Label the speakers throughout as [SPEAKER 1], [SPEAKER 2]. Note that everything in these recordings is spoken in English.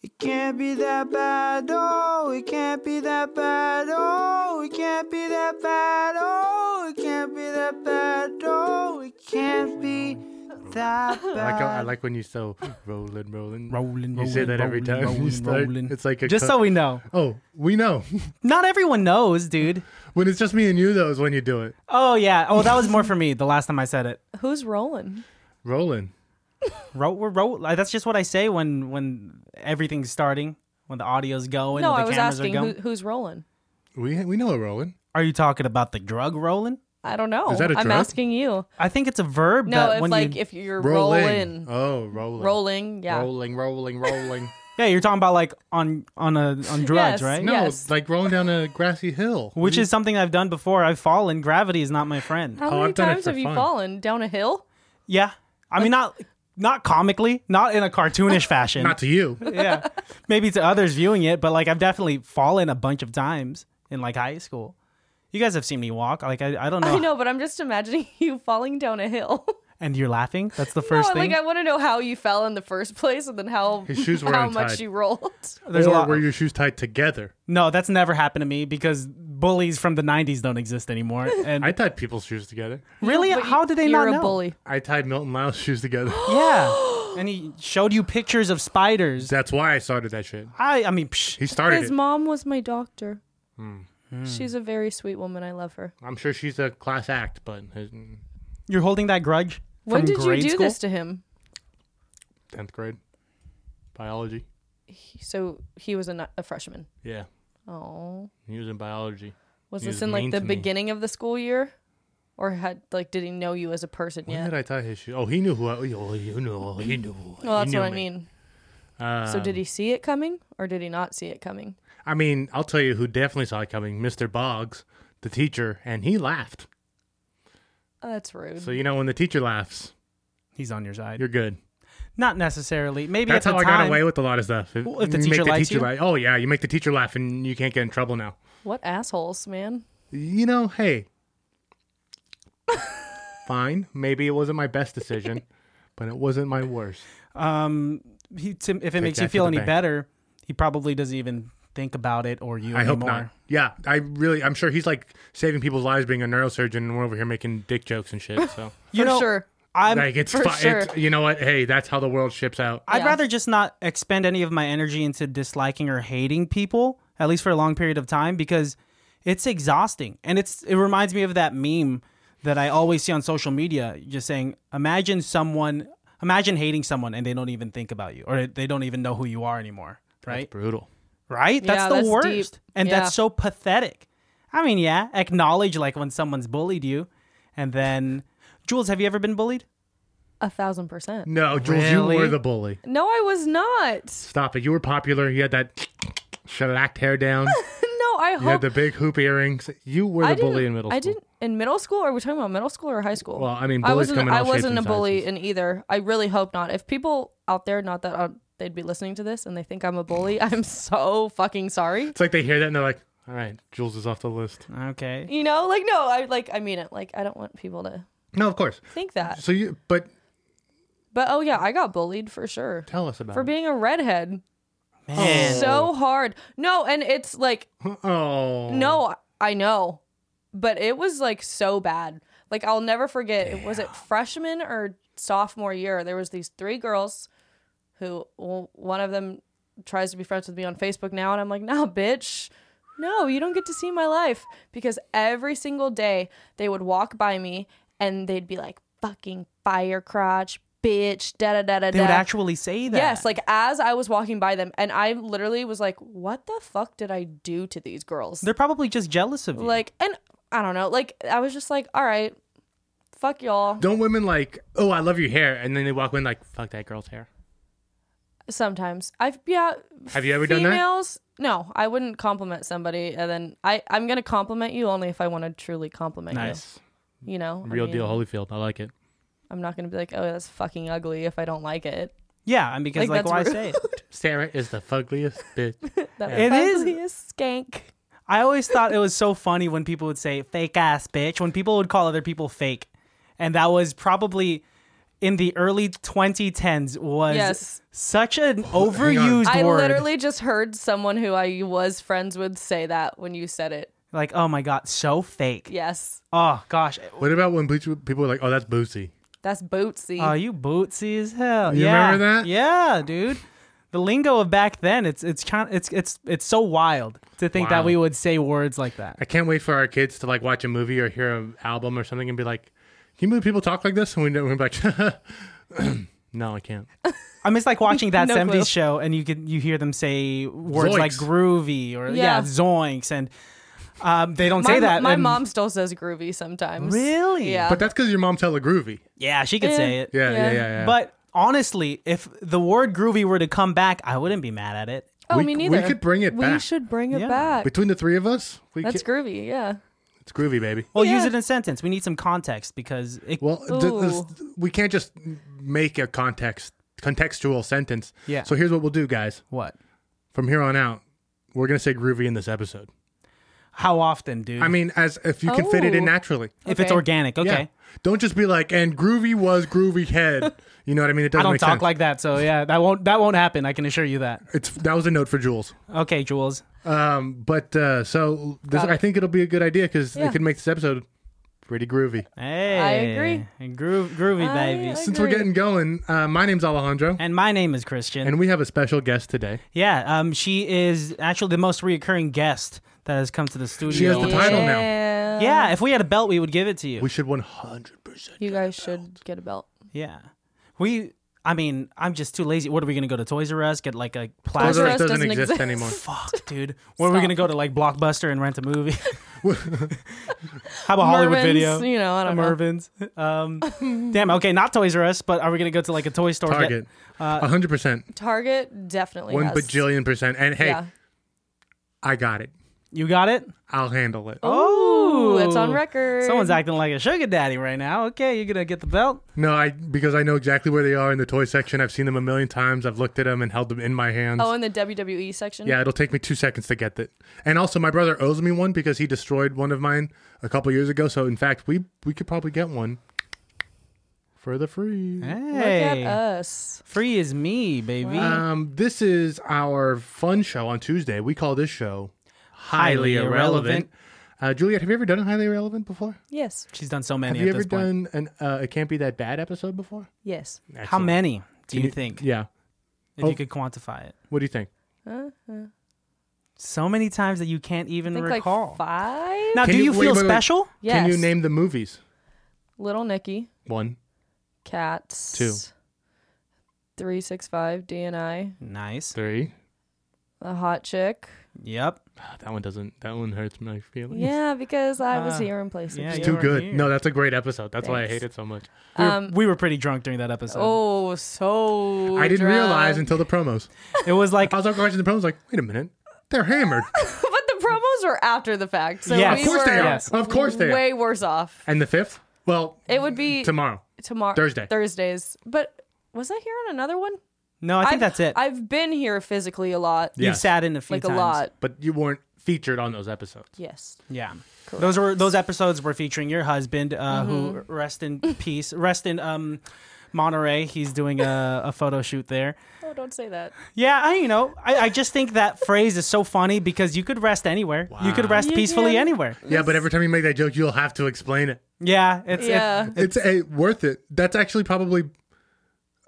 [SPEAKER 1] It can't be that bad, oh, it can't be that bad, oh, it can't be that bad, oh, it can't be that bad, oh, it can't be that bad.
[SPEAKER 2] I like, how- I like when you so rolling, rolling.
[SPEAKER 3] Rolling,
[SPEAKER 2] You say that every time you start. It's like a
[SPEAKER 4] Just
[SPEAKER 2] co-
[SPEAKER 4] so we know.
[SPEAKER 2] Oh, we know.
[SPEAKER 4] Not everyone knows, dude.
[SPEAKER 2] when it's just me and you, though, is when you do it.
[SPEAKER 4] Oh yeah. Oh, that was more for me the last time I said it.
[SPEAKER 5] Who's rolling?
[SPEAKER 2] Rolling.
[SPEAKER 4] Ro- we're ro- like, that's just what I say when when everything's starting, when the audio's going,
[SPEAKER 5] no,
[SPEAKER 4] when
[SPEAKER 5] I
[SPEAKER 4] the
[SPEAKER 5] was
[SPEAKER 4] cameras
[SPEAKER 5] asking
[SPEAKER 4] are going.
[SPEAKER 5] who, who's rolling.
[SPEAKER 2] We we know a rolling.
[SPEAKER 4] Are you talking about the drug rolling?
[SPEAKER 5] I don't know.
[SPEAKER 2] Is that a
[SPEAKER 5] I'm
[SPEAKER 2] drug?
[SPEAKER 5] asking you.
[SPEAKER 4] I think it's a verb
[SPEAKER 5] No,
[SPEAKER 4] that
[SPEAKER 5] if
[SPEAKER 4] when
[SPEAKER 5] like
[SPEAKER 4] you
[SPEAKER 5] if you're
[SPEAKER 2] Rolling.
[SPEAKER 5] rolling,
[SPEAKER 2] Oh, rolling.
[SPEAKER 5] rolling, yeah.
[SPEAKER 2] Rolling, rolling, rolling.
[SPEAKER 4] Yeah, you're talking about like on on a on drugs,
[SPEAKER 5] Yes.
[SPEAKER 4] right?
[SPEAKER 2] no,
[SPEAKER 5] Yes.
[SPEAKER 2] like rolling down a grassy hill.
[SPEAKER 4] Which is something I've done before. I've fallen. Gravity is not my friend.
[SPEAKER 2] Oh,
[SPEAKER 5] How many
[SPEAKER 2] I've done it
[SPEAKER 5] times
[SPEAKER 2] for
[SPEAKER 5] have you
[SPEAKER 2] fun.
[SPEAKER 5] fallen down a hill?
[SPEAKER 4] Yeah. I mean not not comically, not in a cartoonish fashion.
[SPEAKER 2] not to you.
[SPEAKER 4] yeah. Maybe to others viewing it, but like I've definitely fallen a bunch of times in like high school. You guys have seen me walk. Like I, I don't know.
[SPEAKER 5] I know, but I'm just imagining you falling down a hill.
[SPEAKER 4] And you're laughing. That's the first
[SPEAKER 5] no,
[SPEAKER 4] thing.
[SPEAKER 5] like I want to know how you fell in the first place, and then how
[SPEAKER 2] His shoes were
[SPEAKER 5] how
[SPEAKER 2] untied.
[SPEAKER 5] much you rolled.
[SPEAKER 4] There's a
[SPEAKER 2] or
[SPEAKER 4] lot.
[SPEAKER 2] were your shoes tied together?
[SPEAKER 4] no, that's never happened to me because bullies from the '90s don't exist anymore. And
[SPEAKER 2] I tied people's shoes together.
[SPEAKER 4] really,
[SPEAKER 5] But
[SPEAKER 4] how
[SPEAKER 5] you-
[SPEAKER 4] did they
[SPEAKER 5] you're
[SPEAKER 4] not
[SPEAKER 5] a
[SPEAKER 4] know?
[SPEAKER 5] bully.
[SPEAKER 2] I tied Milton Lyle's shoes together.
[SPEAKER 4] Yeah. and he showed you pictures of spiders.
[SPEAKER 2] That's why I started that shit.
[SPEAKER 4] I, I mean, psh,
[SPEAKER 2] He started
[SPEAKER 5] His
[SPEAKER 2] it.
[SPEAKER 5] mom was my doctor.
[SPEAKER 2] Hmm.
[SPEAKER 5] She's a very sweet woman. I love her.
[SPEAKER 2] I'm sure she's a class act, but uh, mm, his-
[SPEAKER 4] you're holding that grudge.
[SPEAKER 5] When
[SPEAKER 4] from
[SPEAKER 5] did you
[SPEAKER 4] grade
[SPEAKER 5] do
[SPEAKER 4] school?
[SPEAKER 5] this to him?
[SPEAKER 2] 10th grade biology.
[SPEAKER 5] So he was a, not- a freshman.
[SPEAKER 2] Yeah,
[SPEAKER 5] Oh,
[SPEAKER 2] he was in biology.
[SPEAKER 5] was
[SPEAKER 2] He
[SPEAKER 5] this
[SPEAKER 2] was
[SPEAKER 5] in
[SPEAKER 2] mean
[SPEAKER 5] like the
[SPEAKER 2] to me.
[SPEAKER 5] beginning of the school year, or had like did he know you as a person
[SPEAKER 2] When
[SPEAKER 5] yet?
[SPEAKER 2] did I tie his shoes? Oh, he knew who I. Oh, you know, he knew.
[SPEAKER 5] well,
[SPEAKER 2] he
[SPEAKER 5] that's
[SPEAKER 2] knew
[SPEAKER 5] what I
[SPEAKER 2] me.
[SPEAKER 5] mean.
[SPEAKER 2] Uh,
[SPEAKER 5] So did he see it coming, or did he not see it coming?
[SPEAKER 2] I mean, I'll tell you who definitely saw it coming: Mr. Boggs, the teacher, and he laughed.
[SPEAKER 5] Oh, that's rude.
[SPEAKER 2] So you know, when the teacher laughs,
[SPEAKER 4] He's on your side.
[SPEAKER 2] you're good.
[SPEAKER 4] Not necessarily. Maybe
[SPEAKER 2] That's
[SPEAKER 4] at
[SPEAKER 2] how
[SPEAKER 4] the
[SPEAKER 2] I
[SPEAKER 4] time.
[SPEAKER 2] got away with a lot of stuff.
[SPEAKER 4] Well, if the
[SPEAKER 2] You
[SPEAKER 4] teacher
[SPEAKER 2] make
[SPEAKER 4] likes you?
[SPEAKER 2] laugh- oh yeah, you make the teacher laugh, and you can't get in trouble now.
[SPEAKER 5] what assholes, man!
[SPEAKER 2] You know, hey, fine. Maybe it wasn't my best decision, but it wasn't my worst.
[SPEAKER 4] um, he, to, if it makes
[SPEAKER 2] that
[SPEAKER 4] you
[SPEAKER 2] to
[SPEAKER 4] feel
[SPEAKER 2] the
[SPEAKER 4] any
[SPEAKER 2] bank.
[SPEAKER 4] better, he probably doesn't even think about it or you
[SPEAKER 2] I hope
[SPEAKER 4] anymore.
[SPEAKER 2] not. Yeah, I really, I'm sure he's like saving people's lives being a neurosurgeon, and we're over here making dick jokes and shit. So,
[SPEAKER 4] You
[SPEAKER 5] For
[SPEAKER 4] know,
[SPEAKER 5] sure.
[SPEAKER 4] I'm.
[SPEAKER 2] like, it's,
[SPEAKER 5] for
[SPEAKER 2] fi-
[SPEAKER 5] sure.
[SPEAKER 2] it's you know what? Hey, that's how the world ships out.
[SPEAKER 4] I'd
[SPEAKER 5] Yeah.
[SPEAKER 4] rather just not expend any of my energy into disliking or hating people, at least for a long period of time, because it's exhausting. And it's it reminds me of that meme that I always see on social media, just saying, imagine someone imagine hating someone and they don't even think about you or they don't even know who you are anymore. Right?
[SPEAKER 2] Brutal.
[SPEAKER 4] right? That's
[SPEAKER 5] Yeah,
[SPEAKER 4] the
[SPEAKER 5] that's
[SPEAKER 4] worst.
[SPEAKER 5] deep.
[SPEAKER 4] And
[SPEAKER 5] Yeah.
[SPEAKER 4] that's so pathetic. I mean, yeah, acknowledge like when someone's bullied you and then Jules, have you ever been bullied?
[SPEAKER 5] A thousand percent.
[SPEAKER 2] No, Jules,
[SPEAKER 4] Really?
[SPEAKER 2] you were the bully.
[SPEAKER 5] No, I was not.
[SPEAKER 2] Stop it. You were popular. You had that shellacked hair down.
[SPEAKER 5] No, I
[SPEAKER 2] You had
[SPEAKER 5] hope
[SPEAKER 2] the big hoop earrings. You were the
[SPEAKER 5] I
[SPEAKER 2] bully
[SPEAKER 5] didn't-
[SPEAKER 2] in middle school.
[SPEAKER 5] I didn't in middle school. Are we talking about middle school or high school?
[SPEAKER 2] Well, I mean,
[SPEAKER 5] I
[SPEAKER 2] bullies
[SPEAKER 5] wasn't.
[SPEAKER 2] come in
[SPEAKER 5] I
[SPEAKER 2] all shapes
[SPEAKER 5] wasn't a
[SPEAKER 2] and
[SPEAKER 5] bully
[SPEAKER 2] sizes.
[SPEAKER 5] in either. I really hope not. If people out there, not that uh, they'd be listening to this and they think I'm a bully, I'm so fucking sorry.
[SPEAKER 2] It's like they hear that and they're like, all right, Jules is off the list.
[SPEAKER 4] Okay.
[SPEAKER 5] You know, like no, I like I mean it. Like I don't want people to
[SPEAKER 2] No, of course.
[SPEAKER 5] think that.
[SPEAKER 2] So you, but
[SPEAKER 5] But oh yeah, I got bullied for sure
[SPEAKER 2] tell us about
[SPEAKER 5] for
[SPEAKER 2] it.
[SPEAKER 5] being a redhead.
[SPEAKER 4] Man.
[SPEAKER 5] So hard. No, and it's like
[SPEAKER 2] Oh.
[SPEAKER 5] No, I know. But it was like so bad. Like I'll never forget. It was it freshman or sophomore year. There was these three girls who well, one of them tries to be friends with me on Facebook now and I'm like, "No, bitch. No, you don't get to see my life." Because every single day they would walk by me and they'd be like, "Fucking fire crotch, bitch." Da da da da
[SPEAKER 4] they would
[SPEAKER 5] da.
[SPEAKER 4] actually say that.
[SPEAKER 5] Yes, like as I was walking by them and I literally was like, "What the fuck did I do to these girls?"
[SPEAKER 4] They're probably just jealous of you.
[SPEAKER 5] Like, and I don't know. Like, I was just like, all right, fuck y'all.
[SPEAKER 2] Don't women like, oh, I love your hair, and then they walk in like, fuck that girl's hair.
[SPEAKER 5] Sometimes I've yeah.
[SPEAKER 2] Have you ever done
[SPEAKER 5] females,
[SPEAKER 2] that?
[SPEAKER 5] Females? No, I wouldn't compliment somebody, and then I I'm gonna compliment you only if I want to truly compliment
[SPEAKER 2] Nice,
[SPEAKER 5] you. You know, I
[SPEAKER 2] real
[SPEAKER 5] mean,
[SPEAKER 2] deal, Holyfield. I like it.
[SPEAKER 5] I'm not gonna be like, oh, that's fucking ugly if I don't like it.
[SPEAKER 4] yeah, and because like,
[SPEAKER 5] like,
[SPEAKER 4] why
[SPEAKER 5] that's
[SPEAKER 4] say it?
[SPEAKER 2] Sarah is the fuggliest bitch.
[SPEAKER 5] That
[SPEAKER 4] It is-
[SPEAKER 5] ugly as skank.
[SPEAKER 4] I always thought it was so funny when people would say fake ass bitch, when people would call other people fake. And that was probably in the early 2010s was
[SPEAKER 5] Yes.
[SPEAKER 4] such an overused
[SPEAKER 5] I
[SPEAKER 4] word.
[SPEAKER 5] literally just heard someone who I was friends with say that when you said it.
[SPEAKER 4] like, oh my god, so fake.
[SPEAKER 5] Yes.
[SPEAKER 4] Oh gosh.
[SPEAKER 2] What about when bleach- people were like, "Oh, that's Bootsy"?
[SPEAKER 5] That's Bootsy.
[SPEAKER 4] Oh, you bootsy as hell.
[SPEAKER 2] You
[SPEAKER 4] yeah.
[SPEAKER 2] remember that?
[SPEAKER 4] Yeah, dude. The lingo of back then, it's it's kind it's it's it's so wild to think that
[SPEAKER 2] Wow.
[SPEAKER 4] we would say words like that.
[SPEAKER 2] I can't wait for our kids to like watch a movie or hear an album or something and be like, "Can you believe people talk like this?" And we know we're like, "No, I can't."
[SPEAKER 4] I mean, it's like watching that
[SPEAKER 5] No
[SPEAKER 4] 70s
[SPEAKER 5] clue.
[SPEAKER 4] show and you can you hear them say words like
[SPEAKER 2] Zoinks.
[SPEAKER 4] groovy or yeah,
[SPEAKER 5] Yeah.
[SPEAKER 4] zoinks and um, they don't
[SPEAKER 5] my,
[SPEAKER 4] say that.
[SPEAKER 5] My
[SPEAKER 4] and-
[SPEAKER 5] mom still says groovy sometimes.
[SPEAKER 4] Really?
[SPEAKER 5] Yeah.
[SPEAKER 2] But that's because your mom's hella groovy.
[SPEAKER 4] Yeah, she could
[SPEAKER 5] Eh.
[SPEAKER 4] say it.
[SPEAKER 2] Yeah, yeah, yeah.
[SPEAKER 5] Yeah.
[SPEAKER 2] yeah,
[SPEAKER 4] But honestly, if the word groovy were to come back, I wouldn't be mad at it.
[SPEAKER 5] oh,
[SPEAKER 2] we-
[SPEAKER 5] me
[SPEAKER 2] we
[SPEAKER 5] neither.
[SPEAKER 2] could bring it
[SPEAKER 5] we
[SPEAKER 2] back.
[SPEAKER 5] should bring it
[SPEAKER 4] Yeah.
[SPEAKER 5] back.
[SPEAKER 2] between the three of us, we
[SPEAKER 5] That's
[SPEAKER 2] ca-
[SPEAKER 5] groovy. Yeah.
[SPEAKER 2] it's groovy, baby.
[SPEAKER 4] Well, use
[SPEAKER 5] Yeah.
[SPEAKER 4] it in a sentence. We need some context because it,
[SPEAKER 2] Well, th-
[SPEAKER 5] Ooh.
[SPEAKER 2] this- we can't just make a context contextual sentence.
[SPEAKER 4] Yeah.
[SPEAKER 2] So here's what we'll do, guys.
[SPEAKER 4] what?
[SPEAKER 2] From here on out, we're gonna say groovy in this episode.
[SPEAKER 4] How often, dude?
[SPEAKER 2] I mean, as if you can fit it in
[SPEAKER 5] Oh.
[SPEAKER 2] naturally.
[SPEAKER 4] if it's
[SPEAKER 5] okay.
[SPEAKER 4] organic, okay.
[SPEAKER 2] Yeah. Don't just be like, and groovy was groovy head. You know what I mean? It
[SPEAKER 4] I
[SPEAKER 2] doesn't
[SPEAKER 4] don't
[SPEAKER 2] make
[SPEAKER 4] talk
[SPEAKER 2] sense.
[SPEAKER 4] like that, so yeah, that won't that won't happen. I can assure you that.
[SPEAKER 2] it's that was a note for Jules.
[SPEAKER 4] Okay, Jules.
[SPEAKER 2] Um, but uh, so this,
[SPEAKER 5] Got it.
[SPEAKER 2] I think it'll be a good idea because
[SPEAKER 5] Yeah.
[SPEAKER 2] it could make this episode pretty groovy.
[SPEAKER 4] Hey,
[SPEAKER 5] agree.
[SPEAKER 4] Groov, groovy,
[SPEAKER 5] I
[SPEAKER 4] baby.
[SPEAKER 5] agree.
[SPEAKER 2] Since we're getting going, uh, my name's Alejandro,
[SPEAKER 4] And my name is Christian.
[SPEAKER 2] and we have a special guest today.
[SPEAKER 4] yeah, um, she is actually the most reoccurring guest that has come to the studio.
[SPEAKER 2] She has the title now.
[SPEAKER 5] Yeah.
[SPEAKER 4] yeah, if we had a belt, we would give it to you.
[SPEAKER 2] We should 100. percent
[SPEAKER 5] You guys should get a belt.
[SPEAKER 4] yeah, we. I mean, I'm just too lazy. What are we gonna go to Toys R Us get like a
[SPEAKER 5] Toys
[SPEAKER 4] plastic?
[SPEAKER 2] Toys
[SPEAKER 5] R
[SPEAKER 2] R
[SPEAKER 5] Us
[SPEAKER 2] Us doesn't
[SPEAKER 5] doesn't
[SPEAKER 2] exist
[SPEAKER 5] exist.
[SPEAKER 2] anymore.
[SPEAKER 4] Fuck, dude. Where are we
[SPEAKER 5] Stop.
[SPEAKER 4] gonna go to like Blockbuster and rent a movie? How about Hollywood
[SPEAKER 5] Mervyn's,
[SPEAKER 4] Video?
[SPEAKER 5] You know, I don't know.
[SPEAKER 4] Mervin's. Um, damn. Okay, not Toys R Us, but are we gonna go to like a toy store? that-
[SPEAKER 2] Target,
[SPEAKER 4] uh,
[SPEAKER 2] 100 percent,
[SPEAKER 5] Target definitely
[SPEAKER 2] one
[SPEAKER 5] has.
[SPEAKER 2] bajillion percent. And hey,
[SPEAKER 5] Yeah.
[SPEAKER 2] I got it.
[SPEAKER 4] you got it.
[SPEAKER 2] I'll handle it.
[SPEAKER 5] Ooh, it's on
[SPEAKER 4] Ooh.
[SPEAKER 5] record.
[SPEAKER 4] Oh. Someone's acting like a sugar daddy right now. Okay, you're gonna get the belt.
[SPEAKER 2] No, I because I know exactly where they are in the toy section. I've seen them a million times. I've looked at them and held them in my hands.
[SPEAKER 5] Oh, in the WWE section.
[SPEAKER 2] Yeah, it'll take me two seconds to get that. And also, my brother owes me one because he destroyed one of mine a couple years ago. So, in fact, we we could probably get one for the free.
[SPEAKER 5] Look
[SPEAKER 4] Hey,
[SPEAKER 5] at us.
[SPEAKER 4] free is me, baby.
[SPEAKER 2] Um, this is our fun show on Tuesday. We call this show
[SPEAKER 4] Highly Irrelevant.
[SPEAKER 2] Uh, Juliet, have you ever done a highly irrelevant before?
[SPEAKER 5] Yes.
[SPEAKER 4] She's done so many. at
[SPEAKER 2] Have you ever
[SPEAKER 4] this point.
[SPEAKER 2] done an uh, "It Can't Be That Bad" episode before?
[SPEAKER 5] Yes.
[SPEAKER 4] How
[SPEAKER 2] Excellent.
[SPEAKER 4] many do you, think?
[SPEAKER 2] Yeah.
[SPEAKER 4] If
[SPEAKER 2] Oh.
[SPEAKER 4] you could quantify it,
[SPEAKER 2] What do you think?
[SPEAKER 4] so many times that you can't even
[SPEAKER 5] I Uh-huh. think
[SPEAKER 4] recall.
[SPEAKER 5] like five.
[SPEAKER 4] now,
[SPEAKER 2] Can
[SPEAKER 4] do you,
[SPEAKER 2] you- wait,
[SPEAKER 4] feel
[SPEAKER 2] wait, wait.
[SPEAKER 4] special?
[SPEAKER 5] yes.
[SPEAKER 2] Can you name the movies?
[SPEAKER 5] Little Nicky,
[SPEAKER 2] One.
[SPEAKER 5] Cats,
[SPEAKER 2] Two.
[SPEAKER 5] Three Six Five, DNI,
[SPEAKER 4] Nice.
[SPEAKER 2] Three.
[SPEAKER 5] The Hot Chick.
[SPEAKER 4] Yep.
[SPEAKER 2] Ah, That one doesn't. That one hurts my feelings.
[SPEAKER 5] Yeah, because I was
[SPEAKER 4] Ah,
[SPEAKER 5] here in place.
[SPEAKER 4] yeah,
[SPEAKER 5] Yeah,
[SPEAKER 4] you
[SPEAKER 2] Too
[SPEAKER 4] were
[SPEAKER 2] good.
[SPEAKER 4] here.
[SPEAKER 2] No, that's a great episode. That's why I
[SPEAKER 5] Thanks.
[SPEAKER 2] hate it so much.
[SPEAKER 4] We were,
[SPEAKER 5] Um,
[SPEAKER 4] we were pretty drunk during that episode.
[SPEAKER 5] Oh, so
[SPEAKER 2] I didn't realize
[SPEAKER 5] drunk.
[SPEAKER 2] until the promos.
[SPEAKER 4] It was like
[SPEAKER 2] I was like watching the promos, like, wait a minute, they're hammered.
[SPEAKER 5] but the promos were after the fact. So
[SPEAKER 4] Yes.
[SPEAKER 5] we
[SPEAKER 2] of course
[SPEAKER 5] were
[SPEAKER 2] they are.
[SPEAKER 4] Yes.
[SPEAKER 2] Of course they are.
[SPEAKER 5] way worse off.
[SPEAKER 2] And the fifth? Well,
[SPEAKER 5] It would be
[SPEAKER 2] tomorrow.
[SPEAKER 5] tomorrow
[SPEAKER 2] Thursday.
[SPEAKER 5] Thursdays. But was I here on another one?
[SPEAKER 4] no. I think that's it.
[SPEAKER 5] I've been here physically a lot.
[SPEAKER 2] Yeah.
[SPEAKER 4] You've
[SPEAKER 2] Yes.
[SPEAKER 4] sat in a few
[SPEAKER 5] Like a
[SPEAKER 4] times.
[SPEAKER 5] lot.
[SPEAKER 2] But you weren't featured on those episodes.
[SPEAKER 5] Yes.
[SPEAKER 4] Yeah. Those were those episodes were featuring your husband, uh, who
[SPEAKER 5] Mm-hmm.
[SPEAKER 4] rest in peace, rest in um, Monterey. He's doing a, a photo shoot there.
[SPEAKER 5] Oh, don't say that.
[SPEAKER 4] Yeah, I you know I, I just think that phrase is so funny because you could rest anywhere. You could
[SPEAKER 2] Wow.
[SPEAKER 4] rest
[SPEAKER 5] You
[SPEAKER 4] peacefully
[SPEAKER 5] can.
[SPEAKER 4] anywhere.
[SPEAKER 2] Yeah, but every time you make that joke, you'll have to explain it.
[SPEAKER 4] Yeah, it's it-
[SPEAKER 5] Yeah.
[SPEAKER 2] It's a, worth it. That's actually probably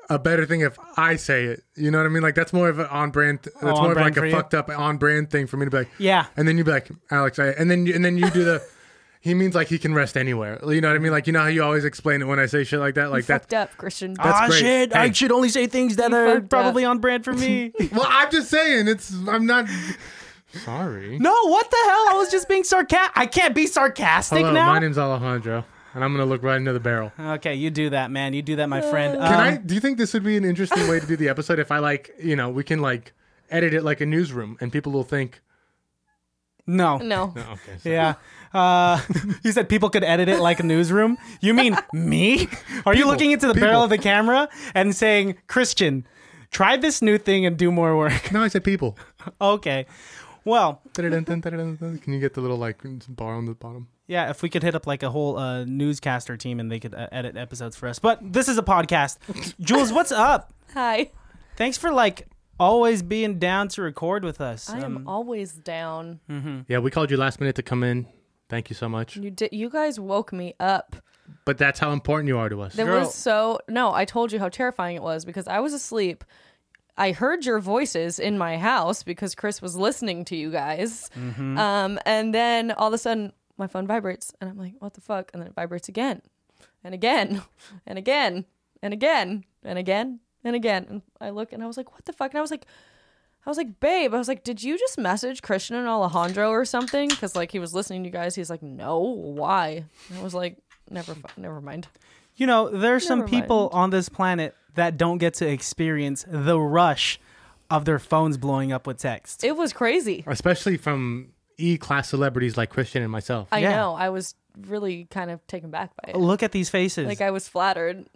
[SPEAKER 2] a better thing if I say it. You know what I mean? Like that's more of an on brand. That's
[SPEAKER 4] Oh, on
[SPEAKER 2] more of
[SPEAKER 4] brand
[SPEAKER 2] like
[SPEAKER 4] for
[SPEAKER 2] a
[SPEAKER 4] you.
[SPEAKER 2] fucked up on brand thing for me to be like,
[SPEAKER 4] yeah.
[SPEAKER 2] And then you'd be like, Alex, I, and then you- and then you do the. He means like he can rest anywhere. You know what I mean? Like you know how you always explain it when I say shit like that. Like that.
[SPEAKER 5] Fucked up, Christian.
[SPEAKER 4] Ah
[SPEAKER 2] great.
[SPEAKER 4] shit! I
[SPEAKER 2] Hey.
[SPEAKER 4] should only say things that
[SPEAKER 5] You
[SPEAKER 4] are
[SPEAKER 5] fucked up.
[SPEAKER 4] probably on brand for me.
[SPEAKER 2] Well, I'm just saying it's. I'm not. Sorry.
[SPEAKER 4] no, what the hell? I was just being sarcastic. I can't be sarcastic
[SPEAKER 2] Hello,
[SPEAKER 4] now. Oh.
[SPEAKER 2] my name's Alejandro, and I'm gonna look right into the barrel.
[SPEAKER 4] okay, you do that, man. You do that, my friend.
[SPEAKER 2] Can
[SPEAKER 4] Um,
[SPEAKER 2] I? Do you think this would be an interesting way to do the episode? If I like, you know, we can like edit it like a newsroom, and people will think.
[SPEAKER 4] No.
[SPEAKER 5] no.
[SPEAKER 2] Oh, okay. so-
[SPEAKER 4] Yeah. Uh, you said people could edit it like a newsroom. You mean me? Are you looking into the barrel
[SPEAKER 2] people.
[SPEAKER 4] of the camera and saying, Christian, try this new thing and do more work?
[SPEAKER 2] No, I said people.
[SPEAKER 4] okay. Well,
[SPEAKER 2] Can you get the little like bar on the bottom?
[SPEAKER 4] yeah, if we could hit up like a whole uh, newscaster team and they could uh, edit episodes for us. But this is a podcast. Jules, what's up?
[SPEAKER 5] Hi.
[SPEAKER 4] Thanks for like always being down to record with us. Um,
[SPEAKER 5] I am always down.
[SPEAKER 4] Hmm.
[SPEAKER 2] Yeah, we called you last minute to come in. Thank you so much.
[SPEAKER 5] You did. You guys woke me up.
[SPEAKER 2] But that's how important you are to us.
[SPEAKER 5] That
[SPEAKER 4] Girl.
[SPEAKER 5] was so. No, I told you how terrifying it was because I was asleep. I heard your voices in my house because Chris was listening to you guys. Um, and then all of a sudden, my phone vibrates, and I'm like, what the fuck? And then it vibrates again, and again, and again, and again, and again, and again. And I look and I was like, what the fuck? And I was like, I was like, babe, I was like, did you just message Christian and Alejandro or something? Because like he was listening to you guys. He's like, no, why? And I was like, never, fu- never mind.
[SPEAKER 4] You know, there's some
[SPEAKER 5] Never mind.
[SPEAKER 4] people on this planet that don't get to experience the rush of their phones blowing up with text.
[SPEAKER 5] It was crazy.
[SPEAKER 2] Especially from E class celebrities like Christian and myself.
[SPEAKER 5] I
[SPEAKER 4] Yeah. Oh,
[SPEAKER 5] know. I was really kind of taken back by it.
[SPEAKER 4] Look at these faces.
[SPEAKER 5] Like I was flattered.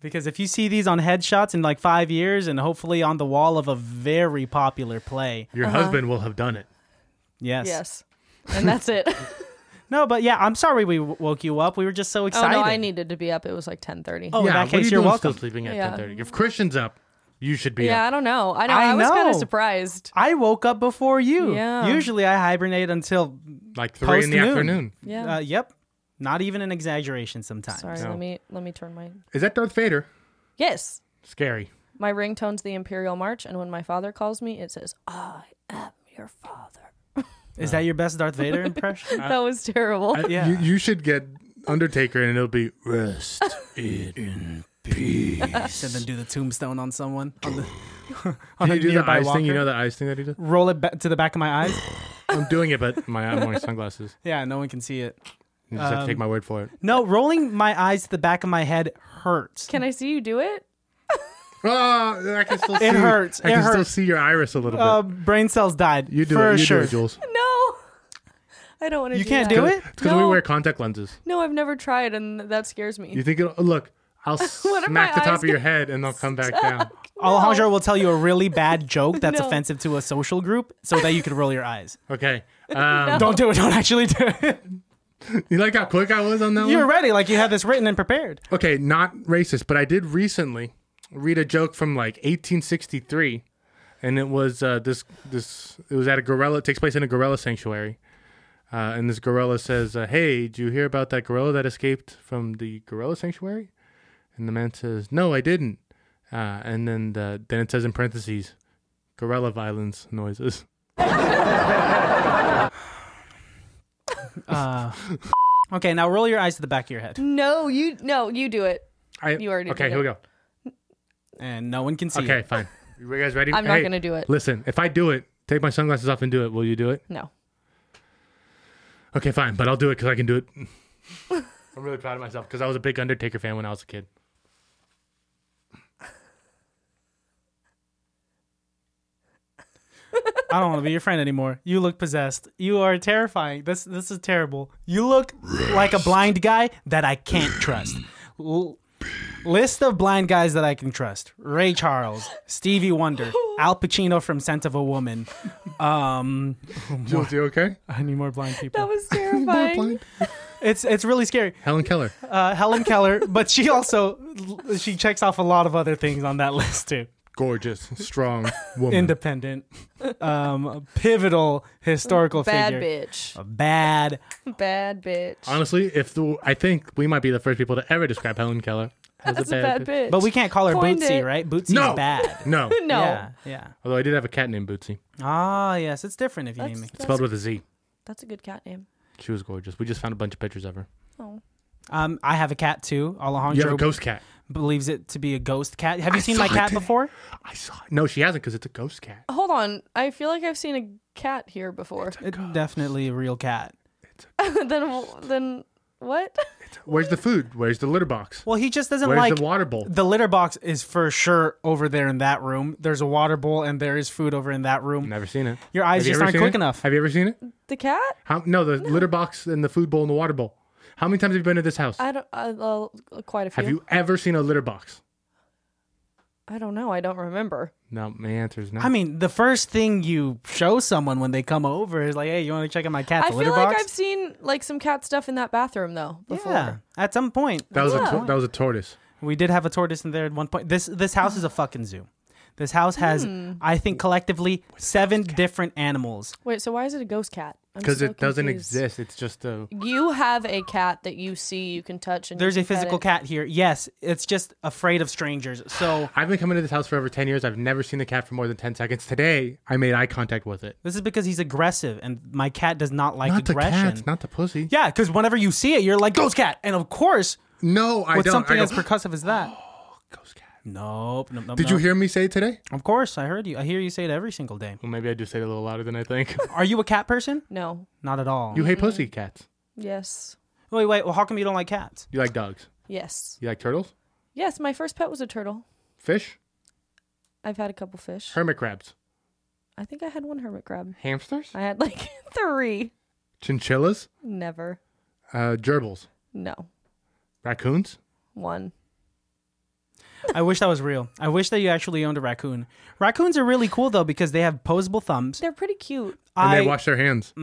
[SPEAKER 4] because if you see these on headshots in like five years and hopefully on the wall of a very popular play.
[SPEAKER 2] Your husband will have done it.
[SPEAKER 4] Yes.
[SPEAKER 5] Yes. And that's it. Oh,
[SPEAKER 4] No, but yeah, I'm sorry we w- woke you up. We were just so
[SPEAKER 5] oh
[SPEAKER 4] excited.
[SPEAKER 5] no, I needed to be up. It was like ten thirty.
[SPEAKER 4] Oh, in that
[SPEAKER 2] what are
[SPEAKER 4] case,
[SPEAKER 2] you
[SPEAKER 4] you're
[SPEAKER 2] doing
[SPEAKER 4] welcome.
[SPEAKER 2] Still sleeping at
[SPEAKER 5] Yeah.
[SPEAKER 2] 10:30. If Christian's up, you should be
[SPEAKER 5] Yeah,
[SPEAKER 2] up.
[SPEAKER 5] I don't know. I know.
[SPEAKER 4] I
[SPEAKER 5] I, was kind
[SPEAKER 4] know.
[SPEAKER 5] of surprised.
[SPEAKER 4] I woke up before you.
[SPEAKER 5] Yeah.
[SPEAKER 4] Usually I hibernate until,
[SPEAKER 2] Like three in the
[SPEAKER 4] Post-noon.
[SPEAKER 2] afternoon.
[SPEAKER 5] Yeah.
[SPEAKER 4] uh, yep, not even an exaggeration sometimes.
[SPEAKER 5] Sorry.
[SPEAKER 2] No.
[SPEAKER 5] Let me let me turn my.
[SPEAKER 2] Is that Darth Vader?
[SPEAKER 5] Yes.
[SPEAKER 2] Scary.
[SPEAKER 5] My ringtone's the Imperial March, and when my father calls me, it says, "I am your father."
[SPEAKER 4] Is that your best Darth Vader impression?
[SPEAKER 5] That was terrible.
[SPEAKER 2] I-
[SPEAKER 4] Uh, Yeah.
[SPEAKER 2] You, you should get Undertaker and it'll be rest in peace.
[SPEAKER 4] Should then do the tombstone on someone. On the, on
[SPEAKER 2] Can
[SPEAKER 4] a
[SPEAKER 2] you do the
[SPEAKER 4] nearby
[SPEAKER 2] eyes thing? You
[SPEAKER 4] walker.
[SPEAKER 2] know the eyes thing that he does?
[SPEAKER 4] roll it back to the back of my eyes.
[SPEAKER 2] I'm doing it, but my I'm wearing sunglasses.
[SPEAKER 4] yeah, no one can see it.
[SPEAKER 2] You just have to take my word for it.
[SPEAKER 4] No, rolling my eyes to the back of my head hurts.
[SPEAKER 5] Can I see you do it?
[SPEAKER 2] Oh, I can still see.
[SPEAKER 4] hurts.
[SPEAKER 2] I
[SPEAKER 4] It
[SPEAKER 2] can still
[SPEAKER 4] hurts.
[SPEAKER 2] see your iris a little bit.
[SPEAKER 4] uh, brain cells died.
[SPEAKER 2] you do
[SPEAKER 4] for
[SPEAKER 2] it. You
[SPEAKER 4] sure.
[SPEAKER 2] do it, Jules.
[SPEAKER 5] No. I don't want to.
[SPEAKER 4] You can't
[SPEAKER 5] that.
[SPEAKER 4] do it.
[SPEAKER 2] Because we
[SPEAKER 5] No.
[SPEAKER 2] wear contact lenses.
[SPEAKER 5] No, I've never tried, and that scares me.
[SPEAKER 2] You think it'll look? I'll
[SPEAKER 5] if
[SPEAKER 2] smack
[SPEAKER 5] my
[SPEAKER 2] the top
[SPEAKER 5] eyes
[SPEAKER 2] of your head and they'll come back down.
[SPEAKER 4] Alejandro will tell you a really bad joke that's
[SPEAKER 5] No.
[SPEAKER 4] offensive to a social group, so that you can roll your eyes.
[SPEAKER 2] Okay. Um,
[SPEAKER 4] Don't do it. Don't actually do it.
[SPEAKER 2] You like how quick I was on that
[SPEAKER 4] you were
[SPEAKER 2] one?
[SPEAKER 4] ready, like you had this written and prepared.
[SPEAKER 2] Okay, not racist, but I did recently read a joke from like 1863, and it was uh, this this it was at a gorilla. It takes place in a gorilla sanctuary, uh, and this gorilla says, uh, "Hey, did you hear about that gorilla that escaped from the gorilla sanctuary?" And the man says, "No, I didn't." Uh, and then the, then it says in parentheses, "Gorilla violence noises."
[SPEAKER 4] Uh, okay, now roll your eyes to the back of your head,
[SPEAKER 5] No, you no, you do it.
[SPEAKER 2] I,
[SPEAKER 5] You already
[SPEAKER 2] okay.
[SPEAKER 5] did
[SPEAKER 2] Here we go.
[SPEAKER 4] and no one can see.
[SPEAKER 2] Okay,
[SPEAKER 4] it.
[SPEAKER 2] fine. You guys ready?
[SPEAKER 5] I'm not
[SPEAKER 2] Hey,
[SPEAKER 5] gonna do it.
[SPEAKER 2] Listen, if I do it, take my sunglasses off and do it. Will you do it?
[SPEAKER 5] No.
[SPEAKER 2] Okay, fine, but I'll do it because I can do it. I'm really proud of myself because I was a big Undertaker fan when I was a kid.
[SPEAKER 4] I don't want to be your friend anymore. You look possessed. You are terrifying. This this is terrible. You look like a blind guy that I can't
[SPEAKER 2] Mm.
[SPEAKER 4] trust. L- list of blind guys that I can trust: Ray Charles, Stevie Wonder, Al Pacino from *Scent of a Woman*. Um,
[SPEAKER 2] Jules, you okay?
[SPEAKER 4] I need more blind people.
[SPEAKER 5] That was terrifying.
[SPEAKER 4] it's it's really scary.
[SPEAKER 2] Helen Keller.
[SPEAKER 4] Uh, Helen Keller, but she also she checks off a lot of other things on that list too.
[SPEAKER 2] Gorgeous, strong woman.
[SPEAKER 4] Independent, um, a pivotal historical
[SPEAKER 5] Bad
[SPEAKER 4] figure.
[SPEAKER 5] bitch.
[SPEAKER 4] A bad
[SPEAKER 5] Bad bitch.
[SPEAKER 2] Honestly, if the, I think we might be the first people to ever describe Helen Keller as
[SPEAKER 5] That's a bad bitch.
[SPEAKER 4] But we can't call her
[SPEAKER 5] Coined
[SPEAKER 4] Bootsy,
[SPEAKER 5] it.
[SPEAKER 4] right? Bootsy's
[SPEAKER 2] No.
[SPEAKER 4] bad.
[SPEAKER 2] No.
[SPEAKER 5] No.
[SPEAKER 4] Yeah, yeah.
[SPEAKER 2] Although I did have a cat named Bootsy,
[SPEAKER 4] Ah, yes, it's different if you
[SPEAKER 5] That's,
[SPEAKER 4] name it.
[SPEAKER 5] that's-
[SPEAKER 2] spelled with a Z.
[SPEAKER 5] that's a good cat name.
[SPEAKER 2] She was gorgeous. We just found a bunch of pictures of her.
[SPEAKER 5] Oh.
[SPEAKER 4] Um, I have a cat too.
[SPEAKER 2] You have
[SPEAKER 4] Alejandro
[SPEAKER 2] a ghost cat.
[SPEAKER 4] believes it to be a ghost cat. Have you
[SPEAKER 2] I
[SPEAKER 4] seen my
[SPEAKER 2] saw it
[SPEAKER 4] cat
[SPEAKER 2] today.
[SPEAKER 4] before?
[SPEAKER 2] I saw. It. No, she hasn't because it's a ghost cat.
[SPEAKER 5] Hold on. I feel like I've seen a cat here before.
[SPEAKER 4] It's definitely a real cat.
[SPEAKER 5] then then what?
[SPEAKER 2] Where's the food? Where's the litter box?
[SPEAKER 4] Well, he just doesn't
[SPEAKER 2] Where's
[SPEAKER 4] like
[SPEAKER 2] the water bowl?
[SPEAKER 4] the litter box is for sure over there in that room. There's a water bowl and there is food over in that room.
[SPEAKER 2] Never seen it.
[SPEAKER 4] Your eyes
[SPEAKER 2] Have you
[SPEAKER 4] just
[SPEAKER 2] ever
[SPEAKER 4] aren't
[SPEAKER 2] seen
[SPEAKER 4] quick
[SPEAKER 2] it?
[SPEAKER 4] enough.
[SPEAKER 2] Have you ever seen it?
[SPEAKER 5] The cat?
[SPEAKER 2] How, no, the litter box and the food bowl and the water bowl. How many times have you been to this house?
[SPEAKER 5] I don't. I, uh, quite a few.
[SPEAKER 2] Have you ever seen a litter box?
[SPEAKER 5] I don't know. I don't remember.
[SPEAKER 2] No, my answer is no.
[SPEAKER 4] I mean, the first thing you show someone when they come over is like, "Hey, you want to check out my cat's
[SPEAKER 5] I feel
[SPEAKER 4] litter
[SPEAKER 5] like
[SPEAKER 4] box?"
[SPEAKER 5] I've seen like some cat stuff in that bathroom though. Before.
[SPEAKER 4] yeah, at some point
[SPEAKER 2] that was
[SPEAKER 5] Yeah.
[SPEAKER 2] a tor- that was a tortoise.
[SPEAKER 4] we did have a tortoise in there at one point. This this house is a fucking zoo. This house has, I think, collectively seven different animals.
[SPEAKER 5] Wait, so why is it a ghost cat? I'm
[SPEAKER 2] Because
[SPEAKER 5] so
[SPEAKER 2] it doesn't
[SPEAKER 5] confused.
[SPEAKER 2] exist. It's just a.
[SPEAKER 5] You have a cat that you see, you can touch, and you
[SPEAKER 4] There's a
[SPEAKER 5] can pet
[SPEAKER 4] physical
[SPEAKER 5] it.
[SPEAKER 4] cat here. Yes, it's just afraid of strangers. So
[SPEAKER 2] I've been coming to this house for over ten years. I've never seen a cat for more than ten seconds. Today, I made eye contact with it.
[SPEAKER 4] this is because he's aggressive, and my cat does not like
[SPEAKER 2] Not the
[SPEAKER 4] aggression.
[SPEAKER 2] cats, not the pussy.
[SPEAKER 4] yeah, because whenever you see it, you're like ghost cat, and of course,
[SPEAKER 2] No, I
[SPEAKER 4] with
[SPEAKER 2] don't.
[SPEAKER 4] something
[SPEAKER 2] I
[SPEAKER 4] as
[SPEAKER 2] go,
[SPEAKER 4] percussive as that.
[SPEAKER 2] Ghost cat.
[SPEAKER 4] Nope. nope, nope
[SPEAKER 2] Did you
[SPEAKER 4] nope.
[SPEAKER 2] hear me say it today?
[SPEAKER 4] Of course, I heard you. I hear you say it every single day.
[SPEAKER 2] Well, maybe I do say it a little louder than I think.
[SPEAKER 4] Are you a cat person?
[SPEAKER 5] No.
[SPEAKER 4] Not at all.
[SPEAKER 2] you hate pussy cats.
[SPEAKER 5] Yes.
[SPEAKER 4] wait, wait. Well, how come you don't like cats?
[SPEAKER 2] You like dogs.
[SPEAKER 5] Yes.
[SPEAKER 2] You like turtles,
[SPEAKER 5] Yes. My first pet was a turtle.
[SPEAKER 2] fish,
[SPEAKER 5] I've had a couple fish.
[SPEAKER 2] hermit crabs,
[SPEAKER 5] I think I had one hermit crab.
[SPEAKER 2] hamsters,
[SPEAKER 5] I had like three.
[SPEAKER 2] chinchillas,
[SPEAKER 5] Never.
[SPEAKER 2] uh, gerbils,
[SPEAKER 5] No.
[SPEAKER 2] raccoons.
[SPEAKER 5] One.
[SPEAKER 4] I wish that was real. I wish that you actually owned a raccoon. Raccoons are really cool though because they have posable thumbs.
[SPEAKER 5] They're pretty cute.
[SPEAKER 2] And
[SPEAKER 4] I Mm,
[SPEAKER 2] they wash their hands.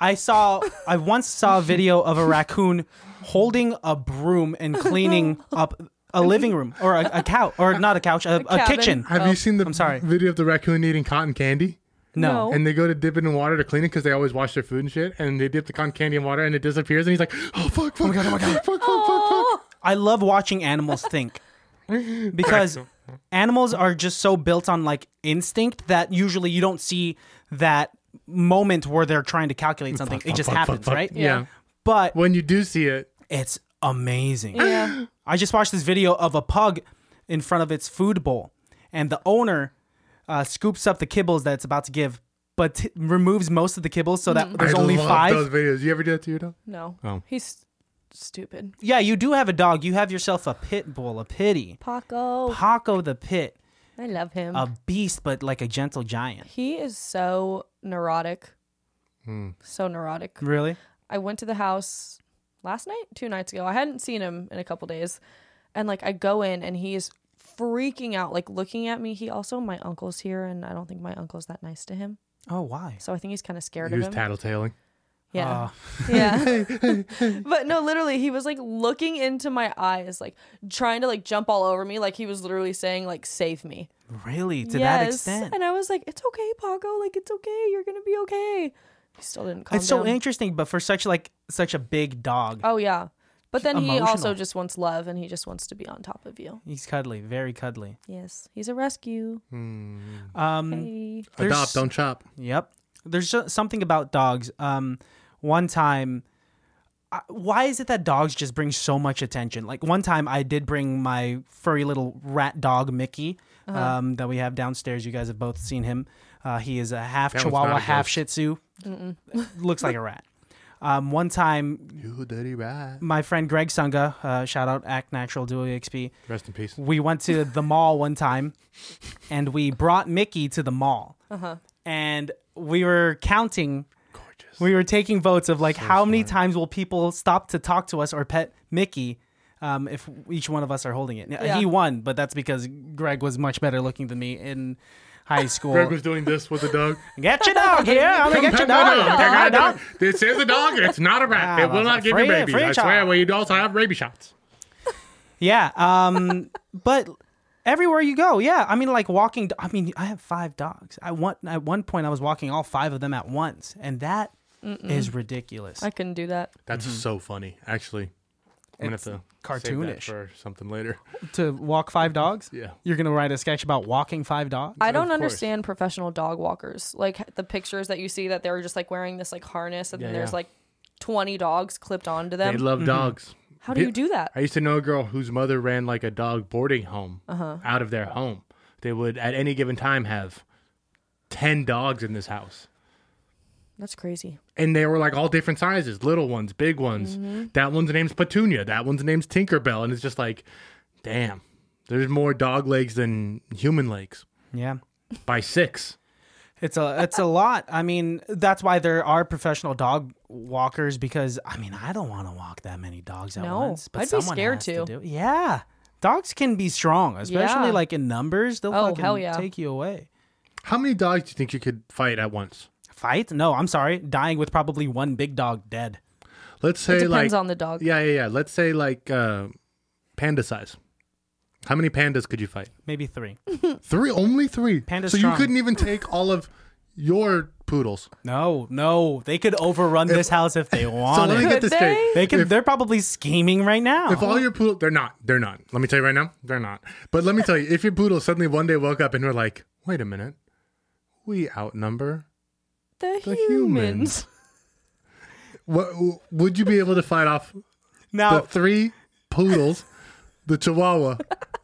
[SPEAKER 4] I saw I once saw a video of a raccoon holding a broom and cleaning up a living room or a, a couch or not a couch, a, a,
[SPEAKER 5] cabin.
[SPEAKER 4] kitchen.
[SPEAKER 2] Have you seen the
[SPEAKER 4] oh, I'm sorry. Oh.
[SPEAKER 2] video of the raccoon eating cotton candy?
[SPEAKER 4] No.
[SPEAKER 5] No.
[SPEAKER 2] And they go to dip it in water to clean it because they always wash their food and shit. And they dip the cotton candy in water and it disappears. And he's like, oh, fuck, fuck, oh my God, oh my God. fuck, fuck, fuck, fuck.
[SPEAKER 4] I love watching animals think because animals are just so built on like instinct that usually you don't see that moment where they're trying to calculate something. It
[SPEAKER 2] Fuck,
[SPEAKER 4] just
[SPEAKER 2] fuck, fuck,
[SPEAKER 4] happens,
[SPEAKER 2] fuck.
[SPEAKER 4] right?
[SPEAKER 2] Yeah.
[SPEAKER 5] Yeah.
[SPEAKER 4] But
[SPEAKER 2] When you do see it,
[SPEAKER 4] it's amazing.
[SPEAKER 5] Yeah.
[SPEAKER 4] I just watched this video of a pug in front of its food bowl, and the owner uh, scoops up the kibbles that it's about to give, but t- removes most of the kibbles so that there's
[SPEAKER 2] I
[SPEAKER 4] only
[SPEAKER 2] love
[SPEAKER 4] five.
[SPEAKER 2] those videos. You ever do that to your dog?
[SPEAKER 5] No.
[SPEAKER 2] Oh.
[SPEAKER 5] He's stupid.
[SPEAKER 4] Yeah, you do have a dog. You have yourself a pit bull, a pity.
[SPEAKER 5] Paco.
[SPEAKER 4] Paco Um, the pit,
[SPEAKER 5] I love him.
[SPEAKER 4] a beast, but like a gentle giant.
[SPEAKER 5] he is so neurotic. So neurotic.
[SPEAKER 4] Really?
[SPEAKER 5] I went to the house last night, two nights ago. I hadn't seen him in a couple days. And like I go in and he is freaking out, like looking at me. He also my uncle's here and I don't think my uncle's that nice to him.
[SPEAKER 4] Oh, why?
[SPEAKER 5] So I think he's kinda scared
[SPEAKER 2] He was
[SPEAKER 5] of him.
[SPEAKER 2] tattletaling.
[SPEAKER 5] yeah.
[SPEAKER 4] Uh,
[SPEAKER 5] Yeah. but no, literally, he was like looking into my eyes, like trying to like jump all over me. Like he was literally saying, like, save me.
[SPEAKER 4] really? To that extent.
[SPEAKER 5] And I was like, it's okay, Paco. Like, it's okay. You're going to be okay. He still didn't calm
[SPEAKER 4] It's so
[SPEAKER 5] down.
[SPEAKER 4] interesting, but for such like such a big dog,
[SPEAKER 5] oh, yeah. But then he
[SPEAKER 4] Emotional.
[SPEAKER 5] also just wants love and he just wants to be on top of you.
[SPEAKER 4] he's cuddly, very cuddly.
[SPEAKER 5] Yes. He's a rescue.
[SPEAKER 4] Um,
[SPEAKER 5] Hey.
[SPEAKER 4] There's- Mm.
[SPEAKER 2] Adopt, don't chop.
[SPEAKER 4] Yep. There's so- something about dogs. Um, one time, I, why is it that dogs just bring so much attention? Like one time, I did bring my furry little rat dog Mickey um, that we have downstairs. You guys have both seen him. Uh, he is a half
[SPEAKER 2] one's
[SPEAKER 4] Chihuahua,
[SPEAKER 2] not a
[SPEAKER 4] half
[SPEAKER 2] ghost.
[SPEAKER 4] Shih Tzu. Looks like a rat. Um, one time,
[SPEAKER 2] You dirty rat.
[SPEAKER 4] my friend Greg Sunga, uh, shout out Act Natural Duo E XP,
[SPEAKER 2] Rest in peace.
[SPEAKER 4] we went to the mall one time and we brought Mickey to the mall. And we were counting,
[SPEAKER 2] Gorgeous.
[SPEAKER 4] we were taking votes of like how many times will people stop to talk to us or pet Mickey um, if each one of us are holding it. Now,
[SPEAKER 5] Yeah.
[SPEAKER 4] He won, but that's because Greg was much better looking than me in high school.
[SPEAKER 2] Greg was doing this with the dog.
[SPEAKER 4] get your dog here. I'm gonna get your dog.
[SPEAKER 2] No, no,
[SPEAKER 4] Pet my
[SPEAKER 2] no,
[SPEAKER 4] dog.
[SPEAKER 2] no. This is a dog. It's not a rat.
[SPEAKER 4] Ah,
[SPEAKER 2] It will
[SPEAKER 4] well,
[SPEAKER 2] not give you
[SPEAKER 4] free-
[SPEAKER 2] babies.
[SPEAKER 4] free
[SPEAKER 2] I swear.
[SPEAKER 4] child.
[SPEAKER 2] Well, you also have rabies shots.
[SPEAKER 4] Yeah. Um, but everywhere you go, yeah. I mean, like walking. do- I mean, I have five dogs. I want at one point I was walking all five of them at once, and that is ridiculous.
[SPEAKER 5] I couldn't do that.
[SPEAKER 2] That's so funny, actually. I'm gonna have
[SPEAKER 4] It's
[SPEAKER 2] to
[SPEAKER 4] cartoonish.
[SPEAKER 2] save that for something later.
[SPEAKER 4] to walk five dogs.
[SPEAKER 2] Yeah.
[SPEAKER 4] You're gonna write a sketch about walking five dogs.
[SPEAKER 5] I don't
[SPEAKER 2] course.
[SPEAKER 5] understand professional dog walkers. Like the pictures that you see that they're just like wearing this like harness and
[SPEAKER 2] Yeah,
[SPEAKER 5] then there's
[SPEAKER 2] yeah.
[SPEAKER 5] like 20 dogs clipped onto
[SPEAKER 2] They
[SPEAKER 5] them. Mm-hmm.
[SPEAKER 2] love dogs.
[SPEAKER 5] How do you do that?
[SPEAKER 2] I used to know a girl whose mother ran like a dog boarding home
[SPEAKER 5] Uh-huh.
[SPEAKER 2] out of their home. They would at any given time have ten dogs in this house.
[SPEAKER 5] That's crazy.
[SPEAKER 2] and they were like all different sizes little ones big ones
[SPEAKER 5] Mm-hmm.
[SPEAKER 2] that one's name's petunia that one's name's tinkerbell and it's just like damn there's more dog legs than human legs
[SPEAKER 4] Yeah.
[SPEAKER 2] by six
[SPEAKER 4] It's a it's a lot. I mean, that's why there are professional dog walkers because I mean I don't want to walk that many dogs at
[SPEAKER 5] No,
[SPEAKER 4] once. But
[SPEAKER 5] I'd be
[SPEAKER 4] someone
[SPEAKER 5] scared
[SPEAKER 4] has to.
[SPEAKER 5] to.
[SPEAKER 4] do it. Yeah, dogs can be strong, especially
[SPEAKER 5] Yeah.
[SPEAKER 4] like in numbers. They'll
[SPEAKER 5] Oh,
[SPEAKER 4] fucking
[SPEAKER 5] hell yeah.
[SPEAKER 4] take you away.
[SPEAKER 2] How many dogs do you think you could fight at once?
[SPEAKER 4] Fight? No, I'm sorry. Dying with probably one big dog dead.
[SPEAKER 2] Let's say
[SPEAKER 5] it depends
[SPEAKER 2] like
[SPEAKER 5] on the dog.
[SPEAKER 2] yeah, yeah, yeah. Let's say like uh, panda size. How many pandas could you fight?
[SPEAKER 4] Maybe three.
[SPEAKER 2] Three, only three.
[SPEAKER 4] Panda's
[SPEAKER 2] so you
[SPEAKER 4] strong.
[SPEAKER 2] couldn't even take all of your poodles.
[SPEAKER 4] No, no. They could overrun this house if they
[SPEAKER 2] So let
[SPEAKER 4] wanted.
[SPEAKER 2] me get this
[SPEAKER 5] Could they?
[SPEAKER 2] straight.
[SPEAKER 4] they Oh. could
[SPEAKER 2] if-
[SPEAKER 4] they're probably scheming right now.
[SPEAKER 2] If all your poodle, they're not. They're not. Let me tell you right now, they're not. But let me tell you, if your poodle suddenly one day woke up and were like, "Wait a minute, we outnumber,"
[SPEAKER 5] The,
[SPEAKER 2] The humans.
[SPEAKER 5] humans.
[SPEAKER 2] what would you be able to fight off the
[SPEAKER 4] now
[SPEAKER 2] three poodles, the chihuahua,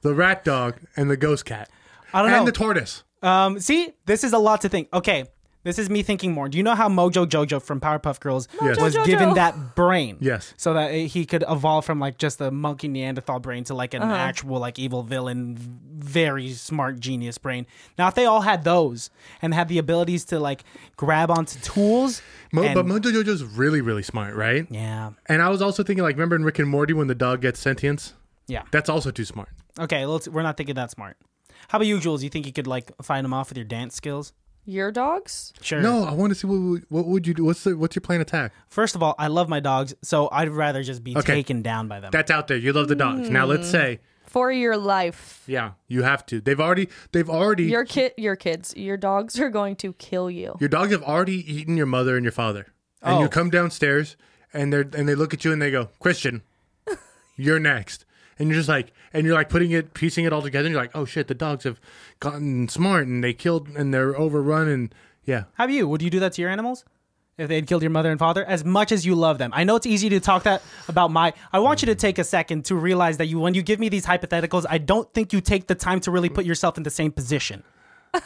[SPEAKER 2] the rat dog, and the ghost cat,
[SPEAKER 4] I don't
[SPEAKER 2] and
[SPEAKER 4] know.
[SPEAKER 2] the tortoise?
[SPEAKER 4] Um, see, this is a lot to think. Okay, this is me thinking more. Do you know how Mojo Jojo from Powerpuff Girls
[SPEAKER 2] Yes.
[SPEAKER 4] was
[SPEAKER 5] Jojo.
[SPEAKER 4] given that brain?
[SPEAKER 2] Yes.
[SPEAKER 4] So that it- he could evolve from like just a monkey Neanderthal brain to like an
[SPEAKER 2] Uh-huh.
[SPEAKER 4] actual like evil villain, v- very smart genius brain. Now, if they all had those and had the abilities to like grab onto tools,
[SPEAKER 2] Mo-
[SPEAKER 4] and-
[SPEAKER 2] but Mojo Jojo's really, really smart, right?
[SPEAKER 4] yeah,
[SPEAKER 2] And I was also thinking, like, remember in Rick and Morty when the dog gets sentience?
[SPEAKER 4] yeah.
[SPEAKER 2] That's also too smart.
[SPEAKER 4] Okay, let's. We're not thinking that smart. How about you, Jules? You think you could like find him off with your dance skills?
[SPEAKER 5] Your dogs?
[SPEAKER 4] Sure.
[SPEAKER 2] No, I want to see what would- what would you do? What's the, what's your plan attack?
[SPEAKER 4] First of all, I love my dogs, so I'd rather just be
[SPEAKER 2] Okay.
[SPEAKER 4] taken down by them.
[SPEAKER 2] That's out there. You love the dogs. Now
[SPEAKER 4] Mm.
[SPEAKER 2] let's say
[SPEAKER 5] For your life.
[SPEAKER 2] Yeah, you have to. They've already. They've already. Your,
[SPEAKER 5] Your kid your kids. Your dogs are going to kill you.
[SPEAKER 2] dogs have already eaten your mother and your father, and you
[SPEAKER 4] Oh.
[SPEAKER 2] come downstairs and they are and they look at you and they go, Christian, you're next. And you're just like, and you're like putting it, piecing it all together. And you're like, oh shit, the dogs have gotten smart and they killed and they're overrun and yeah.
[SPEAKER 4] How about you? Would you do that to your animals? If they had killed your mother and father, as much as you love them, I know it's easy to talk that about my. I want you to take a second to realize that you, when you give me these hypotheticals, I don't think you take the time to really put yourself in the same position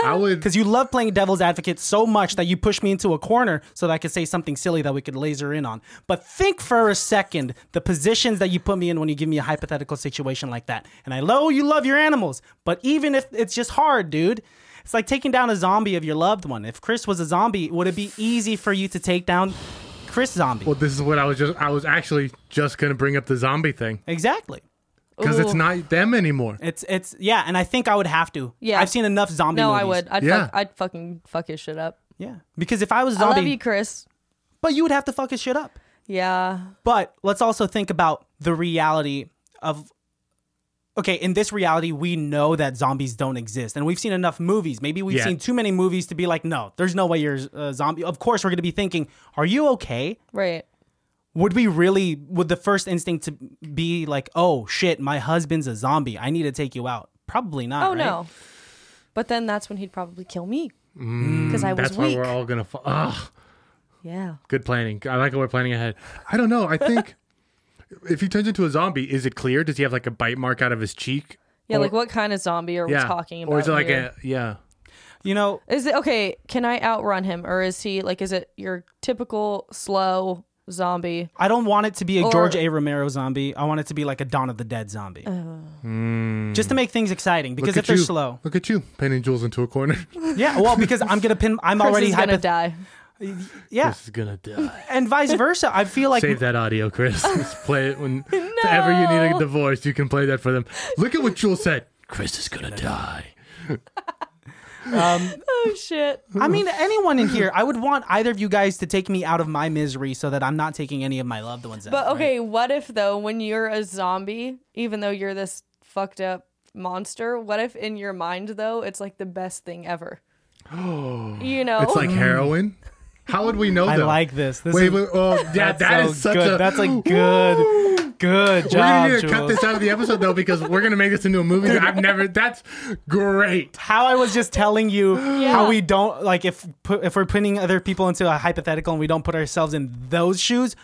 [SPEAKER 2] I would.
[SPEAKER 4] because you love playing devil's advocate so much that you push me into a corner so that I could say something silly that we could laser in on. But think for a second the positions that you put me in when you give me a hypothetical situation like that. And I know you love your animals, but even if it's just hard, dude, it's like taking down a zombie of your loved one. If Chris was a zombie, would it be easy for you to take down Chris zombie?
[SPEAKER 2] Well, this is what I was just. I was actually just gonna bring up the zombie thing
[SPEAKER 4] exactly.
[SPEAKER 2] because it's
[SPEAKER 5] Ooh.
[SPEAKER 2] not them anymore.
[SPEAKER 4] It's it's yeah, and I think I would have to.
[SPEAKER 5] Yeah.
[SPEAKER 4] I've seen enough zombie.
[SPEAKER 5] No, I
[SPEAKER 4] movies.
[SPEAKER 5] would. I'd
[SPEAKER 2] Yeah.
[SPEAKER 5] fuck, I'd fucking fuck his shit up.
[SPEAKER 4] Yeah, because if I was a
[SPEAKER 5] I
[SPEAKER 4] zombie,
[SPEAKER 5] love you, Chris.
[SPEAKER 4] but you would have to fuck his shit up.
[SPEAKER 5] Yeah.
[SPEAKER 4] But let's also think about the reality of okay, in this reality, we know that zombies don't exist, and we've seen enough movies. Maybe we've
[SPEAKER 2] Yeah.
[SPEAKER 4] seen too many movies to be like, no, there's no way you're a zombie. Of course, we're gonna be thinking, are you okay?
[SPEAKER 5] Right.
[SPEAKER 4] Would we really? Would the first instinct to be like, oh shit, my husband's a zombie. I need to take you out. Probably not.
[SPEAKER 5] Oh
[SPEAKER 4] right?
[SPEAKER 5] no. But then that's when he'd probably kill me because I was
[SPEAKER 2] Mm, That's
[SPEAKER 5] weak.
[SPEAKER 2] why we're all gonna. Fu- Ugh.
[SPEAKER 5] yeah.
[SPEAKER 2] Good planning. I like how we're planning ahead. I don't know. I think if he turns into a zombie, is it clear? Does he have like a bite mark out of his cheek?
[SPEAKER 5] Yeah.
[SPEAKER 2] Or-
[SPEAKER 5] like what kind of zombie are we talking about?
[SPEAKER 2] Or is it like
[SPEAKER 5] here?
[SPEAKER 2] a yeah?
[SPEAKER 4] You know,
[SPEAKER 5] Is it okay? Can I outrun him, or is he like? Is it your typical slow zombie?
[SPEAKER 4] I don't want it to be a
[SPEAKER 5] Or-
[SPEAKER 4] George A. Romero zombie. I want it to be like a Dawn of the Dead zombie, just to make things exciting. Because
[SPEAKER 2] Hmm. Look
[SPEAKER 4] if
[SPEAKER 2] at
[SPEAKER 4] they're
[SPEAKER 2] you.
[SPEAKER 4] slow,
[SPEAKER 2] Look at you, pinning Jules into a corner.
[SPEAKER 4] yeah. Well, because I'm gonna pin. I'm
[SPEAKER 5] Chris
[SPEAKER 4] already
[SPEAKER 5] is gonna
[SPEAKER 4] hypoth-
[SPEAKER 5] die.
[SPEAKER 4] Yeah,
[SPEAKER 2] This is gonna die.
[SPEAKER 4] and vice versa. I feel like
[SPEAKER 2] Save that audio, Chris. Just play it when if ever you need a
[SPEAKER 5] No.
[SPEAKER 2] divorce, you can play that for them. Look at what Jules said. Chris is gonna die.
[SPEAKER 5] Oh shit!
[SPEAKER 4] I mean anyone in here. I would want either of you guys to take me out of my misery so that I'm not taking any of my loved ones out.
[SPEAKER 5] But
[SPEAKER 4] right?
[SPEAKER 5] okay, what if though, when you're a zombie, even though you're this fucked up monster, what if in your mind though, it's like the best thing ever? you know,
[SPEAKER 2] It's like heroin. How would we know
[SPEAKER 4] Oh. I
[SPEAKER 2] though?
[SPEAKER 4] like this. This
[SPEAKER 2] Wait,
[SPEAKER 4] is
[SPEAKER 2] wait, oh, yeah,
[SPEAKER 4] that's
[SPEAKER 2] that
[SPEAKER 4] so
[SPEAKER 2] is such
[SPEAKER 4] good.
[SPEAKER 2] a.
[SPEAKER 4] That's a good, good
[SPEAKER 2] We're
[SPEAKER 4] job,
[SPEAKER 2] gonna need to cut
[SPEAKER 4] Jules.
[SPEAKER 2] this out of the episode though because we're gonna make this into a movie. that I've never. That's great.
[SPEAKER 4] How I was just telling you
[SPEAKER 5] Yeah.
[SPEAKER 4] how we don't like if pu- if we're putting other people into a hypothetical and we don't put ourselves in those shoes.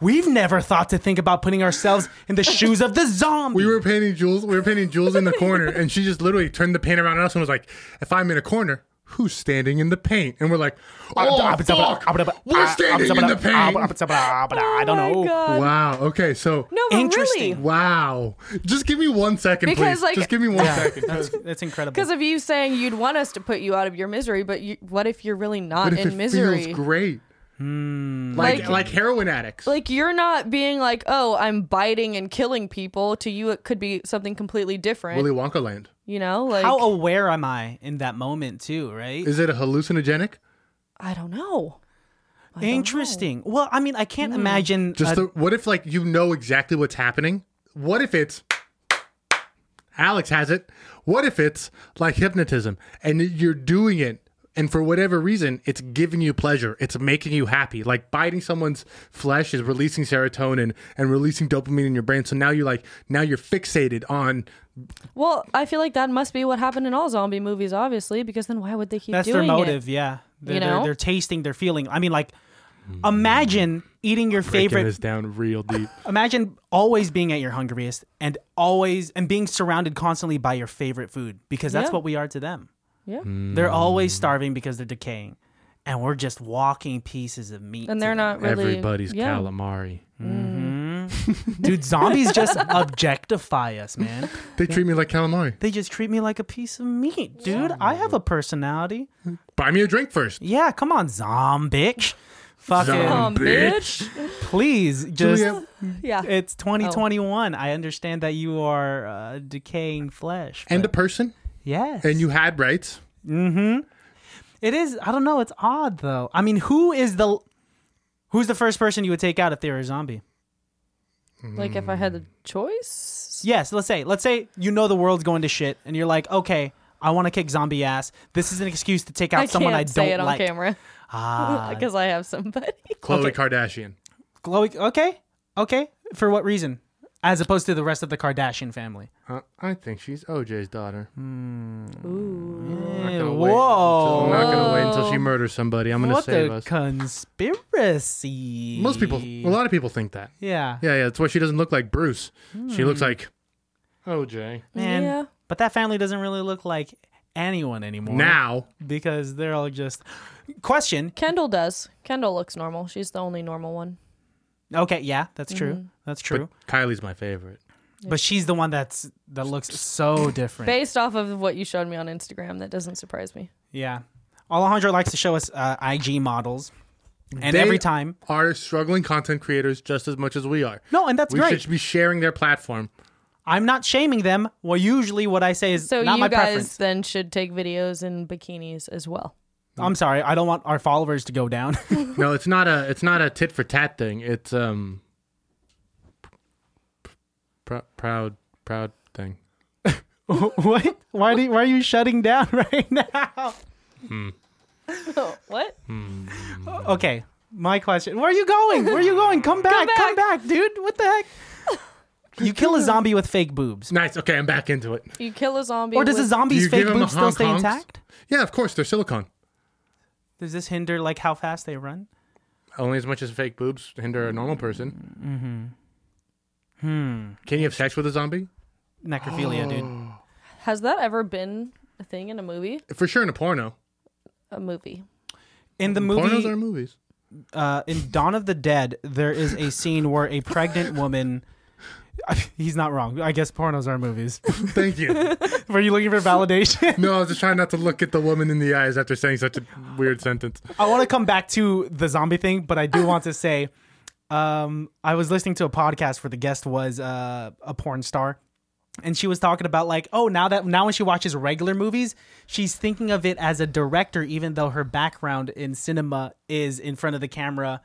[SPEAKER 4] We've never thought to think about putting ourselves in the shoes of the zombie.
[SPEAKER 2] We were painting Jules. We were painting Jules in the corner, and she just literally turned the paint around on us and was like, "If I'm in a corner, who's standing in the paint?" And we're like, "Oh fuck,
[SPEAKER 4] ah,
[SPEAKER 2] we're standing in the paint."
[SPEAKER 4] I don't
[SPEAKER 5] Oh
[SPEAKER 4] know.
[SPEAKER 5] my God.
[SPEAKER 2] Wow. Okay. So
[SPEAKER 5] No, but
[SPEAKER 4] Interesting.
[SPEAKER 5] really,
[SPEAKER 2] wow. Just give me one second,
[SPEAKER 5] Because,
[SPEAKER 2] please.
[SPEAKER 5] like-
[SPEAKER 2] just give me one second.
[SPEAKER 4] That's, that's incredible.
[SPEAKER 5] because of you saying you'd want us to put you out of your misery, but you, what if you're really not
[SPEAKER 2] But if
[SPEAKER 5] in
[SPEAKER 2] it
[SPEAKER 5] misery?
[SPEAKER 2] feels great, Like,
[SPEAKER 5] Like-
[SPEAKER 2] like heroin addicts.
[SPEAKER 5] Like you're not being like, oh, I'm biting and killing people. To you, it could be something completely different.
[SPEAKER 2] Willy Wonka land.
[SPEAKER 5] you know, like
[SPEAKER 4] How aware am I in that moment too, right?
[SPEAKER 2] Is it a hallucinogenic?
[SPEAKER 5] I don't know. Hmm.
[SPEAKER 4] Interesting. Well, I mean, I can't imagine
[SPEAKER 2] Just
[SPEAKER 4] a-
[SPEAKER 2] the, what if like you know exactly what's happening? What if it's Alex has it? What if it's like hypnotism and you're doing it and for whatever reason it's giving you pleasure. It's making you happy. Like biting someone's flesh is releasing serotonin and releasing dopamine in your brain. So now you're like now you're fixated on
[SPEAKER 5] Well, I feel like that must be what happened in all zombie movies, obviously, because then why would they keep
[SPEAKER 4] that's their
[SPEAKER 5] doing
[SPEAKER 4] motive.
[SPEAKER 5] it?
[SPEAKER 4] Yeah, they're,
[SPEAKER 5] You
[SPEAKER 4] they're,
[SPEAKER 5] know?
[SPEAKER 4] they're tasting, they're feeling. I mean, like, imagine eating your
[SPEAKER 2] breaking
[SPEAKER 4] favorite
[SPEAKER 2] this down real deep.
[SPEAKER 4] Imagine always being at your hungriest and always and being surrounded constantly by your favorite food because that's
[SPEAKER 5] Yeah.
[SPEAKER 4] what we are to them.
[SPEAKER 5] Yeah.
[SPEAKER 4] They're always starving because they're decaying, and we're just walking pieces of meat.
[SPEAKER 5] And they're not really
[SPEAKER 2] Everybody's
[SPEAKER 5] yeah.
[SPEAKER 2] calamari.
[SPEAKER 4] dude. Zombies just objectify us, man.
[SPEAKER 2] They treat me like calamari.
[SPEAKER 4] They just treat me like a piece of meat, dude. I have a personality.
[SPEAKER 2] Buy me a drink first.
[SPEAKER 4] Yeah, come on, zombie.
[SPEAKER 2] Zom-
[SPEAKER 4] Fucking
[SPEAKER 5] Um, bitch.
[SPEAKER 4] please, just
[SPEAKER 2] Julia,
[SPEAKER 5] Yeah.
[SPEAKER 4] it's 2021. I understand that you are uh, decaying flesh.
[SPEAKER 2] and a
[SPEAKER 4] but-
[SPEAKER 2] person
[SPEAKER 4] yes,
[SPEAKER 2] and you had rights.
[SPEAKER 4] It is. I don't know. It's odd though. I mean, who is the who's the first person you would take out if they were a zombie?
[SPEAKER 5] like if I had the choice.
[SPEAKER 4] Yes. Let's say. Let's say you know the world's going to shit, and you're like, okay, I want to kick zombie ass. This is an excuse to take out
[SPEAKER 5] I
[SPEAKER 4] someone
[SPEAKER 5] can't
[SPEAKER 4] I
[SPEAKER 5] say it
[SPEAKER 4] don't
[SPEAKER 5] on
[SPEAKER 4] like.
[SPEAKER 5] camera
[SPEAKER 4] Ah,
[SPEAKER 5] because I have somebody.
[SPEAKER 2] Khloe Kardashian.
[SPEAKER 4] Chloe. Okay. Okay. For what reason? As opposed to the rest of the Kardashian family.
[SPEAKER 2] Uh, I think she's OJ's daughter. I'm
[SPEAKER 4] Eh,
[SPEAKER 2] gonna wait until- I'm
[SPEAKER 4] Whoa.
[SPEAKER 2] not gonna wait until she murders somebody. I'm gonna
[SPEAKER 4] What
[SPEAKER 2] save
[SPEAKER 4] a
[SPEAKER 2] us.
[SPEAKER 4] conspiracy.
[SPEAKER 2] Most people, a lot of people think that.
[SPEAKER 4] Yeah.
[SPEAKER 2] Yeah, yeah. That's why she doesn't look like Bruce. She looks
[SPEAKER 4] Hmm.
[SPEAKER 2] like OJ
[SPEAKER 4] Man.
[SPEAKER 5] Yeah.
[SPEAKER 4] But that family doesn't really look like anyone anymore.
[SPEAKER 2] now.
[SPEAKER 4] because they're all just question.
[SPEAKER 5] Kendall does. Kendall looks normal. She's the only normal one.
[SPEAKER 4] Okay, yeah, that's true. That's true.
[SPEAKER 2] Kylie's my favorite.
[SPEAKER 4] But, she's the one that's that looks so different.
[SPEAKER 5] Based off of what you showed me on Instagram, that doesn't surprise me.
[SPEAKER 4] yeah. Alejandro likes to show us uh, IG models. And
[SPEAKER 2] They
[SPEAKER 4] every time.
[SPEAKER 2] Are struggling content creators just as much as we are.
[SPEAKER 4] No, and that's
[SPEAKER 2] we
[SPEAKER 4] great.
[SPEAKER 2] should be sharing their platform.
[SPEAKER 4] I'm not shaming them. Well, usually what I say is
[SPEAKER 5] So
[SPEAKER 4] not
[SPEAKER 5] you
[SPEAKER 4] my
[SPEAKER 5] guys
[SPEAKER 4] preference.
[SPEAKER 5] then should take videos in bikinis as well.
[SPEAKER 4] I'm sorry. I don't want our followers to go down.
[SPEAKER 2] No, it's not a it's not a tit for tat thing. It's um pr- proud proud thing.
[SPEAKER 4] what? Why do you, why are you shutting down right now?
[SPEAKER 5] what?
[SPEAKER 4] Okay. My question. Where are you going? Where are you going? Come back. Come back, dude. What the heck? You kill a zombie with fake boobs.
[SPEAKER 2] Nice. Okay, I'm back into it.
[SPEAKER 5] You kill a zombie.
[SPEAKER 4] Or does a
[SPEAKER 5] with-
[SPEAKER 2] Do
[SPEAKER 4] zombie's
[SPEAKER 2] you
[SPEAKER 4] fake
[SPEAKER 2] give 'em
[SPEAKER 4] boobs
[SPEAKER 2] the
[SPEAKER 4] still
[SPEAKER 2] honk
[SPEAKER 4] stay
[SPEAKER 2] honks?
[SPEAKER 4] intact?
[SPEAKER 2] Yeah, of course. They're silicone.
[SPEAKER 4] Does this hinder like how fast they run?
[SPEAKER 2] Only as much as fake boobs hinder a normal person. Mm-hmm. Hmm. Can you have sex with a zombie?
[SPEAKER 4] Necrophilia,
[SPEAKER 2] Oh.
[SPEAKER 4] dude.
[SPEAKER 5] has that ever been a thing in a movie?
[SPEAKER 2] For sure in a porno.
[SPEAKER 5] A movie.
[SPEAKER 4] In the
[SPEAKER 2] Pornos
[SPEAKER 4] movie,
[SPEAKER 2] are movies.
[SPEAKER 4] uh, in Dawn of the Dead, there is a scene where a pregnant woman. He's not wrong. I guess pornos are movies.
[SPEAKER 2] Thank you.
[SPEAKER 4] Were you looking for validation?
[SPEAKER 2] no, I was just trying not to look at the woman in the eyes after saying such a weird sentence.
[SPEAKER 4] I want to come back to the zombie thing, but I do want to say, um, I was listening to a podcast where the guest was uh, a porn star, and she was talking about like, oh, now that now when she watches regular movies, she's thinking of it as a director, even though her background in cinema is in front of the camera,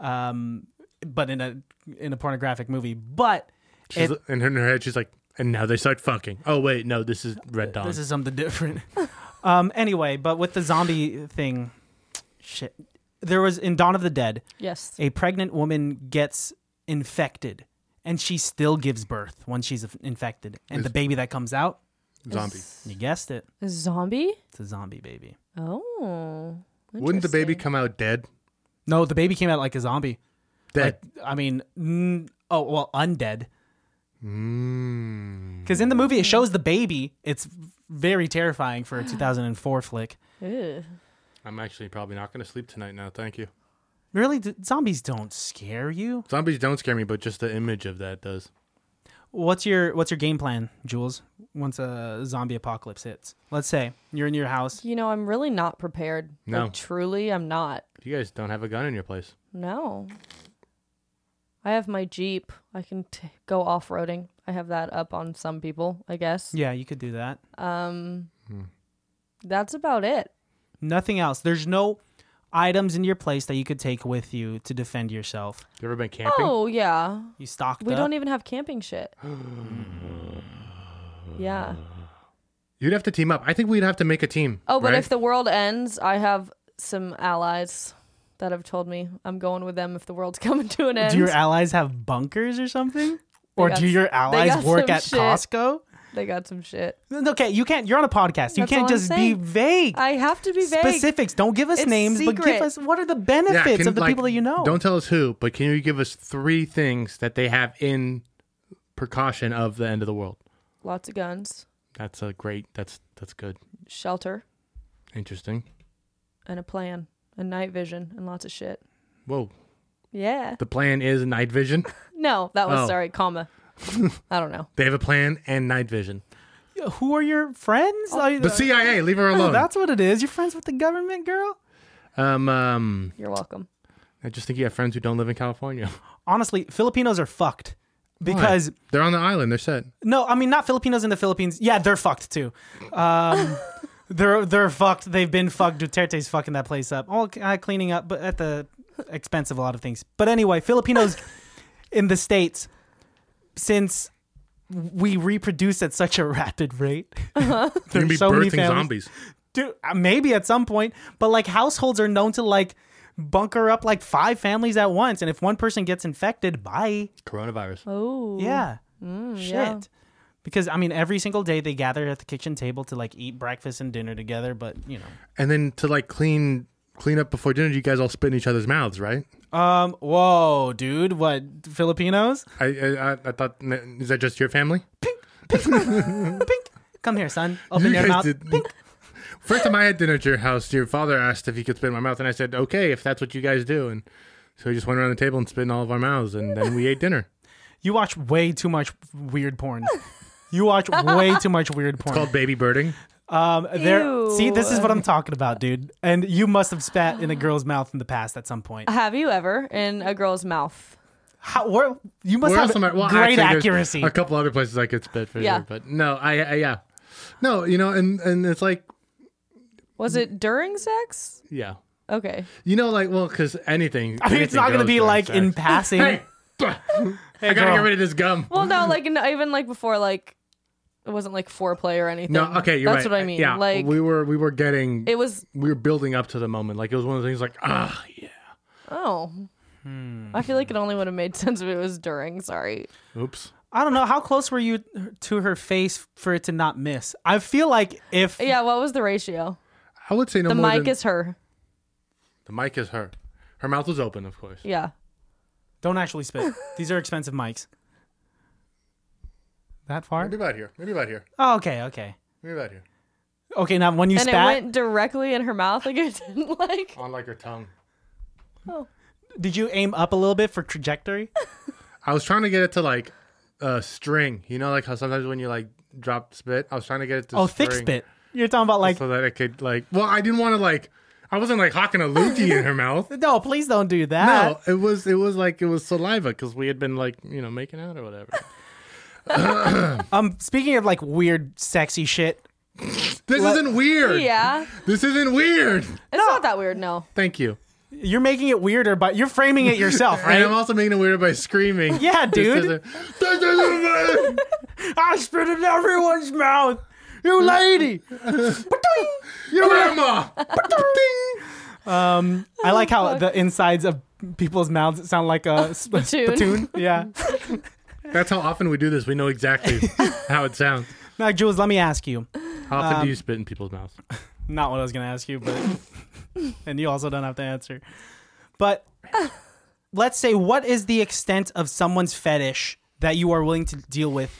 [SPEAKER 4] um, but in a in a pornographic movie. But
[SPEAKER 2] She's,
[SPEAKER 4] It-
[SPEAKER 2] and in her head, she's like, and now they start fucking. Oh, wait, no, this is Red Dawn.
[SPEAKER 4] this is something different. um, anyway, but with the zombie thing, shit, there was in Dawn of the Dead.
[SPEAKER 5] Yes.
[SPEAKER 4] a pregnant woman gets infected and she still gives birth when she's inf- infected and the baby that comes out
[SPEAKER 2] zombie.
[SPEAKER 4] you guessed it
[SPEAKER 5] A zombie?
[SPEAKER 4] it's a zombie baby
[SPEAKER 5] Oh.
[SPEAKER 2] Wouldn't the baby
[SPEAKER 5] interesting.
[SPEAKER 2] come out dead?
[SPEAKER 4] no the baby came out like a zombie
[SPEAKER 2] Dead.
[SPEAKER 4] Like, i mean mm, oh well undead
[SPEAKER 2] Mm.
[SPEAKER 4] because in the movie it shows the baby it's very terrifying for a 2004 flick
[SPEAKER 5] Ew.
[SPEAKER 2] I'm actually probably not going to sleep tonight now. Thank you.
[SPEAKER 4] really d- zombies don't scare you
[SPEAKER 2] Zombies don't scare me, but just the image of that does.
[SPEAKER 4] what's your what's your game plan, Jules? Once a zombie apocalypse hits, let's say you're in your house.
[SPEAKER 5] You know, I'm really not prepared.
[SPEAKER 2] No.
[SPEAKER 5] Like, truly, I'm not.
[SPEAKER 2] You guys don't have a gun in your place.
[SPEAKER 5] No. I have my Jeep. I can t- go off roading. I have that up on some people, I guess.
[SPEAKER 4] Yeah, Hmm. you could do that.
[SPEAKER 5] Um, That's about it.
[SPEAKER 4] Nothing else. There's no items in your place that you could take with you to defend yourself.
[SPEAKER 2] You ever been camping?
[SPEAKER 5] Oh, yeah.
[SPEAKER 4] You stocked
[SPEAKER 5] We
[SPEAKER 4] up.
[SPEAKER 5] don't even have camping shit. yeah.
[SPEAKER 2] You'd have to team up. I think we'd have to make a team.
[SPEAKER 5] Oh, but
[SPEAKER 2] right?
[SPEAKER 5] if the world ends, I have some allies that have told me I'm going with them if the world's coming to an end.
[SPEAKER 4] do your allies have bunkers or something? Or
[SPEAKER 5] got
[SPEAKER 4] do
[SPEAKER 5] s-
[SPEAKER 4] your
[SPEAKER 5] they
[SPEAKER 4] allies
[SPEAKER 5] got
[SPEAKER 4] work
[SPEAKER 5] some
[SPEAKER 4] at
[SPEAKER 5] shit.
[SPEAKER 4] Costco?
[SPEAKER 5] they got some shit.
[SPEAKER 4] Okay, you can't. You're on a podcast. You
[SPEAKER 5] That's
[SPEAKER 4] can't
[SPEAKER 5] all I'm
[SPEAKER 4] just be
[SPEAKER 5] saying.
[SPEAKER 4] vague.
[SPEAKER 5] I have to be vague.
[SPEAKER 4] Specifics. Don't give us
[SPEAKER 5] It's
[SPEAKER 4] names, but give
[SPEAKER 5] secret.
[SPEAKER 4] us what are the
[SPEAKER 2] Yeah,
[SPEAKER 4] benefits
[SPEAKER 2] can-
[SPEAKER 4] of the
[SPEAKER 2] like,
[SPEAKER 4] people that you know.
[SPEAKER 2] Don't tell us who, but can you give us three things that they have in precaution of the end of the world?
[SPEAKER 5] Lots of guns,
[SPEAKER 2] That's a great. That's that's good.
[SPEAKER 5] shelter,
[SPEAKER 2] Interesting.
[SPEAKER 5] and a plan, and night vision, and lots of shit.
[SPEAKER 2] Whoa.
[SPEAKER 5] Yeah.
[SPEAKER 2] The plan is night vision.
[SPEAKER 5] No, that was
[SPEAKER 2] Oh.
[SPEAKER 5] sorry, comma. I don't know.
[SPEAKER 2] They have a plan and night vision.
[SPEAKER 4] Who are your friends? Are you-
[SPEAKER 2] The CIA. Oh, Leave her
[SPEAKER 4] Oh,
[SPEAKER 2] alone.
[SPEAKER 4] that's what it is. You're friends with the government, girl.
[SPEAKER 2] um, um,
[SPEAKER 5] You're welcome.
[SPEAKER 2] I just think you have friends who don't live in California.
[SPEAKER 4] Honestly, Filipinos are fucked because
[SPEAKER 2] Why? they're on the island. They're set.
[SPEAKER 4] no, I mean not Filipinos in the Philippines. Yeah, they're fucked too. Um, they're they're fucked. They've been fucked. Duterte's fucking that place up. All uh, cleaning up, but at the expense of a lot of things. But anyway, Filipinos in the states since we reproduce at such a rapid rate.
[SPEAKER 2] They're gonna be
[SPEAKER 4] so many
[SPEAKER 2] birthing
[SPEAKER 4] families.
[SPEAKER 2] zombies.
[SPEAKER 4] Dude, uh, maybe at some point, but like households are known to like bunker up like five families at once, and if one person gets infected, bye.
[SPEAKER 2] Coronavirus.
[SPEAKER 5] Oh.
[SPEAKER 4] Yeah, shit.
[SPEAKER 5] yeah.
[SPEAKER 4] Because I mean, every single day they gather at the kitchen table to like eat breakfast and dinner together. But you know,
[SPEAKER 2] And then to like clean clean up before dinner, you guys all spit in each other's mouths, right?
[SPEAKER 4] um, whoa, dude, what Filipinos?
[SPEAKER 2] I I, I- I thought is that just your family?
[SPEAKER 4] Pink, come here, son. Open your
[SPEAKER 2] guys
[SPEAKER 4] mouth.
[SPEAKER 2] did- First time I had dinner at your house, your father asked if he could spit in my mouth, and I said, "Okay, if that's what you guys do." And so he just went around the table and spit in all of our mouths, and then we ate dinner.
[SPEAKER 4] You watch way too much weird porn. You watch way too much weird porn.
[SPEAKER 2] Called baby birding.
[SPEAKER 4] Um, there. See, this is
[SPEAKER 5] Ew.
[SPEAKER 4] what I'm talking about, dude. And you must have spat in a girl's mouth in the past at some point.
[SPEAKER 5] Have you ever in a girl's mouth?
[SPEAKER 4] How, where, you must
[SPEAKER 2] Where
[SPEAKER 4] have
[SPEAKER 2] else am I- well,
[SPEAKER 4] great
[SPEAKER 2] actually, there's
[SPEAKER 4] accuracy.
[SPEAKER 2] A couple other places I could spit for
[SPEAKER 5] Yeah.
[SPEAKER 2] sure, but no, I, I yeah, no, you know, and and it's like
[SPEAKER 5] Was it during sex?
[SPEAKER 2] yeah,
[SPEAKER 5] Okay.
[SPEAKER 2] you know, like well, because anything.
[SPEAKER 4] I mean, it's not
[SPEAKER 2] going
[SPEAKER 4] gonna
[SPEAKER 2] to
[SPEAKER 4] be like in passing.
[SPEAKER 2] Hey, I gotta
[SPEAKER 4] girl.
[SPEAKER 2] get rid of this gum.
[SPEAKER 5] Well, no, like n- even like before, like it wasn't like foreplay or anything.
[SPEAKER 2] No, okay, you're
[SPEAKER 5] That's
[SPEAKER 2] right.
[SPEAKER 5] what I mean.
[SPEAKER 2] Yeah,
[SPEAKER 5] like
[SPEAKER 2] we were we were getting
[SPEAKER 5] it was.
[SPEAKER 2] we were building up to the moment. Like it was one of the things like ah yeah,
[SPEAKER 5] Oh.
[SPEAKER 2] Hmm.
[SPEAKER 5] I feel like it only would have made sense if it was during. Sorry.
[SPEAKER 2] oops.
[SPEAKER 4] I don't know. How close were you to her face for it to not miss? I feel like if
[SPEAKER 5] Yeah. What was the ratio?
[SPEAKER 2] I would say no
[SPEAKER 5] The
[SPEAKER 2] more
[SPEAKER 5] mic
[SPEAKER 2] than-
[SPEAKER 5] is her.
[SPEAKER 2] the mic is her. Her mouth was open, of course.
[SPEAKER 5] Yeah.
[SPEAKER 4] don't actually spit. These are expensive mics. That far?
[SPEAKER 2] Maybe about here. Maybe about here.
[SPEAKER 4] Oh, okay, okay,
[SPEAKER 2] Maybe about here.
[SPEAKER 4] okay. Now when you
[SPEAKER 5] and
[SPEAKER 4] spat,
[SPEAKER 5] it went directly in her mouth. Like it didn't like.
[SPEAKER 2] On like her tongue.
[SPEAKER 4] did you aim up a little bit for trajectory?
[SPEAKER 2] I was trying to get it to like uh, string. You know, like how sometimes when you like drop spit, I was trying to get it to
[SPEAKER 4] Oh,
[SPEAKER 2] string
[SPEAKER 4] thick spit. You're talking about like
[SPEAKER 2] so that it could like. Well, I didn't want to like. I wasn't like hawking a loogie in her mouth.
[SPEAKER 4] no, please don't do that.
[SPEAKER 2] No, it was it was like it was saliva because we had been like you know making out or whatever.
[SPEAKER 4] Um, speaking of like weird, sexy shit,
[SPEAKER 2] This isn't weird.
[SPEAKER 5] Yeah.
[SPEAKER 2] This isn't weird.
[SPEAKER 5] It's not that weird. No.
[SPEAKER 2] Thank you.
[SPEAKER 4] you're making it weirder, but you're framing it yourself,
[SPEAKER 2] And I'm
[SPEAKER 4] right?
[SPEAKER 2] also making it weird by screaming.
[SPEAKER 4] Yeah,
[SPEAKER 2] This
[SPEAKER 4] dude.
[SPEAKER 2] isn't- This isn't weird.
[SPEAKER 4] I spit in everyone's mouth. You lady.
[SPEAKER 2] Your grandma.
[SPEAKER 4] Um,
[SPEAKER 5] Oh,
[SPEAKER 4] I like how the insides of people's mouths sound like a sp-
[SPEAKER 5] Spittoon.
[SPEAKER 4] spittoon. Yeah.
[SPEAKER 2] That's how often we do this. We know exactly how it sounds.
[SPEAKER 4] Now, Jules, let me ask you.
[SPEAKER 2] How
[SPEAKER 4] Um,
[SPEAKER 2] often do you spit in people's mouths?
[SPEAKER 4] Not what I was going to ask you, but and you also don't have to answer. But let's say, what is the extent of someone's fetish that you are willing to deal with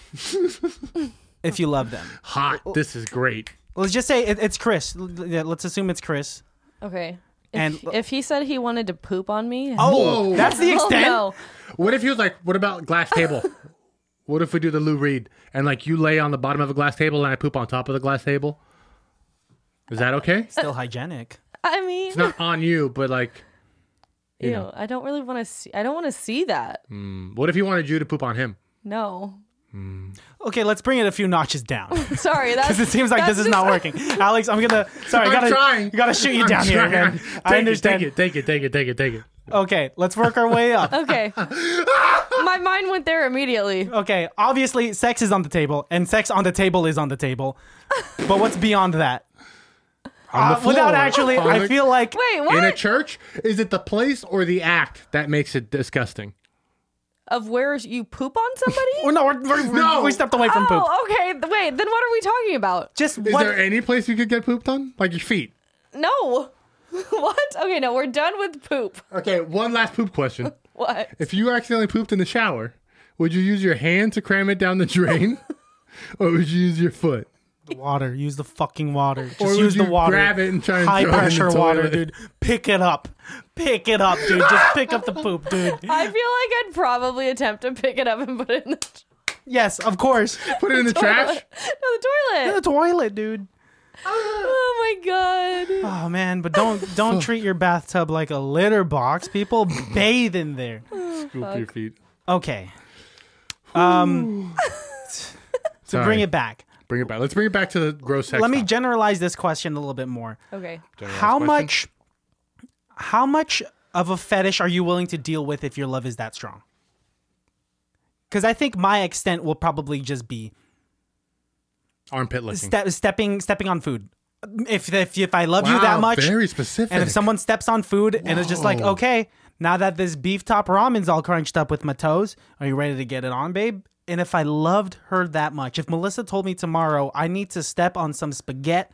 [SPEAKER 4] if you love them?
[SPEAKER 2] Hot. This is great.
[SPEAKER 4] Let's just say it, it's Chris. L- l- yeah, Let's assume it's Chris.
[SPEAKER 5] Okay. If,
[SPEAKER 4] And-
[SPEAKER 5] if he said he wanted to poop on me,
[SPEAKER 4] Oh,
[SPEAKER 2] Whoa.
[SPEAKER 4] that's the
[SPEAKER 5] hell
[SPEAKER 4] extent.
[SPEAKER 5] no.
[SPEAKER 2] What if he was like, "What about glass table? What if we do the Lou Reed and like you lay on the bottom of a glass table and I poop on top of the glass table? Is that okay?
[SPEAKER 4] Still hygienic.
[SPEAKER 5] I mean,
[SPEAKER 2] It's not on you, but like,
[SPEAKER 5] ew,
[SPEAKER 2] know. Mm.
[SPEAKER 5] I don't really want to see. I don't want to see that.
[SPEAKER 2] what if he wanted you to poop on him?
[SPEAKER 5] No,
[SPEAKER 4] Okay, let's bring it a few notches down.
[SPEAKER 5] sorry. That's
[SPEAKER 4] Because it seems like
[SPEAKER 5] that's
[SPEAKER 4] this is not
[SPEAKER 5] just-
[SPEAKER 4] working. Alex, I'm gonna. Sorry, I
[SPEAKER 2] I'm
[SPEAKER 4] gotta.
[SPEAKER 2] trying.
[SPEAKER 4] Gotta shoot you
[SPEAKER 2] I'm
[SPEAKER 4] down here,
[SPEAKER 2] trying.
[SPEAKER 4] man.
[SPEAKER 2] Take
[SPEAKER 4] I
[SPEAKER 2] it,
[SPEAKER 4] understand.
[SPEAKER 2] Take it, take it, take it, take it, take it.
[SPEAKER 4] Okay, let's work our way up.
[SPEAKER 5] Okay. My mind went there immediately.
[SPEAKER 4] Okay, obviously, sex is on the table, and sex on the table is on the table. But what's beyond that?
[SPEAKER 2] On the
[SPEAKER 4] Uh, without
[SPEAKER 2] floor.
[SPEAKER 4] actually,
[SPEAKER 2] On
[SPEAKER 4] I
[SPEAKER 2] the-
[SPEAKER 4] feel like
[SPEAKER 5] Wait,
[SPEAKER 2] in a
[SPEAKER 5] what?
[SPEAKER 2] church. Is it the place or the act that makes it disgusting?
[SPEAKER 5] of where you poop on somebody?
[SPEAKER 4] Well, oh, no, we're, we're,
[SPEAKER 2] No.
[SPEAKER 4] we stepped away from poop.
[SPEAKER 5] oh, okay. th- Wait, then what are we talking about?
[SPEAKER 4] Just
[SPEAKER 2] Is
[SPEAKER 4] what?
[SPEAKER 2] there any place you could get pooped on? Like your feet.
[SPEAKER 5] No. what? Okay, no, we're done with poop.
[SPEAKER 2] Okay, one last poop question.
[SPEAKER 5] What?
[SPEAKER 2] If you accidentally pooped in the shower, would you use your hand to cram it down the drain? or would you use your foot?
[SPEAKER 4] water. Use the fucking water. Just
[SPEAKER 2] Or would
[SPEAKER 4] use the
[SPEAKER 2] you
[SPEAKER 4] water.
[SPEAKER 2] grab it and try and
[SPEAKER 4] High
[SPEAKER 2] throw it in the
[SPEAKER 4] pressure water,
[SPEAKER 2] toilet?
[SPEAKER 4] dude. Pick it up. Pick it up, dude. Just pick up the poop, dude.
[SPEAKER 5] I feel like I'd probably attempt to pick it up and put it in the, t-
[SPEAKER 4] Yes, of course.
[SPEAKER 2] Put it in the trash?
[SPEAKER 5] no, the
[SPEAKER 4] The
[SPEAKER 5] toilet.
[SPEAKER 4] toilet, dude.
[SPEAKER 5] Oh my god.
[SPEAKER 4] Oh man, but don't don't treat your bathtub like a litter box. People bathe in there.
[SPEAKER 2] Scoop your feet.
[SPEAKER 4] Okay. Um to bring
[SPEAKER 2] Sorry.
[SPEAKER 4] it back.
[SPEAKER 2] Bring it back. Let's bring it back to the gross sex.
[SPEAKER 4] Let me
[SPEAKER 2] topic.
[SPEAKER 4] generalize this question a little bit more.
[SPEAKER 5] Okay.
[SPEAKER 2] Generalized
[SPEAKER 4] How
[SPEAKER 2] question.
[SPEAKER 4] much how much of a fetish are you willing to deal with if your love is that strong? Cuz I think my extent will probably just be
[SPEAKER 2] armpit licking?
[SPEAKER 4] ste- stepping stepping on food. If if if I love you
[SPEAKER 2] Wow,
[SPEAKER 4] that much,
[SPEAKER 2] Very specific.
[SPEAKER 4] And if someone steps on food and it's just like,
[SPEAKER 2] Whoa.
[SPEAKER 4] okay, now that this beef top ramen's all crunched up with my toes, are you ready to get it on, babe? And if I loved her that much, if Melissa told me tomorrow I need to step on some spaghetti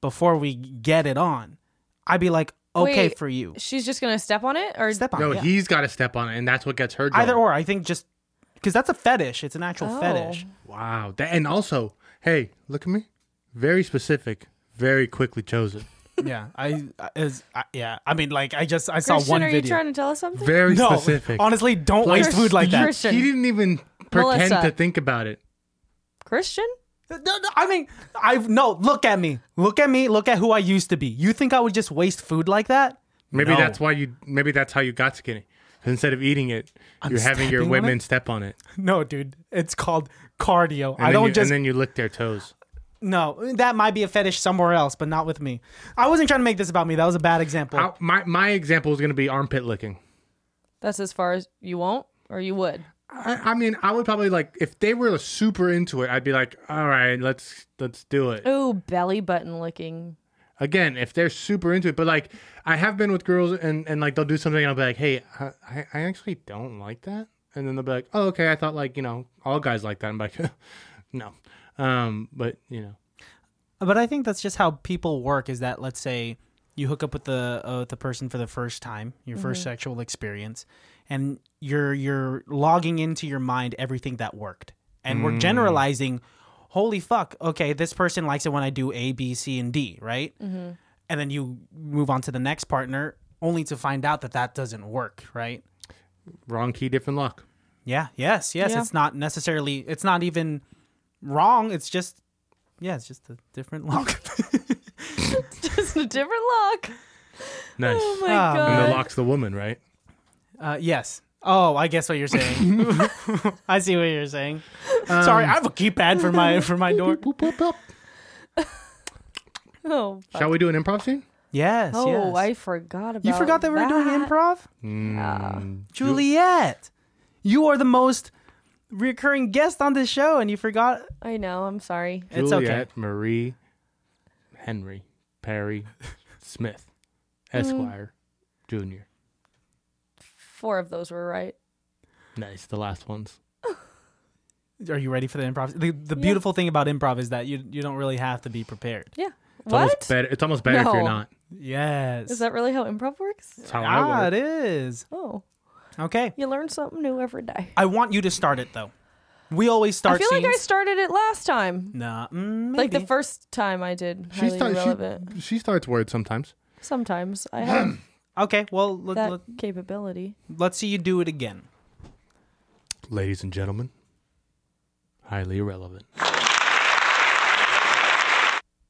[SPEAKER 4] before we get it on, I'd be like, okay
[SPEAKER 5] Wait.
[SPEAKER 4] for you.
[SPEAKER 5] She's just going to step on it or
[SPEAKER 4] Step on
[SPEAKER 2] no,
[SPEAKER 4] it.
[SPEAKER 2] he's got to step on it, and that's what gets her. Going.
[SPEAKER 4] Either or, I think just because that's a fetish. It's an actual
[SPEAKER 5] Oh.
[SPEAKER 4] fetish.
[SPEAKER 2] Wow. That, and also, hey, look at me. Very specific. Very quickly chosen.
[SPEAKER 4] yeah, I I- is I, yeah. I mean, like I just I saw
[SPEAKER 5] Christian,
[SPEAKER 4] one
[SPEAKER 5] are
[SPEAKER 4] video.
[SPEAKER 5] you trying to tell us something?
[SPEAKER 2] Very
[SPEAKER 4] no,
[SPEAKER 2] specific.
[SPEAKER 4] honestly, don't waste food like that.
[SPEAKER 5] Christian.
[SPEAKER 2] He didn't even pretend
[SPEAKER 5] Melissa.
[SPEAKER 2] to think about it.
[SPEAKER 5] Christian?
[SPEAKER 4] No, no, I mean, I've no. Look at me. Look at me. Look at who I used to be. You think I would just waste food like that?
[SPEAKER 2] Maybe
[SPEAKER 4] No.
[SPEAKER 2] that's why you. Maybe that's how you got skinny. Instead of eating it, you're having your
[SPEAKER 4] stepping on
[SPEAKER 2] women
[SPEAKER 4] it?
[SPEAKER 2] step on it.
[SPEAKER 4] No, dude. It's called cardio.
[SPEAKER 2] And
[SPEAKER 4] I
[SPEAKER 2] then
[SPEAKER 4] don't
[SPEAKER 2] you,
[SPEAKER 4] just
[SPEAKER 2] And then you lick their toes.
[SPEAKER 4] no. That might be a fetish somewhere else, but not with me. I wasn't trying to make this about me. That was a bad example.
[SPEAKER 2] I- my my example is going to be armpit licking.
[SPEAKER 5] That's as far as you won't or you would.
[SPEAKER 2] I, I mean, I would probably like if they were super into it. I'd be like, all right, let's let's do it.
[SPEAKER 5] Ooh, belly button licking.
[SPEAKER 2] again if they're super into it but like i have been with girls and and like they'll do something and i'll be like hey i i I actually don't like that and then they'll be like oh okay i thought like you know all guys like that i'm like no um but you know
[SPEAKER 4] But I think that's just how people work. Is that let's say you hook up with the uh, with the person for the first time, your first sexual experience, and you're you're logging into your mind everything that worked, and we're generalizing. Holy fuck! Okay, this person likes it when I do A, B, C, and D, right? And then you move on to the next partner, only to find out that that doesn't work, right?
[SPEAKER 2] wrong key different luck
[SPEAKER 4] Yeah. Yes. Yes.
[SPEAKER 5] Yeah.
[SPEAKER 4] It's not necessarily. It's not even wrong. It's just. Yeah. It's just a different lock.
[SPEAKER 5] Just a different look.
[SPEAKER 2] nice
[SPEAKER 5] Oh my
[SPEAKER 4] Ah,
[SPEAKER 5] god.
[SPEAKER 4] man.
[SPEAKER 2] and the lock's the woman right
[SPEAKER 4] Uh, yes. Oh, I guess what you're saying. I see what you're saying. Um, Sorry, I have a keypad for my for my door.
[SPEAKER 2] Boop, boop, boop.
[SPEAKER 5] Oh, fuck.
[SPEAKER 2] shall we do an improv scene
[SPEAKER 4] Yes.
[SPEAKER 5] oh
[SPEAKER 4] yes.
[SPEAKER 5] I forgot about
[SPEAKER 4] you forgot that we were doing
[SPEAKER 5] that.
[SPEAKER 4] improv,
[SPEAKER 2] Mm,
[SPEAKER 4] Juliet. You are the most recurring guest on this show, and you forgot.
[SPEAKER 5] I know, I'm sorry.
[SPEAKER 4] It's
[SPEAKER 2] Juliet
[SPEAKER 4] okay.
[SPEAKER 2] marie henry perry smith esquire junior
[SPEAKER 5] Four of those were right.
[SPEAKER 2] nice the last ones
[SPEAKER 4] Are you ready for the improv? The, the beautiful thing about improv is that you you don't really have to be prepared.
[SPEAKER 5] Yeah.
[SPEAKER 2] it's
[SPEAKER 5] what?
[SPEAKER 2] almost better it's almost better if you're
[SPEAKER 5] No.
[SPEAKER 2] not
[SPEAKER 4] Yes.
[SPEAKER 5] Is that really how improv works?
[SPEAKER 2] That's how I
[SPEAKER 4] ah,
[SPEAKER 2] work.
[SPEAKER 4] it is.
[SPEAKER 5] Oh,
[SPEAKER 4] Okay.
[SPEAKER 5] you learn something new every day.
[SPEAKER 4] I want you to start it though. We always start
[SPEAKER 5] I feel
[SPEAKER 4] scenes.
[SPEAKER 5] like I started it last time.
[SPEAKER 4] nah, mm,
[SPEAKER 5] Like the
[SPEAKER 4] maybe.
[SPEAKER 5] first time I did.
[SPEAKER 2] She,
[SPEAKER 5] Highly
[SPEAKER 2] start,
[SPEAKER 5] relevant.
[SPEAKER 2] she, she starts words sometimes.
[SPEAKER 5] Sometimes I have
[SPEAKER 4] Okay, well let,
[SPEAKER 5] that
[SPEAKER 4] let,
[SPEAKER 5] capability.
[SPEAKER 4] let's see you do it again.
[SPEAKER 2] Ladies and gentlemen, highly relevant.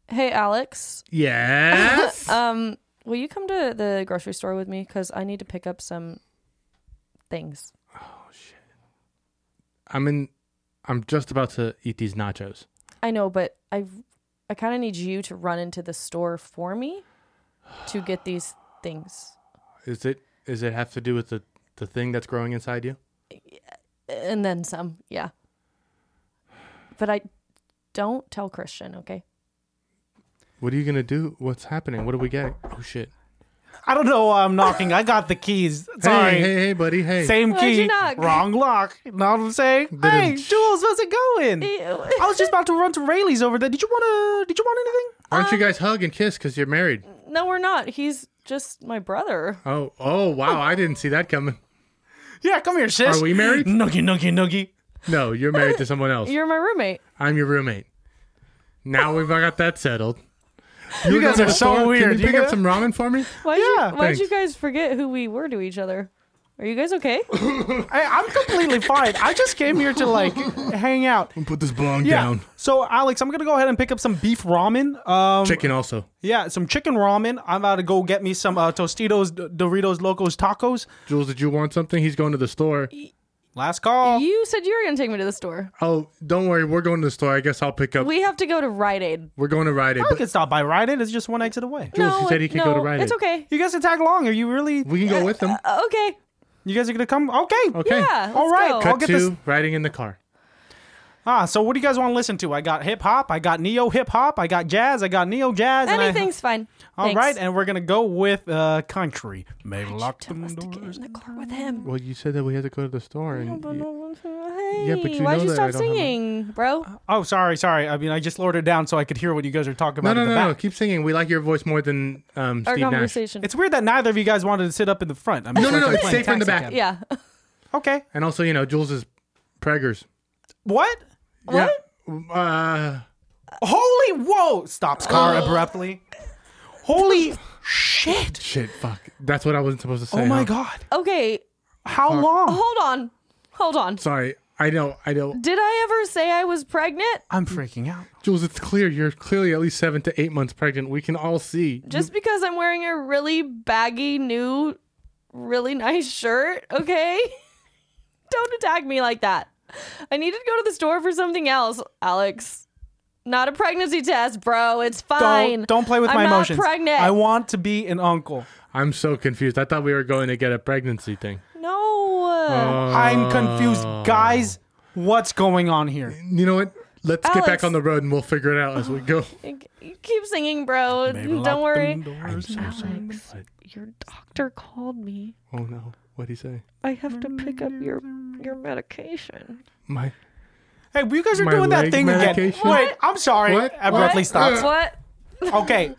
[SPEAKER 5] Hey, Alex.
[SPEAKER 2] Yes.
[SPEAKER 5] Um, will you come to the grocery store with me? Because I need to pick up some things.
[SPEAKER 2] I'm in. I'm just about to eat these nachos.
[SPEAKER 5] I know, but I, I kind of need you to run into the store for me, to get these things.
[SPEAKER 2] Is it? Is it have to do with the the thing that's growing inside you?
[SPEAKER 5] and then some. Yeah. But I don't tell Christian, okay?
[SPEAKER 2] What are you gonna do? What's happening? What are we getting? Oh shit!
[SPEAKER 4] I don't know why I'm knocking. I got the keys. Sorry.
[SPEAKER 2] Hey, hey, hey, buddy. Hey.
[SPEAKER 4] Same
[SPEAKER 5] Why'd you
[SPEAKER 4] key,
[SPEAKER 5] knock?
[SPEAKER 4] wrong lock. Know what I'm saying? Hey, Jules, how's it going? I was just about to run to Rayleigh's over there. Did you want to? Did you want anything?
[SPEAKER 2] Aren't you guys hug and kiss because you're married?
[SPEAKER 5] no, we're not. He's just my brother.
[SPEAKER 2] Oh, oh, wow! I didn't see that coming.
[SPEAKER 4] Yeah, come here, sis.
[SPEAKER 2] Are we married?
[SPEAKER 4] Noogie, noogie, noogie.
[SPEAKER 2] No, you're married to someone else.
[SPEAKER 5] You're my roommate.
[SPEAKER 2] I'm your roommate. Now we've got that settled. You,
[SPEAKER 4] guys
[SPEAKER 2] go to
[SPEAKER 4] are
[SPEAKER 2] the
[SPEAKER 4] so
[SPEAKER 2] store? Can
[SPEAKER 4] weird.
[SPEAKER 2] you
[SPEAKER 4] You
[SPEAKER 2] pick
[SPEAKER 4] guys-
[SPEAKER 2] up some ramen for me?
[SPEAKER 5] Why'd,
[SPEAKER 4] Yeah,
[SPEAKER 5] you, why'd
[SPEAKER 2] thanks.
[SPEAKER 5] you guys forget who we were to each other? Are you guys okay?
[SPEAKER 4] I, I'm completely fine. I just came here to like hang out.
[SPEAKER 2] Put this bong
[SPEAKER 4] Yeah.
[SPEAKER 2] down.
[SPEAKER 4] So, Alex, I'm gonna go ahead and pick up some beef ramen. Um,
[SPEAKER 2] Chicken also.
[SPEAKER 4] yeah, some chicken ramen. I'm about to go get me some uh, Tostitos, D- Doritos, Locos, Tacos.
[SPEAKER 2] Jules, did you want something? He's going to the store.
[SPEAKER 4] Last call.
[SPEAKER 5] You said you were going to take me to the store.
[SPEAKER 2] Oh, don't worry. We're going to the store. I guess I'll pick up.
[SPEAKER 5] We have to go to Rite Aid.
[SPEAKER 2] We're going to Rite Aid.
[SPEAKER 4] I
[SPEAKER 2] But
[SPEAKER 4] can stop by Rite Aid. It's just one exit away.
[SPEAKER 2] Jules, he
[SPEAKER 5] no,
[SPEAKER 2] said he could
[SPEAKER 5] no,
[SPEAKER 2] go to Rite
[SPEAKER 5] It's
[SPEAKER 2] Aid.
[SPEAKER 5] okay.
[SPEAKER 4] You guys can tag along. Are you really?
[SPEAKER 2] we can go with them.
[SPEAKER 5] Uh, okay.
[SPEAKER 4] You guys are gonna come? Okay.
[SPEAKER 2] Okay.
[SPEAKER 5] Yeah.
[SPEAKER 4] All
[SPEAKER 5] let's
[SPEAKER 4] right,
[SPEAKER 5] go.
[SPEAKER 4] I'll
[SPEAKER 2] Cut
[SPEAKER 4] get
[SPEAKER 2] to
[SPEAKER 4] this-
[SPEAKER 2] riding in the car.
[SPEAKER 4] Ah, so what do you guys want to listen to? I got hip hop, I got neo hip hop, I got jazz, I got neo jazz. and I-
[SPEAKER 5] Anything's fine.
[SPEAKER 4] All right,
[SPEAKER 5] Thanks.
[SPEAKER 4] and we're gonna go with uh country. May lock
[SPEAKER 5] Tell us
[SPEAKER 4] them
[SPEAKER 5] to get
[SPEAKER 4] doors.
[SPEAKER 5] in the car with him.
[SPEAKER 2] Well, you said that we had to go to the store. And you-
[SPEAKER 5] Hey,
[SPEAKER 2] but you
[SPEAKER 5] why'd
[SPEAKER 2] know
[SPEAKER 5] you
[SPEAKER 2] that I
[SPEAKER 5] stop
[SPEAKER 2] don't have a- Uh,
[SPEAKER 5] singing, bro?
[SPEAKER 4] Oh, sorry, sorry. I mean, I just lowered it down so I could hear what you guys are talking
[SPEAKER 2] no,
[SPEAKER 4] about.
[SPEAKER 2] no,
[SPEAKER 4] in
[SPEAKER 2] no,
[SPEAKER 4] the
[SPEAKER 2] no.
[SPEAKER 4] back.
[SPEAKER 2] Keep singing. We like your voice more than um,
[SPEAKER 5] Our
[SPEAKER 2] Steve Nash.
[SPEAKER 5] conversation.
[SPEAKER 4] It's weird that neither of you guys wanted to sit up in the front. I mean,
[SPEAKER 2] No,
[SPEAKER 4] it's
[SPEAKER 2] no,
[SPEAKER 4] like
[SPEAKER 2] no,
[SPEAKER 4] I'm
[SPEAKER 2] it's
[SPEAKER 4] playing
[SPEAKER 2] safer in the
[SPEAKER 4] taxi cab.
[SPEAKER 2] back.
[SPEAKER 5] yeah.
[SPEAKER 4] Okay.
[SPEAKER 2] And also, you know, Jules is preggers.
[SPEAKER 4] What?
[SPEAKER 2] What? Yeah. Uh,
[SPEAKER 4] Holy whoa! Stops car
[SPEAKER 5] Oh.
[SPEAKER 4] abruptly. Holy shit!
[SPEAKER 2] shit, fuck. That's what I wasn't supposed to say.
[SPEAKER 4] Oh my
[SPEAKER 2] huh?
[SPEAKER 4] god!
[SPEAKER 5] Okay,
[SPEAKER 4] How long?
[SPEAKER 5] hold on. Hold on.
[SPEAKER 2] Sorry. I know, I know.
[SPEAKER 5] Did I ever say I was pregnant?
[SPEAKER 4] I'm freaking out.
[SPEAKER 2] Jules, it's clear you're clearly at least seven to eight months pregnant. We can all see.
[SPEAKER 5] Just because I'm wearing a really baggy new really nice shirt, okay? Don't attack me like that. I needed to go to the store for something else, Alex. Not a pregnancy test, bro. It's fine.
[SPEAKER 4] Don't don't play with
[SPEAKER 5] I'm
[SPEAKER 4] my
[SPEAKER 5] not
[SPEAKER 4] emotions.
[SPEAKER 5] pregnant.
[SPEAKER 4] I want to be an uncle.
[SPEAKER 2] I'm so confused. I thought we were going to get a pregnancy thing.
[SPEAKER 5] no.
[SPEAKER 2] Oh.
[SPEAKER 4] I'm confused, guys. What's going on here?
[SPEAKER 2] You know what? Let's get back
[SPEAKER 5] Alex.
[SPEAKER 2] on the road and we'll figure it out as we go.
[SPEAKER 5] Keep singing, bro. Don't worry.
[SPEAKER 2] But-
[SPEAKER 5] Your doctor called me.
[SPEAKER 2] oh no. What'd he say?
[SPEAKER 5] I have to pick up your your medication.
[SPEAKER 2] My
[SPEAKER 4] Hey, you guys are
[SPEAKER 2] My
[SPEAKER 4] doing that
[SPEAKER 2] leg
[SPEAKER 4] thing again.
[SPEAKER 2] medication?
[SPEAKER 4] Wait, I'm sorry.
[SPEAKER 2] What?
[SPEAKER 4] Abruptly
[SPEAKER 2] What?
[SPEAKER 4] stops.
[SPEAKER 5] What?
[SPEAKER 4] Okay,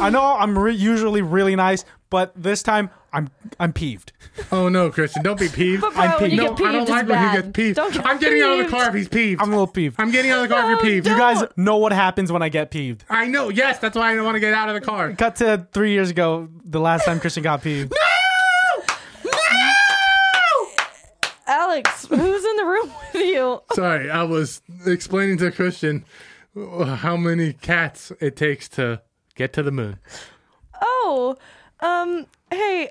[SPEAKER 4] I know I'm re- usually really nice, but this time I'm I'm peeved.
[SPEAKER 2] Oh no, Christian, don't be peeved.
[SPEAKER 5] But, bro,
[SPEAKER 2] I'm
[SPEAKER 5] when
[SPEAKER 2] peeved.
[SPEAKER 5] you
[SPEAKER 2] no,
[SPEAKER 5] get
[SPEAKER 2] I don't
[SPEAKER 5] peeved,
[SPEAKER 2] like
[SPEAKER 5] it's
[SPEAKER 2] when he
[SPEAKER 5] bad.
[SPEAKER 2] gets peeved.
[SPEAKER 5] Don't get
[SPEAKER 2] I'm getting out of the
[SPEAKER 5] peeved.
[SPEAKER 2] car if he's peeved.
[SPEAKER 4] I'm a
[SPEAKER 2] I'm,
[SPEAKER 4] little peeved.
[SPEAKER 2] getting out of the car if
[SPEAKER 5] No,
[SPEAKER 2] you're peeved.
[SPEAKER 5] don't.
[SPEAKER 4] you guys know what happens when I get peeved.
[SPEAKER 2] I know, yes, that's why I don't want to get out of the car.
[SPEAKER 4] Cut to three years ago, the last time Christian got peeved.
[SPEAKER 5] Alex, who's in the room with you?
[SPEAKER 2] Sorry, I was explaining to Christian how many cats it takes to get to the moon.
[SPEAKER 5] Oh, um, hey,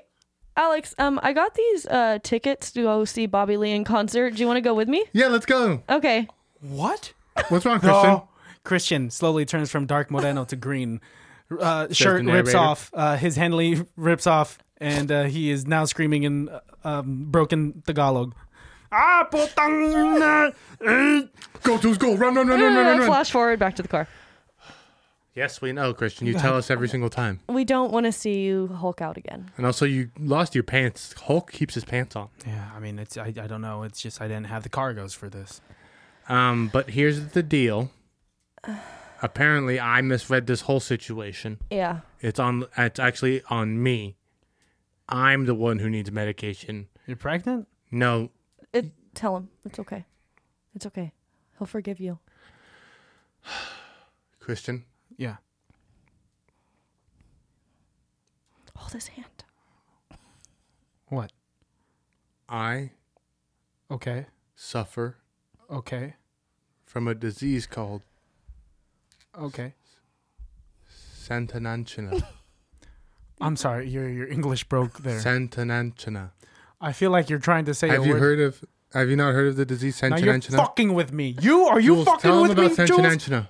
[SPEAKER 5] Alex, um, I got these uh tickets to go see Bobby Lee in concert. Do you want to go with me?
[SPEAKER 2] Yeah, let's go.
[SPEAKER 5] Okay.
[SPEAKER 4] What?
[SPEAKER 2] What's wrong, Christian?
[SPEAKER 4] Oh. Christian slowly turns from dark moreno to green. Uh, shirt
[SPEAKER 2] the
[SPEAKER 4] rips
[SPEAKER 2] narrator.
[SPEAKER 4] off. Uh, his Henley rips off, and uh, he is now screaming in uh, um, broken Tagalog. Ah, putang!
[SPEAKER 2] Go, Jules, go. Run, run, run, run, run, run, run.
[SPEAKER 5] Flash forward back to the car.
[SPEAKER 2] Yes, we know, Christian. You tell us every single time.
[SPEAKER 5] We don't want to see you Hulk out again.
[SPEAKER 2] And also, you lost your pants. Hulk keeps his pants on.
[SPEAKER 4] Yeah, I mean, it's I, I don't know. It's just I didn't have the cargos for this.
[SPEAKER 2] Um, but here's the deal. Apparently, I misread this whole situation.
[SPEAKER 5] Yeah.
[SPEAKER 2] It's on. It's actually on me. I'm the one who needs medication.
[SPEAKER 4] You're pregnant?
[SPEAKER 2] No,
[SPEAKER 5] It, tell him it's okay. It's okay. He'll forgive you.
[SPEAKER 2] Christian.
[SPEAKER 4] Yeah.
[SPEAKER 5] Hold his hand.
[SPEAKER 4] What?
[SPEAKER 2] I
[SPEAKER 4] Okay.
[SPEAKER 2] suffer
[SPEAKER 4] Okay.
[SPEAKER 2] from a disease called
[SPEAKER 4] Okay.
[SPEAKER 2] Santananchina.
[SPEAKER 4] I'm sorry, your your English broke there.
[SPEAKER 2] Santananchina.
[SPEAKER 4] I feel like you're trying to say.
[SPEAKER 2] Have
[SPEAKER 4] a
[SPEAKER 2] you
[SPEAKER 4] word.
[SPEAKER 2] heard of? Have you not heard of the disease
[SPEAKER 4] Now you're
[SPEAKER 2] Santananchina?
[SPEAKER 4] fucking with me. You are you
[SPEAKER 2] Jules,
[SPEAKER 4] fucking
[SPEAKER 2] tell
[SPEAKER 4] with
[SPEAKER 2] them about
[SPEAKER 4] me, Jules?
[SPEAKER 2] Santananchina.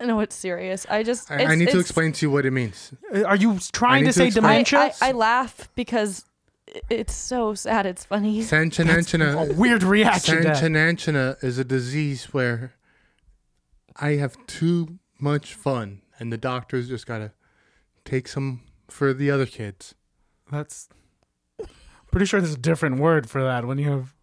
[SPEAKER 5] No, it's serious. I just
[SPEAKER 2] I,
[SPEAKER 5] it's-
[SPEAKER 2] I need to
[SPEAKER 5] it's-
[SPEAKER 2] explain to you what it means.
[SPEAKER 4] Uh, Are you trying
[SPEAKER 2] need
[SPEAKER 4] to
[SPEAKER 2] to
[SPEAKER 4] say
[SPEAKER 2] explain-
[SPEAKER 5] I,
[SPEAKER 4] dementia?
[SPEAKER 5] I, I laugh because i- it's so sad. It's funny.
[SPEAKER 4] a
[SPEAKER 2] Santananchina.
[SPEAKER 4] weird reaction. to that.
[SPEAKER 2] Santananchina is a disease where I have too much fun, and the doctors just gotta take some for the other kids.
[SPEAKER 4] That's pretty sure there's a different word for that when you have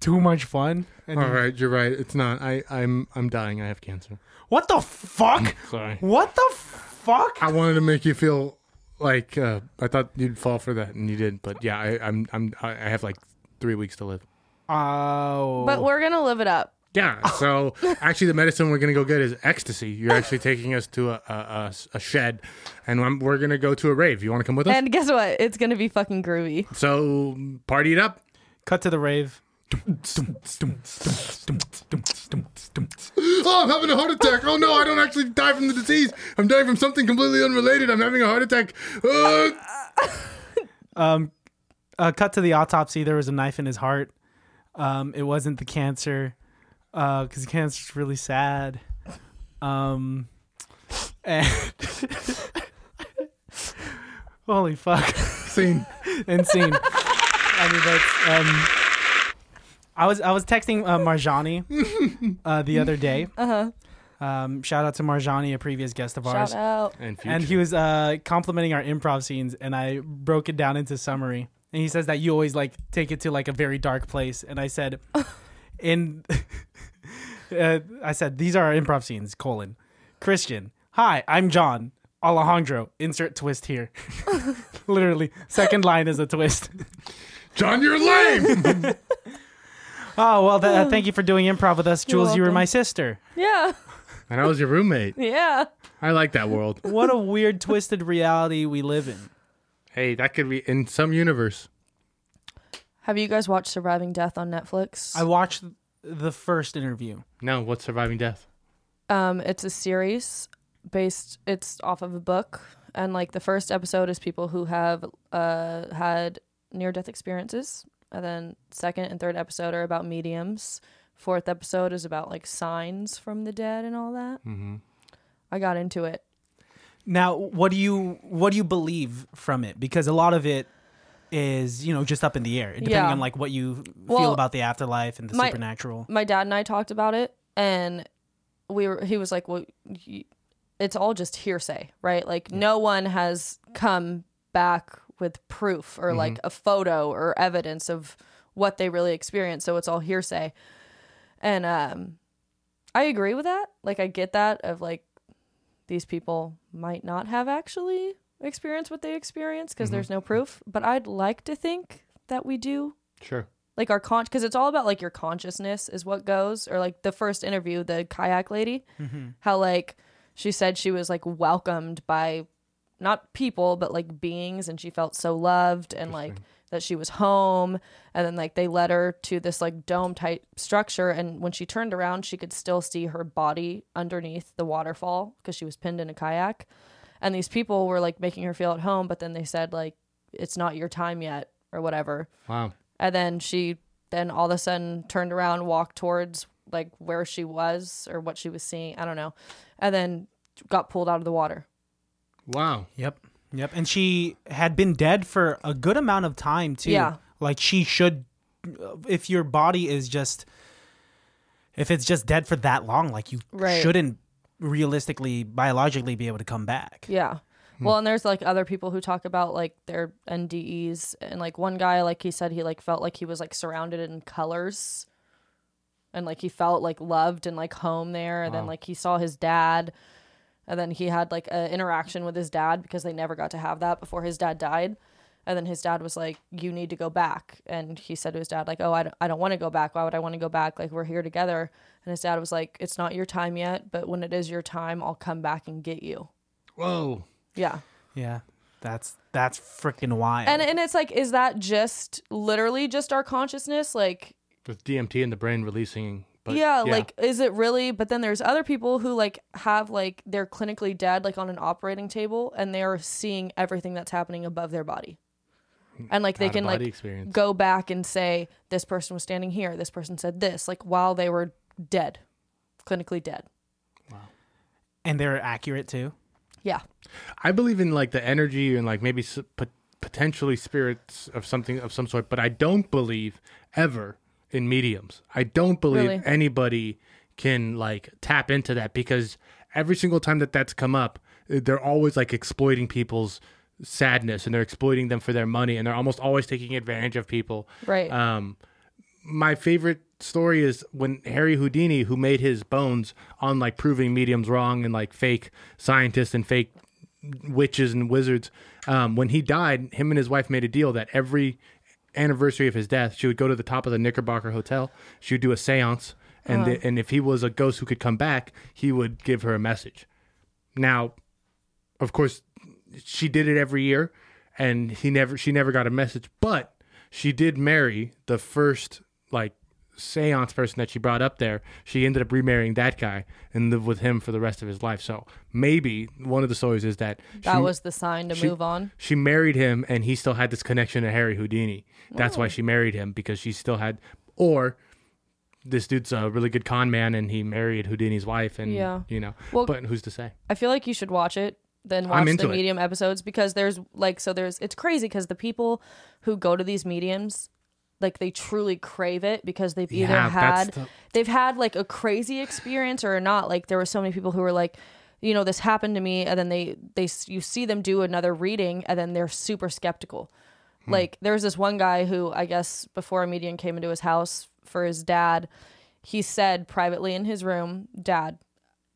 [SPEAKER 4] too much fun. And
[SPEAKER 2] All right, you're right. It's not. I, I'm I'm dying. I have cancer.
[SPEAKER 4] What the fuck?
[SPEAKER 2] Sorry.
[SPEAKER 4] What the fuck?
[SPEAKER 2] I wanted to make you feel like uh, I thought you'd fall for that, and you did. But yeah, I, I'm I'm I I have like three weeks to live.
[SPEAKER 4] Oh,
[SPEAKER 5] But we're gonna live it up.
[SPEAKER 2] Yeah. So actually, the medicine we're gonna go get is ecstasy. You're actually taking us to a a, a, a shed, and I'm, we're gonna go to a rave. You want to come with us?
[SPEAKER 5] And guess what? It's gonna be fucking groovy.
[SPEAKER 2] so party it up.
[SPEAKER 4] cut to the rave.
[SPEAKER 2] Oh, I'm having a heart attack. Oh no, I don't actually die from the disease. I'm dying from something completely unrelated. I'm having a heart attack. Uh,
[SPEAKER 4] Um, uh, cut to the autopsy. There was a knife in his heart. Um, it wasn't the cancer, because cancer's really sad. Um, and holy fuck.
[SPEAKER 2] scene.
[SPEAKER 4] and scene. I mean, that's. Um, I was I was texting uh, Marjani uh, the other day. Uh huh. Um, shout out to Marjani, a previous guest of ours,
[SPEAKER 5] Shout out.
[SPEAKER 2] And, future.
[SPEAKER 4] and he was uh, complimenting our improv scenes, and I broke it down into summary. And he says that you always like take it to like a very dark place, and I said, in, uh, I said these are our improv scenes: colon, Christian, hi, I'm John Alejandro. Insert twist here. Literally, second line is a twist.
[SPEAKER 2] John, you're lame.
[SPEAKER 4] Oh well, th- uh, thank you for doing improv with us, Jules. You were
[SPEAKER 5] welcome.
[SPEAKER 4] my sister.
[SPEAKER 5] Yeah.
[SPEAKER 2] and I was your roommate.
[SPEAKER 5] Yeah.
[SPEAKER 2] I like that world.
[SPEAKER 4] What a weird, twisted reality we live in.
[SPEAKER 2] Hey, that could be in some universe.
[SPEAKER 5] Have you guys watched Surviving Death on Netflix?
[SPEAKER 4] I watched the first interview.
[SPEAKER 2] No, what's surviving death?
[SPEAKER 5] Um, it's a series based. It's off of a book, and like the first episode is people who have uh had near death experiences, and then second and third episode are about mediums. Fourth episode is about like signs from the dead and all that. Mm-hmm. I got into it.
[SPEAKER 4] Now, what do you what do you believe from it? Because a lot of it is you know just up in the air, depending
[SPEAKER 5] Yeah.
[SPEAKER 4] on like what you feel
[SPEAKER 5] Well,
[SPEAKER 4] about the afterlife and the
[SPEAKER 5] my-
[SPEAKER 4] supernatural.
[SPEAKER 5] my dad and I talked about it, and we were. He was like, "Well, y it's all just hearsay, right? Like no one has come back with proof or like a photo or evidence of what they really experienced. So it's all hearsay." And um, I agree with that. Like I get that of like these people might not have actually experienced what they experienced because there's no proof. But I'd like to think that we do
[SPEAKER 2] Sure.
[SPEAKER 5] like our con because it's all about like your consciousness is what goes or like the first interview the kayak lady how like she said she was like welcomed by not people but like beings and she felt so loved and like that she was home and then like they led her to this like dome type structure and when she turned around she could still see her body underneath the waterfall because she was pinned in a kayak and these people were like making her feel at home but then they said like it's not your time yet or whatever
[SPEAKER 2] Wow.
[SPEAKER 5] and then she then all of a sudden turned around, walked towards like where she was or what she was seeing. I don't know. And then got pulled out of the water.
[SPEAKER 2] Wow.
[SPEAKER 4] Yep, yep. And she had been dead for a good amount of time too.
[SPEAKER 5] Yeah.
[SPEAKER 4] like she should. If your body is just, if it's just dead for that long, like you
[SPEAKER 5] Right.
[SPEAKER 4] shouldn't realistically, biologically, be able to come back.
[SPEAKER 5] Yeah. Well, and there's like other people who talk about like their NDEs and like one guy like he said he like felt like he was like surrounded in colors and like he felt like loved and like home there and then like he saw his dad and then he had like an interaction with his dad because they never got to have that before his dad died and then his dad was like you need to go back and he said to his dad like oh i don't, I don't want to go back why would i want to go back like we're here together and his dad was like it's not your time yet but when it is your time i'll come back and get you
[SPEAKER 2] Whoa.
[SPEAKER 5] yeah
[SPEAKER 4] Yeah, that's that's freaking wild.
[SPEAKER 5] and and it's like is that just literally just our consciousness like
[SPEAKER 2] With DMT in the brain releasing But
[SPEAKER 5] yeah, like is it really? But then there's other people who like have like they're clinically dead, like on an operating table, and they are seeing everything that's happening above their body, and like they can
[SPEAKER 2] out-of-body
[SPEAKER 5] like
[SPEAKER 2] experience.
[SPEAKER 5] go back and say this person was standing here, this person said this, like while they were dead, clinically dead.
[SPEAKER 4] and they're accurate too.
[SPEAKER 5] Yeah,
[SPEAKER 2] I believe in like the energy and like maybe s- pot- potentially spirits of something of some sort, but I don't believe ever in mediums. I don't believe
[SPEAKER 5] Really?
[SPEAKER 2] anybody can like tap into that because every single time that that's come up, eh, they're always like exploiting people's sadness and they're exploiting them for their money and they're almost always taking advantage of people.
[SPEAKER 5] right.
[SPEAKER 2] Um, my favorite story is when Harry Houdini, who made his bones on like proving mediums wrong and like fake scientists and fake witches and wizards, um, when he died, him and his wife made a deal that every anniversary of his death, she would go to the top of the Knickerbocker Hotel, she would do a seance, and the, and if he was a ghost who could come back, he would give her a message. Now, of course, she did it every year, and he never she never got a message. But she did marry the first like seance person that she brought up there. She ended up remarrying that guy and lived with him for the rest of his life. So maybe one of the stories is that
[SPEAKER 5] that
[SPEAKER 2] she,
[SPEAKER 5] was the sign to
[SPEAKER 2] she-
[SPEAKER 5] move on.
[SPEAKER 2] She married him, and he still had this connection to Harry Houdini. That's
[SPEAKER 5] Oh.
[SPEAKER 2] why she married him because she still had or. This dude's a really good con man, and he married Houdini's wife, and
[SPEAKER 5] Yeah.
[SPEAKER 2] you know.
[SPEAKER 5] Well-
[SPEAKER 2] but who's to say?
[SPEAKER 5] I feel like you should watch it then watch
[SPEAKER 2] into
[SPEAKER 5] the
[SPEAKER 2] it.
[SPEAKER 5] medium episodes because there's like so there's it's crazy because the people who go to these mediums like they truly crave it because they've either
[SPEAKER 2] Yeah, that's
[SPEAKER 5] had
[SPEAKER 2] the-
[SPEAKER 5] they've had like a crazy experience or not like there were so many people who were like you know this happened to me and then they they s- you see them do another reading and then they're super skeptical
[SPEAKER 2] Hmm.
[SPEAKER 5] like there was this one guy who i guess before a medium came into his house for his dad he said privately in his room dad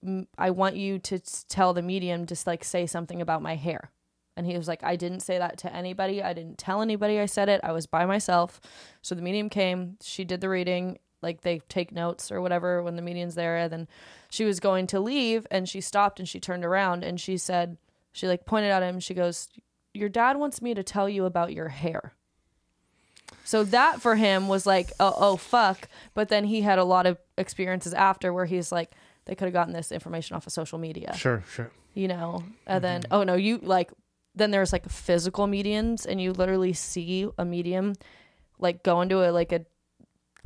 [SPEAKER 5] m- I want you to s- tell the medium just like say something about my hair. And he was like, I didn't say that to anybody. I didn't tell anybody I said it. I was by myself. So the medium came, she did the reading, like they take notes or whatever when the medium's there. And then she was going to leave and she stopped and she turned around and she said, she like pointed at him. She goes, Your dad wants me to tell you about your hair. So that for him was like, oh, oh, fuck. But then he had a lot of experiences after where he's like, they could have gotten this information off of social media,
[SPEAKER 2] Sure, sure.
[SPEAKER 5] you know? And then,
[SPEAKER 2] Mm-hmm.
[SPEAKER 5] oh no, you like, then there's like physical mediums and you literally see a medium like go into a, like a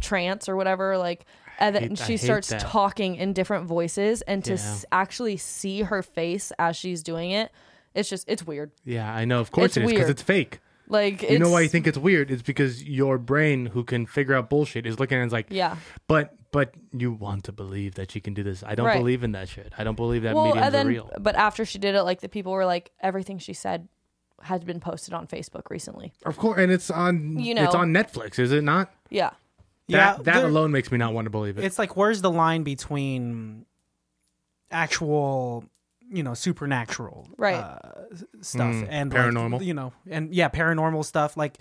[SPEAKER 5] trance or whatever. Like, and then
[SPEAKER 2] hate- I
[SPEAKER 5] she
[SPEAKER 2] hate
[SPEAKER 5] starts
[SPEAKER 2] that.
[SPEAKER 5] talking in different voices and to s- actually see her face as she's doing it. It's just, it's weird.
[SPEAKER 2] Yeah, I know. Of course
[SPEAKER 5] It's
[SPEAKER 2] it is because
[SPEAKER 5] weird.
[SPEAKER 2] it's fake.
[SPEAKER 5] Like,
[SPEAKER 2] You know why you think it's weird? It's because your brain, who can figure out bullshit, is looking at it and is like,
[SPEAKER 5] Yeah.
[SPEAKER 2] But but you want to believe that she can do this. I don't
[SPEAKER 5] Right.
[SPEAKER 2] believe in that shit. I don't believe that mediums
[SPEAKER 5] and
[SPEAKER 2] are real.
[SPEAKER 5] But after she did it, like the people were like, everything she said had been posted on Facebook recently.
[SPEAKER 2] Of course, and it's on.
[SPEAKER 5] You
[SPEAKER 2] it's
[SPEAKER 5] know.
[SPEAKER 2] on Netflix, is it not?
[SPEAKER 5] Yeah.
[SPEAKER 4] Yeah,
[SPEAKER 2] that, that
[SPEAKER 4] they're-
[SPEAKER 2] alone makes me not want to believe it.
[SPEAKER 4] It's like where's the line between actual, you know, supernatural uh,
[SPEAKER 5] Right.
[SPEAKER 4] stuff and like,
[SPEAKER 2] Mm, paranormal.
[SPEAKER 4] you know, and yeah, paranormal stuff like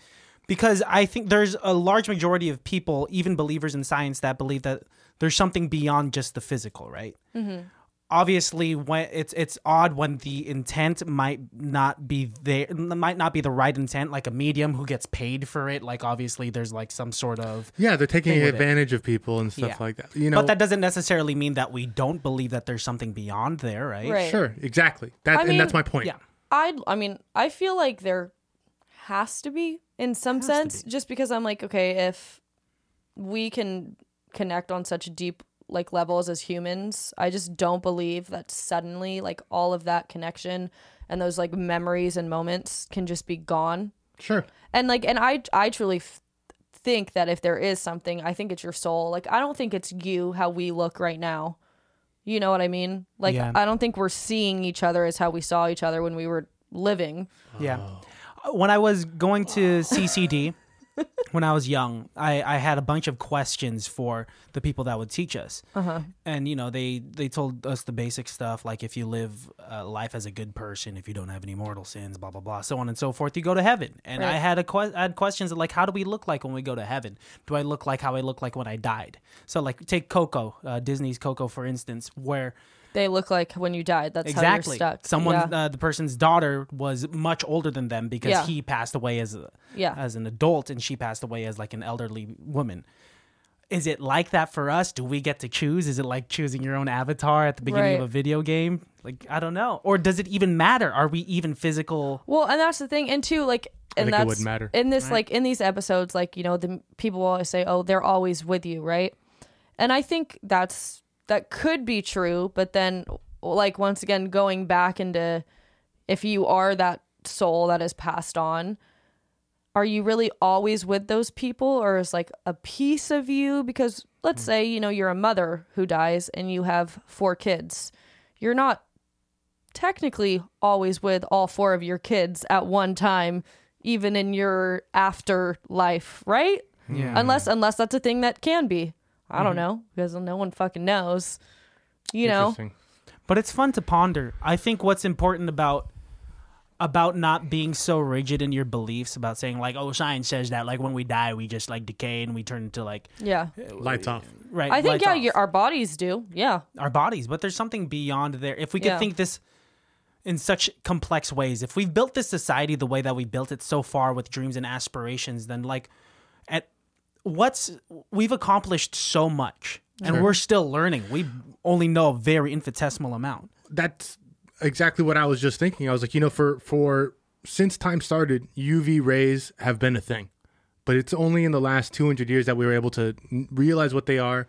[SPEAKER 4] because I think there's a large majority of people, even believers in science, that believe that there's something beyond just the physical, right? Obviously, when it's it's odd when the intent might not be there, might not be the right intent. Like a medium who gets paid for it, like obviously there's like some sort of
[SPEAKER 2] yeah, they're taking
[SPEAKER 4] with it.
[SPEAKER 2] advantage of people and stuff
[SPEAKER 4] Yeah.
[SPEAKER 2] like that. You know,
[SPEAKER 4] but that doesn't necessarily mean that we don't believe that there's something beyond there, right?
[SPEAKER 5] Right.
[SPEAKER 2] sure, exactly. That
[SPEAKER 5] I
[SPEAKER 2] and
[SPEAKER 5] mean,
[SPEAKER 2] that's my point.
[SPEAKER 4] Yeah.
[SPEAKER 5] I I mean, I feel like there has to be in some sense just because I'm like, okay, if we can connect on such deep like levels as humans, I just don't believe that suddenly like all of that connection and those like memories and moments can just be gone
[SPEAKER 2] Sure.
[SPEAKER 5] and like and i i truly f- think that if there is something i think it's your soul like i don't think it's you how we look right now you know what i mean like
[SPEAKER 4] Yeah.
[SPEAKER 5] i don't think we're seeing each other as how we saw each other when we were living
[SPEAKER 4] Yeah. Uh, When I was going to CCD when I was young, I, I had a bunch of questions for the people that would teach us. And, you know, they, they told us the basic stuff like if you live uh, life as a good person, if you don't have any mortal sins, blah, blah, blah, so on and so forth, you go to heaven. And I,
[SPEAKER 5] Right.
[SPEAKER 4] had a que- I had questions like, how do we look like when we go to heaven? Do I look like how I look like when I died? So, like, take Coco, uh, Disney's Coco, for instance, where.
[SPEAKER 5] they look like when you died that's how you're
[SPEAKER 4] Exactly.
[SPEAKER 5] stuck
[SPEAKER 4] Someone,
[SPEAKER 5] yeah,
[SPEAKER 4] uh, the person's daughter was much older than them because
[SPEAKER 5] Yeah.
[SPEAKER 4] he passed away as a,
[SPEAKER 5] Yeah.
[SPEAKER 4] as an adult and she passed away as like an elderly woman. is it like that for us? Do we get to choose? Is it like choosing your own avatar at the beginning
[SPEAKER 5] Right.
[SPEAKER 4] of a video game? Like I don't know. Or does it even matter? Are we even physical?
[SPEAKER 5] Well, and that's the thing, and two, like, and
[SPEAKER 2] think it
[SPEAKER 5] that's
[SPEAKER 2] wouldn't matter.
[SPEAKER 5] in this, like, in these episodes, like, you know, the m- people always say, "Oh, they're always with you," right? And I think that's that could be true, but then, like, once again, going back into if you are that soul that is passed on, are you really always with those people, or is like a piece of you? Because let's
[SPEAKER 2] Hmm.
[SPEAKER 5] say you know you're a mother who dies and you have four kids, you're not technically always with all four of your kids at one time even in your afterlife right
[SPEAKER 4] Yeah. Mm-hmm.
[SPEAKER 5] unless unless that's a thing that can be i don't know because no one fucking knows you know
[SPEAKER 2] Interesting.
[SPEAKER 4] but it's fun to ponder i think what's important about about not being so rigid in your beliefs about saying like oh science says that like when we die we just like decay and we turn into like
[SPEAKER 5] yeah
[SPEAKER 2] Lights off.
[SPEAKER 4] right
[SPEAKER 5] i think
[SPEAKER 4] lights
[SPEAKER 5] yeah
[SPEAKER 4] off.
[SPEAKER 5] your, our bodies do yeah
[SPEAKER 4] our bodies but there's something beyond there if we could
[SPEAKER 5] Yeah.
[SPEAKER 4] think this in such complex ways if we've built this society the way that we built it so far with dreams and aspirations then like at what's we've accomplished so much and we're still learning we only know a very infinitesimal amount
[SPEAKER 2] That's exactly what I was just thinking. I was like, you know, for for since time started, UV rays have been a thing, but it's only in the last 200 years that we were able to n- realize what they are,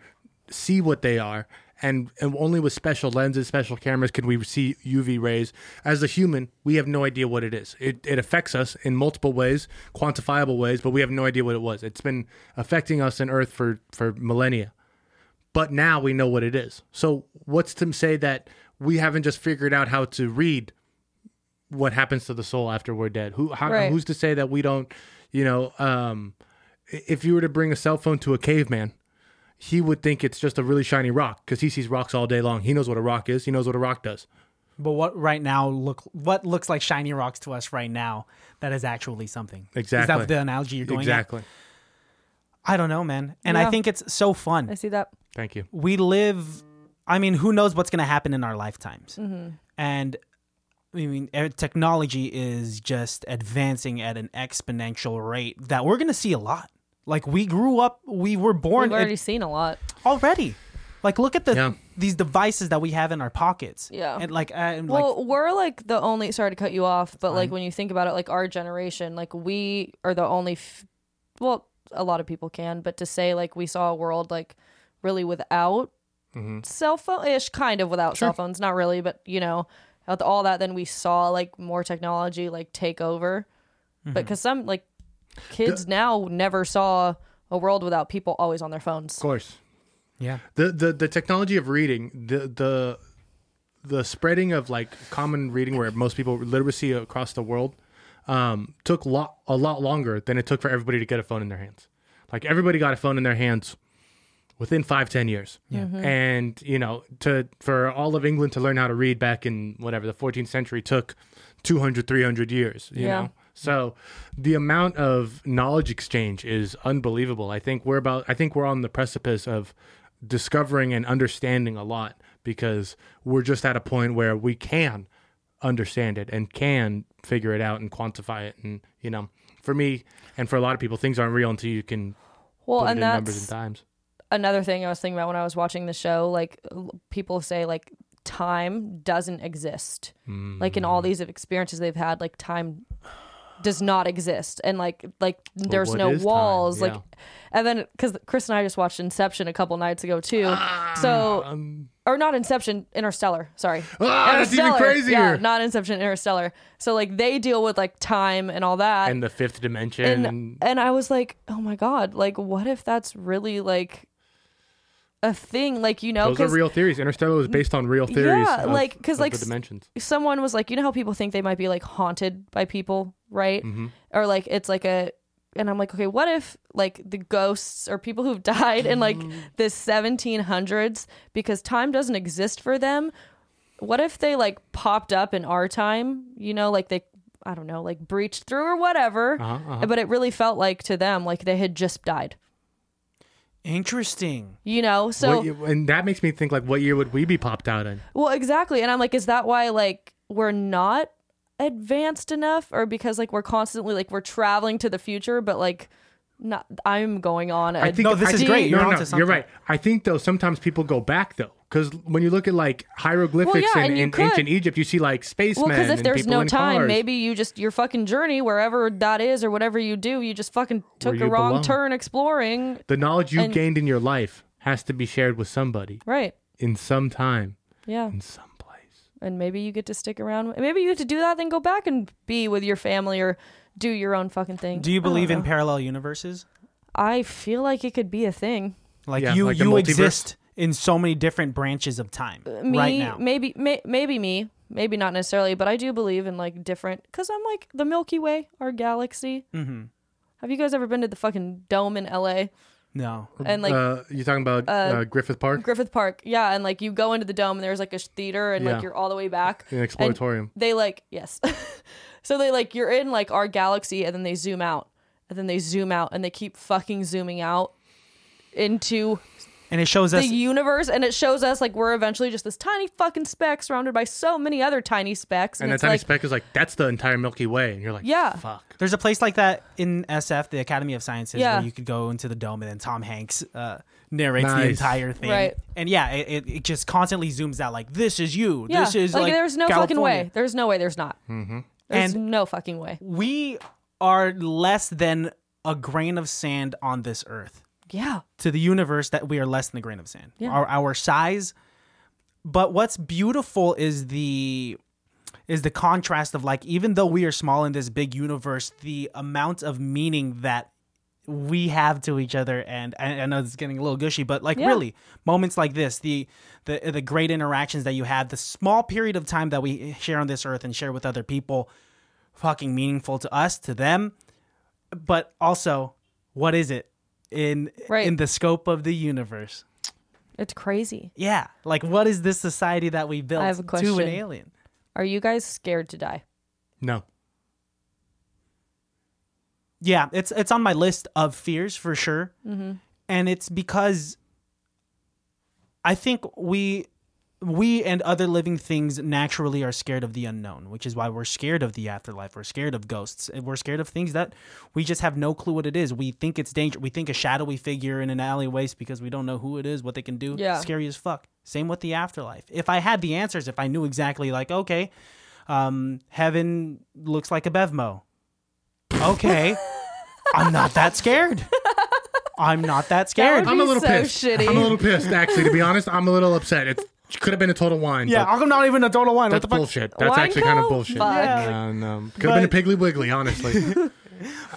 [SPEAKER 2] see what they are, and, and only with special lenses, special cameras could we see UV rays. As a human, we have no idea what it is. It it affects us in multiple ways, quantifiable ways, but we have no idea what it was. It's been affecting us in Earth for for millennia but now we know what it is. So what's to say that we haven't just figured out how to read what happens to the soul after we're dead? Who how,
[SPEAKER 5] Right.
[SPEAKER 2] who's to say that we don't, you know, um i- if you were to bring a cell phone to a caveman, he would think it's just a really shiny rock because he sees rocks all day long. He knows what a rock is. He knows what a rock does.
[SPEAKER 4] But what right now look what looks like shiny rocks to us right now that is actually something. Is
[SPEAKER 2] Exactly.
[SPEAKER 4] that the analogy you're going at?
[SPEAKER 2] exactly.
[SPEAKER 4] I don't know, man. And
[SPEAKER 5] Yeah.
[SPEAKER 4] I think it's so fun.
[SPEAKER 5] i see that
[SPEAKER 2] Thank you.
[SPEAKER 4] We live I mean, who knows what's going to happen in our lifetimes.
[SPEAKER 5] Mm-hmm.
[SPEAKER 4] And I mean, eh, technology is just advancing at an exponential rate that we're going to see a lot. Like we grew up, we were born
[SPEAKER 5] we've already
[SPEAKER 4] it-
[SPEAKER 5] seen a lot
[SPEAKER 4] already. Like look at the
[SPEAKER 2] Yeah.
[SPEAKER 4] these devices that we have in our pockets.
[SPEAKER 5] Yeah.
[SPEAKER 4] And like, uh, and like
[SPEAKER 5] well we're like the only sorry to cut you off but like when you think about it like our generation like we are the only f- well a lot of people can but to say like we saw a world like really without
[SPEAKER 2] Mm-hmm.
[SPEAKER 5] cell phone ish kind of without cell phones not really but you know with all that then we saw like more technology like take over but
[SPEAKER 2] Mm-hmm.
[SPEAKER 5] because some like kids now never saw a world without people always on their phones
[SPEAKER 2] Of course.
[SPEAKER 4] yeah.
[SPEAKER 2] the the the technology of reading the the the spreading of like common reading where most people literacy across the world um, took lot, a lot longer than it took for everybody to get a phone in their hands like everybody got a phone in their hands within five ten years yeah. and you know to for all of england to learn how to read back in whatever the 14th century took 200 300 years you
[SPEAKER 5] Yeah.
[SPEAKER 2] know so the amount of knowledge exchange is unbelievable i think we're about i think we're on the precipice of discovering and understanding a lot because we're just at a point where we can understand it and can figure it out and quantify it and you know for me and for a lot of people things aren't real until you can
[SPEAKER 5] well
[SPEAKER 2] put it
[SPEAKER 5] and
[SPEAKER 2] in numbers
[SPEAKER 5] that's
[SPEAKER 2] and times
[SPEAKER 5] another thing I was thinking about when I was watching the show, like l- people say like time doesn't exist. Like in
[SPEAKER 2] Mm.
[SPEAKER 5] all these experiences they've had, like time does not exist, and like like there's
[SPEAKER 2] what
[SPEAKER 5] no
[SPEAKER 2] is time?
[SPEAKER 5] walls,
[SPEAKER 2] Yeah.
[SPEAKER 5] like. And then, because Chris and I just watched Inception a couple nights ago too, so or not Inception, Interstellar. Sorry,
[SPEAKER 2] Ah, that's even
[SPEAKER 5] Yeah,
[SPEAKER 2] crazier.
[SPEAKER 5] not Inception, Interstellar. So like they deal with like time and all that,
[SPEAKER 2] and the fifth dimension
[SPEAKER 5] and,
[SPEAKER 2] and
[SPEAKER 5] and I was like, oh my god, like what if that's really like a thing? Like you know,
[SPEAKER 2] Those are
[SPEAKER 5] because
[SPEAKER 2] real theories. Interstellar was based on real theories.
[SPEAKER 5] Yeah,
[SPEAKER 2] of-
[SPEAKER 5] like- 'cause,
[SPEAKER 2] of
[SPEAKER 5] like,
[SPEAKER 2] the
[SPEAKER 5] s-
[SPEAKER 2] dimensions.
[SPEAKER 5] someone was like, you know how people think they might be like haunted by people, right?
[SPEAKER 2] Mm-hmm.
[SPEAKER 5] Or like it's like a, and I'm like, okay, what if like the ghosts or people who've died in like
[SPEAKER 2] Mm-hmm.
[SPEAKER 5] the 1700s because time doesn't exist for them? What if they like popped up in our time? You know, like they. I don't know, like breached through or whatever,
[SPEAKER 2] Uh-huh,
[SPEAKER 5] but it really felt like to them like they had just died.
[SPEAKER 4] Interesting.
[SPEAKER 5] you know so
[SPEAKER 2] What year- and that makes me think like, what year would we be popped out in?
[SPEAKER 5] well exactly and i'm like is that why like we're not advanced enough or because like we're constantly like we're traveling to the future but like Not, I'm going on. I
[SPEAKER 2] I think
[SPEAKER 4] No, this
[SPEAKER 2] I
[SPEAKER 4] is
[SPEAKER 2] think-
[SPEAKER 4] great. You're
[SPEAKER 2] No,
[SPEAKER 4] onto
[SPEAKER 2] no,
[SPEAKER 4] something.
[SPEAKER 2] you're right. I think though sometimes people go back though, because when you look at like hieroglyphics
[SPEAKER 5] Well, yeah,
[SPEAKER 2] in,
[SPEAKER 5] and you
[SPEAKER 2] in
[SPEAKER 5] could-
[SPEAKER 2] ancient Egypt, you see like spacemen.
[SPEAKER 5] well, because if
[SPEAKER 2] and
[SPEAKER 5] there's
[SPEAKER 2] people
[SPEAKER 5] no
[SPEAKER 2] in
[SPEAKER 5] time,
[SPEAKER 2] cars.
[SPEAKER 5] maybe you just your fucking journey wherever that is or whatever you do, you just fucking took
[SPEAKER 2] you
[SPEAKER 5] a wrong
[SPEAKER 2] belong.
[SPEAKER 5] turn exploring.
[SPEAKER 2] the knowledge you
[SPEAKER 5] and-
[SPEAKER 2] gained in your life has to be shared with somebody
[SPEAKER 5] Right.
[SPEAKER 2] in some time,
[SPEAKER 5] Yeah.
[SPEAKER 2] in some place.
[SPEAKER 5] and maybe you get to stick around. Maybe you get to do that, then go back and be with your family or do your own fucking thing.
[SPEAKER 4] Do you believe
[SPEAKER 5] Uh-huh.
[SPEAKER 4] in parallel universes?
[SPEAKER 5] I feel like it could be a thing.
[SPEAKER 4] Like
[SPEAKER 2] Yeah,
[SPEAKER 4] you,
[SPEAKER 2] like a
[SPEAKER 4] you
[SPEAKER 2] multiverse.
[SPEAKER 4] exist in so many different branches of time
[SPEAKER 5] Me,
[SPEAKER 4] right now.
[SPEAKER 5] maybe, may, maybe me, maybe not necessarily, but I do believe in like different. Cause I'm like the Milky Way, our galaxy. Mm-hmm. Have you guys ever been to the fucking dome in LA
[SPEAKER 4] no,
[SPEAKER 5] and like
[SPEAKER 2] uh, you talking about uh, Griffith Park,
[SPEAKER 5] Griffith Park? Yeah, and like you go into the dome and there's like a sh- theater and
[SPEAKER 2] Yeah.
[SPEAKER 5] like you're all the way back.
[SPEAKER 2] an
[SPEAKER 5] And
[SPEAKER 2] exploratorium.
[SPEAKER 5] they like yes so they like you're in like our galaxy and then they zoom out and then they zoom out and they keep fucking zooming out into
[SPEAKER 4] and it shows
[SPEAKER 5] the
[SPEAKER 4] us
[SPEAKER 5] universe and it shows us like we're eventually just this tiny fucking speck surrounded by so many other tiny specks and,
[SPEAKER 2] and that
[SPEAKER 5] it's
[SPEAKER 2] tiny
[SPEAKER 5] like
[SPEAKER 2] speck is like that's the entire Milky Way, and you're like,
[SPEAKER 5] Yeah.
[SPEAKER 2] fuck.
[SPEAKER 4] There's a place like that in SF, the Academy of Sciences,
[SPEAKER 5] Yeah.
[SPEAKER 4] where you could go into the dome and then Tom Hanks uh, narrates the
[SPEAKER 2] Nice.
[SPEAKER 4] entire thing.
[SPEAKER 5] Right.
[SPEAKER 4] And yeah, it, it, it just constantly zooms out like, this is you.
[SPEAKER 5] yeah
[SPEAKER 4] This is
[SPEAKER 5] like,
[SPEAKER 4] like,
[SPEAKER 5] there's no fucking
[SPEAKER 4] California."
[SPEAKER 5] way there's no way there's not mm-hmm. there's
[SPEAKER 4] And-
[SPEAKER 5] no fucking way
[SPEAKER 4] We are less than a grain of sand on this earth.
[SPEAKER 5] yeah
[SPEAKER 4] to the universe that we are less than a grain of sand. Our our size. But what's beautiful is the is the contrast of like even though we are small in this big universe, the amount of meaning that we have to each other and I, I know it's getting a little gushy, but like really moments like this, the the the great interactions that you have, the small period of time that we share on this earth and share with other people, fucking meaningful to us, to them. But also, what is it in
[SPEAKER 5] Right.
[SPEAKER 4] in the scope of the universe?
[SPEAKER 5] it's crazy
[SPEAKER 4] Yeah, like what is this society that we built
[SPEAKER 5] I have a
[SPEAKER 4] to
[SPEAKER 5] question.
[SPEAKER 4] an alien?
[SPEAKER 5] are you guys scared to die
[SPEAKER 2] No,
[SPEAKER 4] Yeah, it's it's on my list of fears for sure, and it's because I think we we and other living things naturally are scared of the unknown, which is why we're scared of the afterlife. We're scared of ghosts. and We're scared of things that we just have no clue what it is. We think it's danger. We think a shadowy figure in an alleyway is because we don't know who it is, what they can do.
[SPEAKER 5] Yeah.
[SPEAKER 4] Scary as fuck. Same with the afterlife. If I had the answers, if I knew exactly, like, okay, um, heaven looks like a Bevmo. Okay. I'm not that scared. I'm not that scared.
[SPEAKER 5] would
[SPEAKER 2] I'm a little
[SPEAKER 5] so
[SPEAKER 2] pissed.
[SPEAKER 5] shitty.
[SPEAKER 2] I'm a little pissed actually. To be honest, I'm a little upset. It could have been a total wine.
[SPEAKER 4] yeah,
[SPEAKER 2] but
[SPEAKER 4] I'm not even a total wine. What
[SPEAKER 2] that's
[SPEAKER 4] the fuck?
[SPEAKER 2] bullshit. That's
[SPEAKER 5] Wine
[SPEAKER 2] actually kind of
[SPEAKER 5] coke?
[SPEAKER 2] bullshit.
[SPEAKER 5] Fuck.
[SPEAKER 2] No, no. Could have been a Piggly Wiggly, honestly.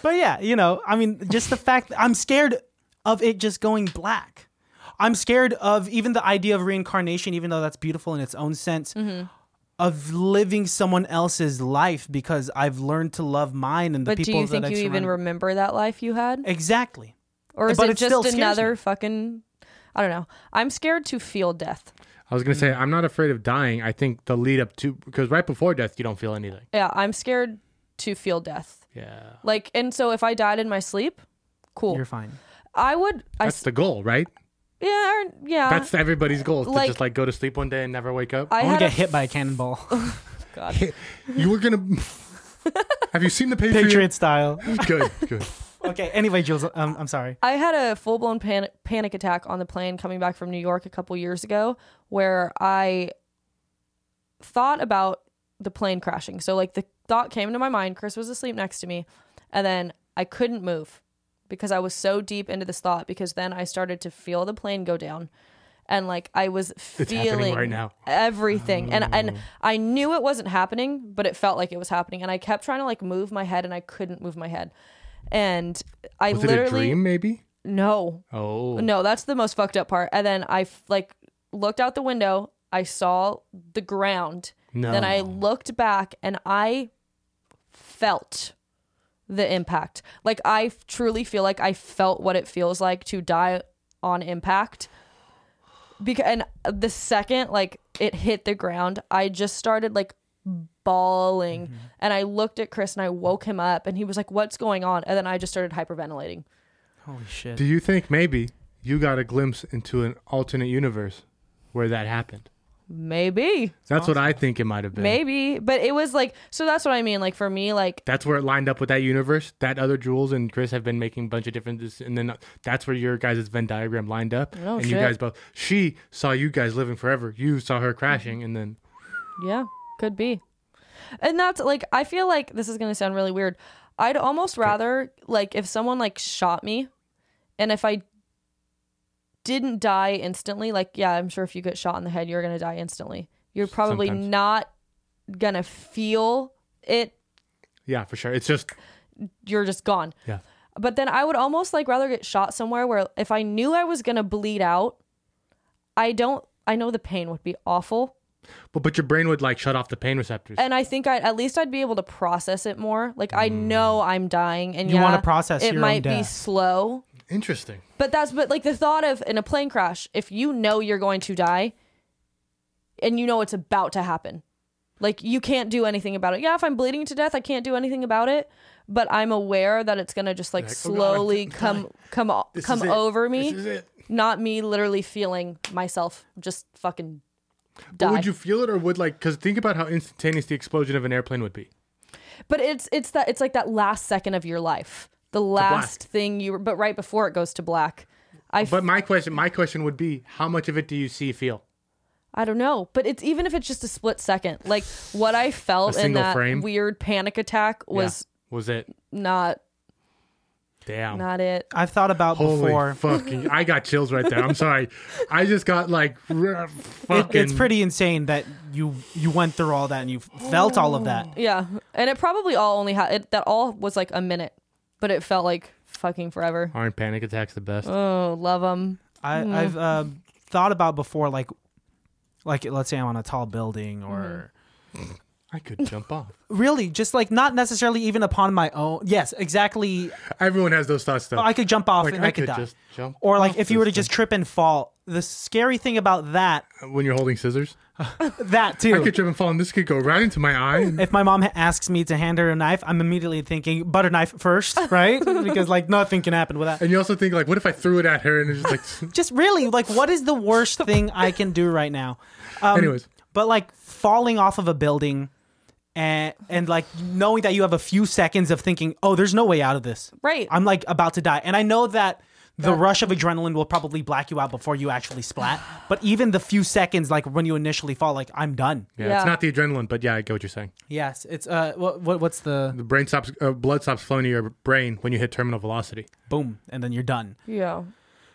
[SPEAKER 4] But yeah, you know, I mean, just the fact that I'm scared of it just going black. I'm scared of even the idea of reincarnation, even though that's beautiful in its own sense,
[SPEAKER 5] Mm-hmm.
[SPEAKER 4] of living someone else's life because I've learned to love mine and the
[SPEAKER 5] but do
[SPEAKER 4] people
[SPEAKER 5] you
[SPEAKER 4] that
[SPEAKER 5] think
[SPEAKER 4] I
[SPEAKER 5] you even
[SPEAKER 4] surround-
[SPEAKER 5] remember that life you had
[SPEAKER 4] exactly.
[SPEAKER 5] or is
[SPEAKER 4] But
[SPEAKER 5] it
[SPEAKER 4] it still
[SPEAKER 5] just
[SPEAKER 4] scares me.
[SPEAKER 5] another fucking i don't know i'm scared to feel death
[SPEAKER 2] I was gonna say I'm not afraid of dying. I think the lead up to because right before death you don't feel anything.
[SPEAKER 5] yeah i'm scared to feel death
[SPEAKER 2] Yeah,
[SPEAKER 5] like and so if i died in my sleep cool
[SPEAKER 4] You're fine.
[SPEAKER 5] i would i
[SPEAKER 2] that's
[SPEAKER 5] s-
[SPEAKER 2] the goal, right?
[SPEAKER 5] yeah or- yeah
[SPEAKER 2] That's everybody's goal is to
[SPEAKER 5] like-
[SPEAKER 2] just like go to sleep one day and never wake up.
[SPEAKER 5] i,
[SPEAKER 4] I want
[SPEAKER 5] had
[SPEAKER 4] to
[SPEAKER 5] a
[SPEAKER 4] get hit by a cannonball,
[SPEAKER 2] you were gonna. Have you seen the Patriot?
[SPEAKER 4] Patriot style.
[SPEAKER 2] Good, good.
[SPEAKER 4] Okay. Anyway, Jules, um, I'm sorry.
[SPEAKER 5] I had a full blown panic, panic attack on the plane coming back from New York a couple years ago where I thought about the plane crashing. So, like, the thought came into my mind Chris was asleep next to me, and then I couldn't move because I was so deep into this thought. Because then I started to feel the plane go down. And like I was
[SPEAKER 2] happening
[SPEAKER 5] feeling
[SPEAKER 2] right now. Oh.
[SPEAKER 5] everything, and and I knew it wasn't happening, but it felt like it was happening. And I kept trying to like move my head, and I couldn't move my head. And I
[SPEAKER 2] Was it
[SPEAKER 5] literally
[SPEAKER 2] a dream? Maybe.
[SPEAKER 5] no,
[SPEAKER 2] Oh,
[SPEAKER 5] no, that's the most fucked up part. And then I f- like looked out the window. I saw the ground.
[SPEAKER 2] No.
[SPEAKER 5] Then I looked back and I felt the impact. Like I f- truly feel like I felt what it feels like to die on impact. Because and the second like it hit the ground, I just started like bawling and I looked at Chris and I woke him up and he was like what's going on? And then I just started hyperventilating.
[SPEAKER 4] Holy shit.
[SPEAKER 2] Do you think maybe you got a glimpse into an alternate universe where that happened?
[SPEAKER 5] Maybe.
[SPEAKER 2] That's what I think it might have been.
[SPEAKER 5] Maybe. But it was like so that's what I mean. Like for me, like
[SPEAKER 2] That's where it lined up with that universe. That other Jules and Chris have been making a bunch of different, dec- and then that's where your guys' Venn diagram lined up.
[SPEAKER 5] Oh,
[SPEAKER 2] and you
[SPEAKER 5] shit.
[SPEAKER 2] guys both. She saw you guys living forever. You saw her
[SPEAKER 5] Mm-hmm.
[SPEAKER 2] crashing, and then
[SPEAKER 5] yeah, could be. And that's like I feel like this is gonna sound really weird. I'd almost rather like if someone like shot me and if I didn't die instantly, like yeah, I'm sure if you get shot in the head, you're gonna die instantly. You're probably
[SPEAKER 2] Sometimes.
[SPEAKER 5] not gonna feel it
[SPEAKER 2] yeah, for sure. It's just
[SPEAKER 5] you're just gone.
[SPEAKER 2] Yeah.
[SPEAKER 5] But then I would almost like rather get shot somewhere where if I knew I was gonna bleed out, I don't. I know the pain would be awful,
[SPEAKER 2] But but your brain would like shut off the pain receptors.
[SPEAKER 5] and I think I at least I'd be able to process it more. Like I know I'm dying, and
[SPEAKER 4] Mm. You
[SPEAKER 5] yeah,
[SPEAKER 4] wanna process
[SPEAKER 5] it
[SPEAKER 4] your own
[SPEAKER 5] might be
[SPEAKER 4] death.
[SPEAKER 5] slow,
[SPEAKER 2] Interesting.
[SPEAKER 5] but that's but like the thought of in a plane crash, if you know you're going to die, and you know it's about to happen, like you can't do anything about it. Yeah, if I'm bleeding to death, I can't do anything about it. But I'm aware that it's gonna just like,
[SPEAKER 2] Like, oh God, I'm
[SPEAKER 5] slowly
[SPEAKER 2] dying.
[SPEAKER 5] come come o-
[SPEAKER 2] This
[SPEAKER 5] come
[SPEAKER 2] is it.
[SPEAKER 5] over me.
[SPEAKER 2] This is it.
[SPEAKER 5] Not me literally feeling myself just fucking die.
[SPEAKER 2] But would you feel it or would like cuz think about how instantaneous the explosion of an airplane would be.
[SPEAKER 5] But it's it's that it's like that last second of your life, the last thing you. were- But right before it goes to black, I f-
[SPEAKER 2] But my question my question would be how much of it do you see feel?
[SPEAKER 5] I don't know. But it's even if it's just a split second, like what I felt
[SPEAKER 2] A
[SPEAKER 5] in
[SPEAKER 2] single
[SPEAKER 5] that
[SPEAKER 2] frame?
[SPEAKER 5] weird panic attack
[SPEAKER 2] Yeah.
[SPEAKER 5] was
[SPEAKER 2] was it
[SPEAKER 5] not
[SPEAKER 4] Um.
[SPEAKER 2] damn
[SPEAKER 5] not it.
[SPEAKER 4] I've thought about
[SPEAKER 2] Holy
[SPEAKER 4] before.
[SPEAKER 2] fucking! I got chills right there. I'm sorry. I just got like r-
[SPEAKER 4] It,
[SPEAKER 2] fucking.
[SPEAKER 4] it's pretty insane that you you went through all that and you felt all of that.
[SPEAKER 5] Yeah, and it probably all only had it that all was like a minute, but it felt like fucking forever.
[SPEAKER 2] Aren't panic attacks the best?
[SPEAKER 4] Uh,
[SPEAKER 5] Oh, love them.
[SPEAKER 4] I, I've uh, thought about before, like, like let's say I'm on a tall building or
[SPEAKER 2] I could jump off.
[SPEAKER 4] really just like not necessarily even upon my own. Yes, exactly.
[SPEAKER 2] Everyone has those thoughts though.
[SPEAKER 4] I could jump off
[SPEAKER 2] like
[SPEAKER 4] and I, could, die.
[SPEAKER 2] just jump.
[SPEAKER 4] or like
[SPEAKER 2] off
[SPEAKER 4] if you
[SPEAKER 2] this
[SPEAKER 4] were to just trip and fall. The scary thing about that,
[SPEAKER 2] thing. when you're holding scissors,
[SPEAKER 4] that
[SPEAKER 2] I
[SPEAKER 4] too.
[SPEAKER 2] could trip and fall, and this could go right into my eye. and-
[SPEAKER 4] if my mom asks me to hand her a knife, I'm immediately thinking butter knife first, right? because like nothing can happen with that.
[SPEAKER 2] And you also think like, what if I threw it at her and it's just like,
[SPEAKER 4] just really like what is the worst thing I can do right now? Um,
[SPEAKER 2] Anyways.
[SPEAKER 4] but like falling off of a building and and like knowing that you have a few seconds of thinking, oh, there's no way out of this.
[SPEAKER 5] Right.
[SPEAKER 4] I'm like about to die, and I know that. The rush of adrenaline will probably black you out before you actually splat. But even the few seconds, like when you initially fall, like I'm done.
[SPEAKER 2] yeah,
[SPEAKER 5] Yeah.
[SPEAKER 2] it's not the adrenaline, but yeah, I get what you're saying.
[SPEAKER 4] Yes, it's uh, what, what what's the
[SPEAKER 2] The brain stops, uh, blood stops flowing to your brain when you hit terminal velocity.
[SPEAKER 4] boom, and then you're done.
[SPEAKER 5] Yeah.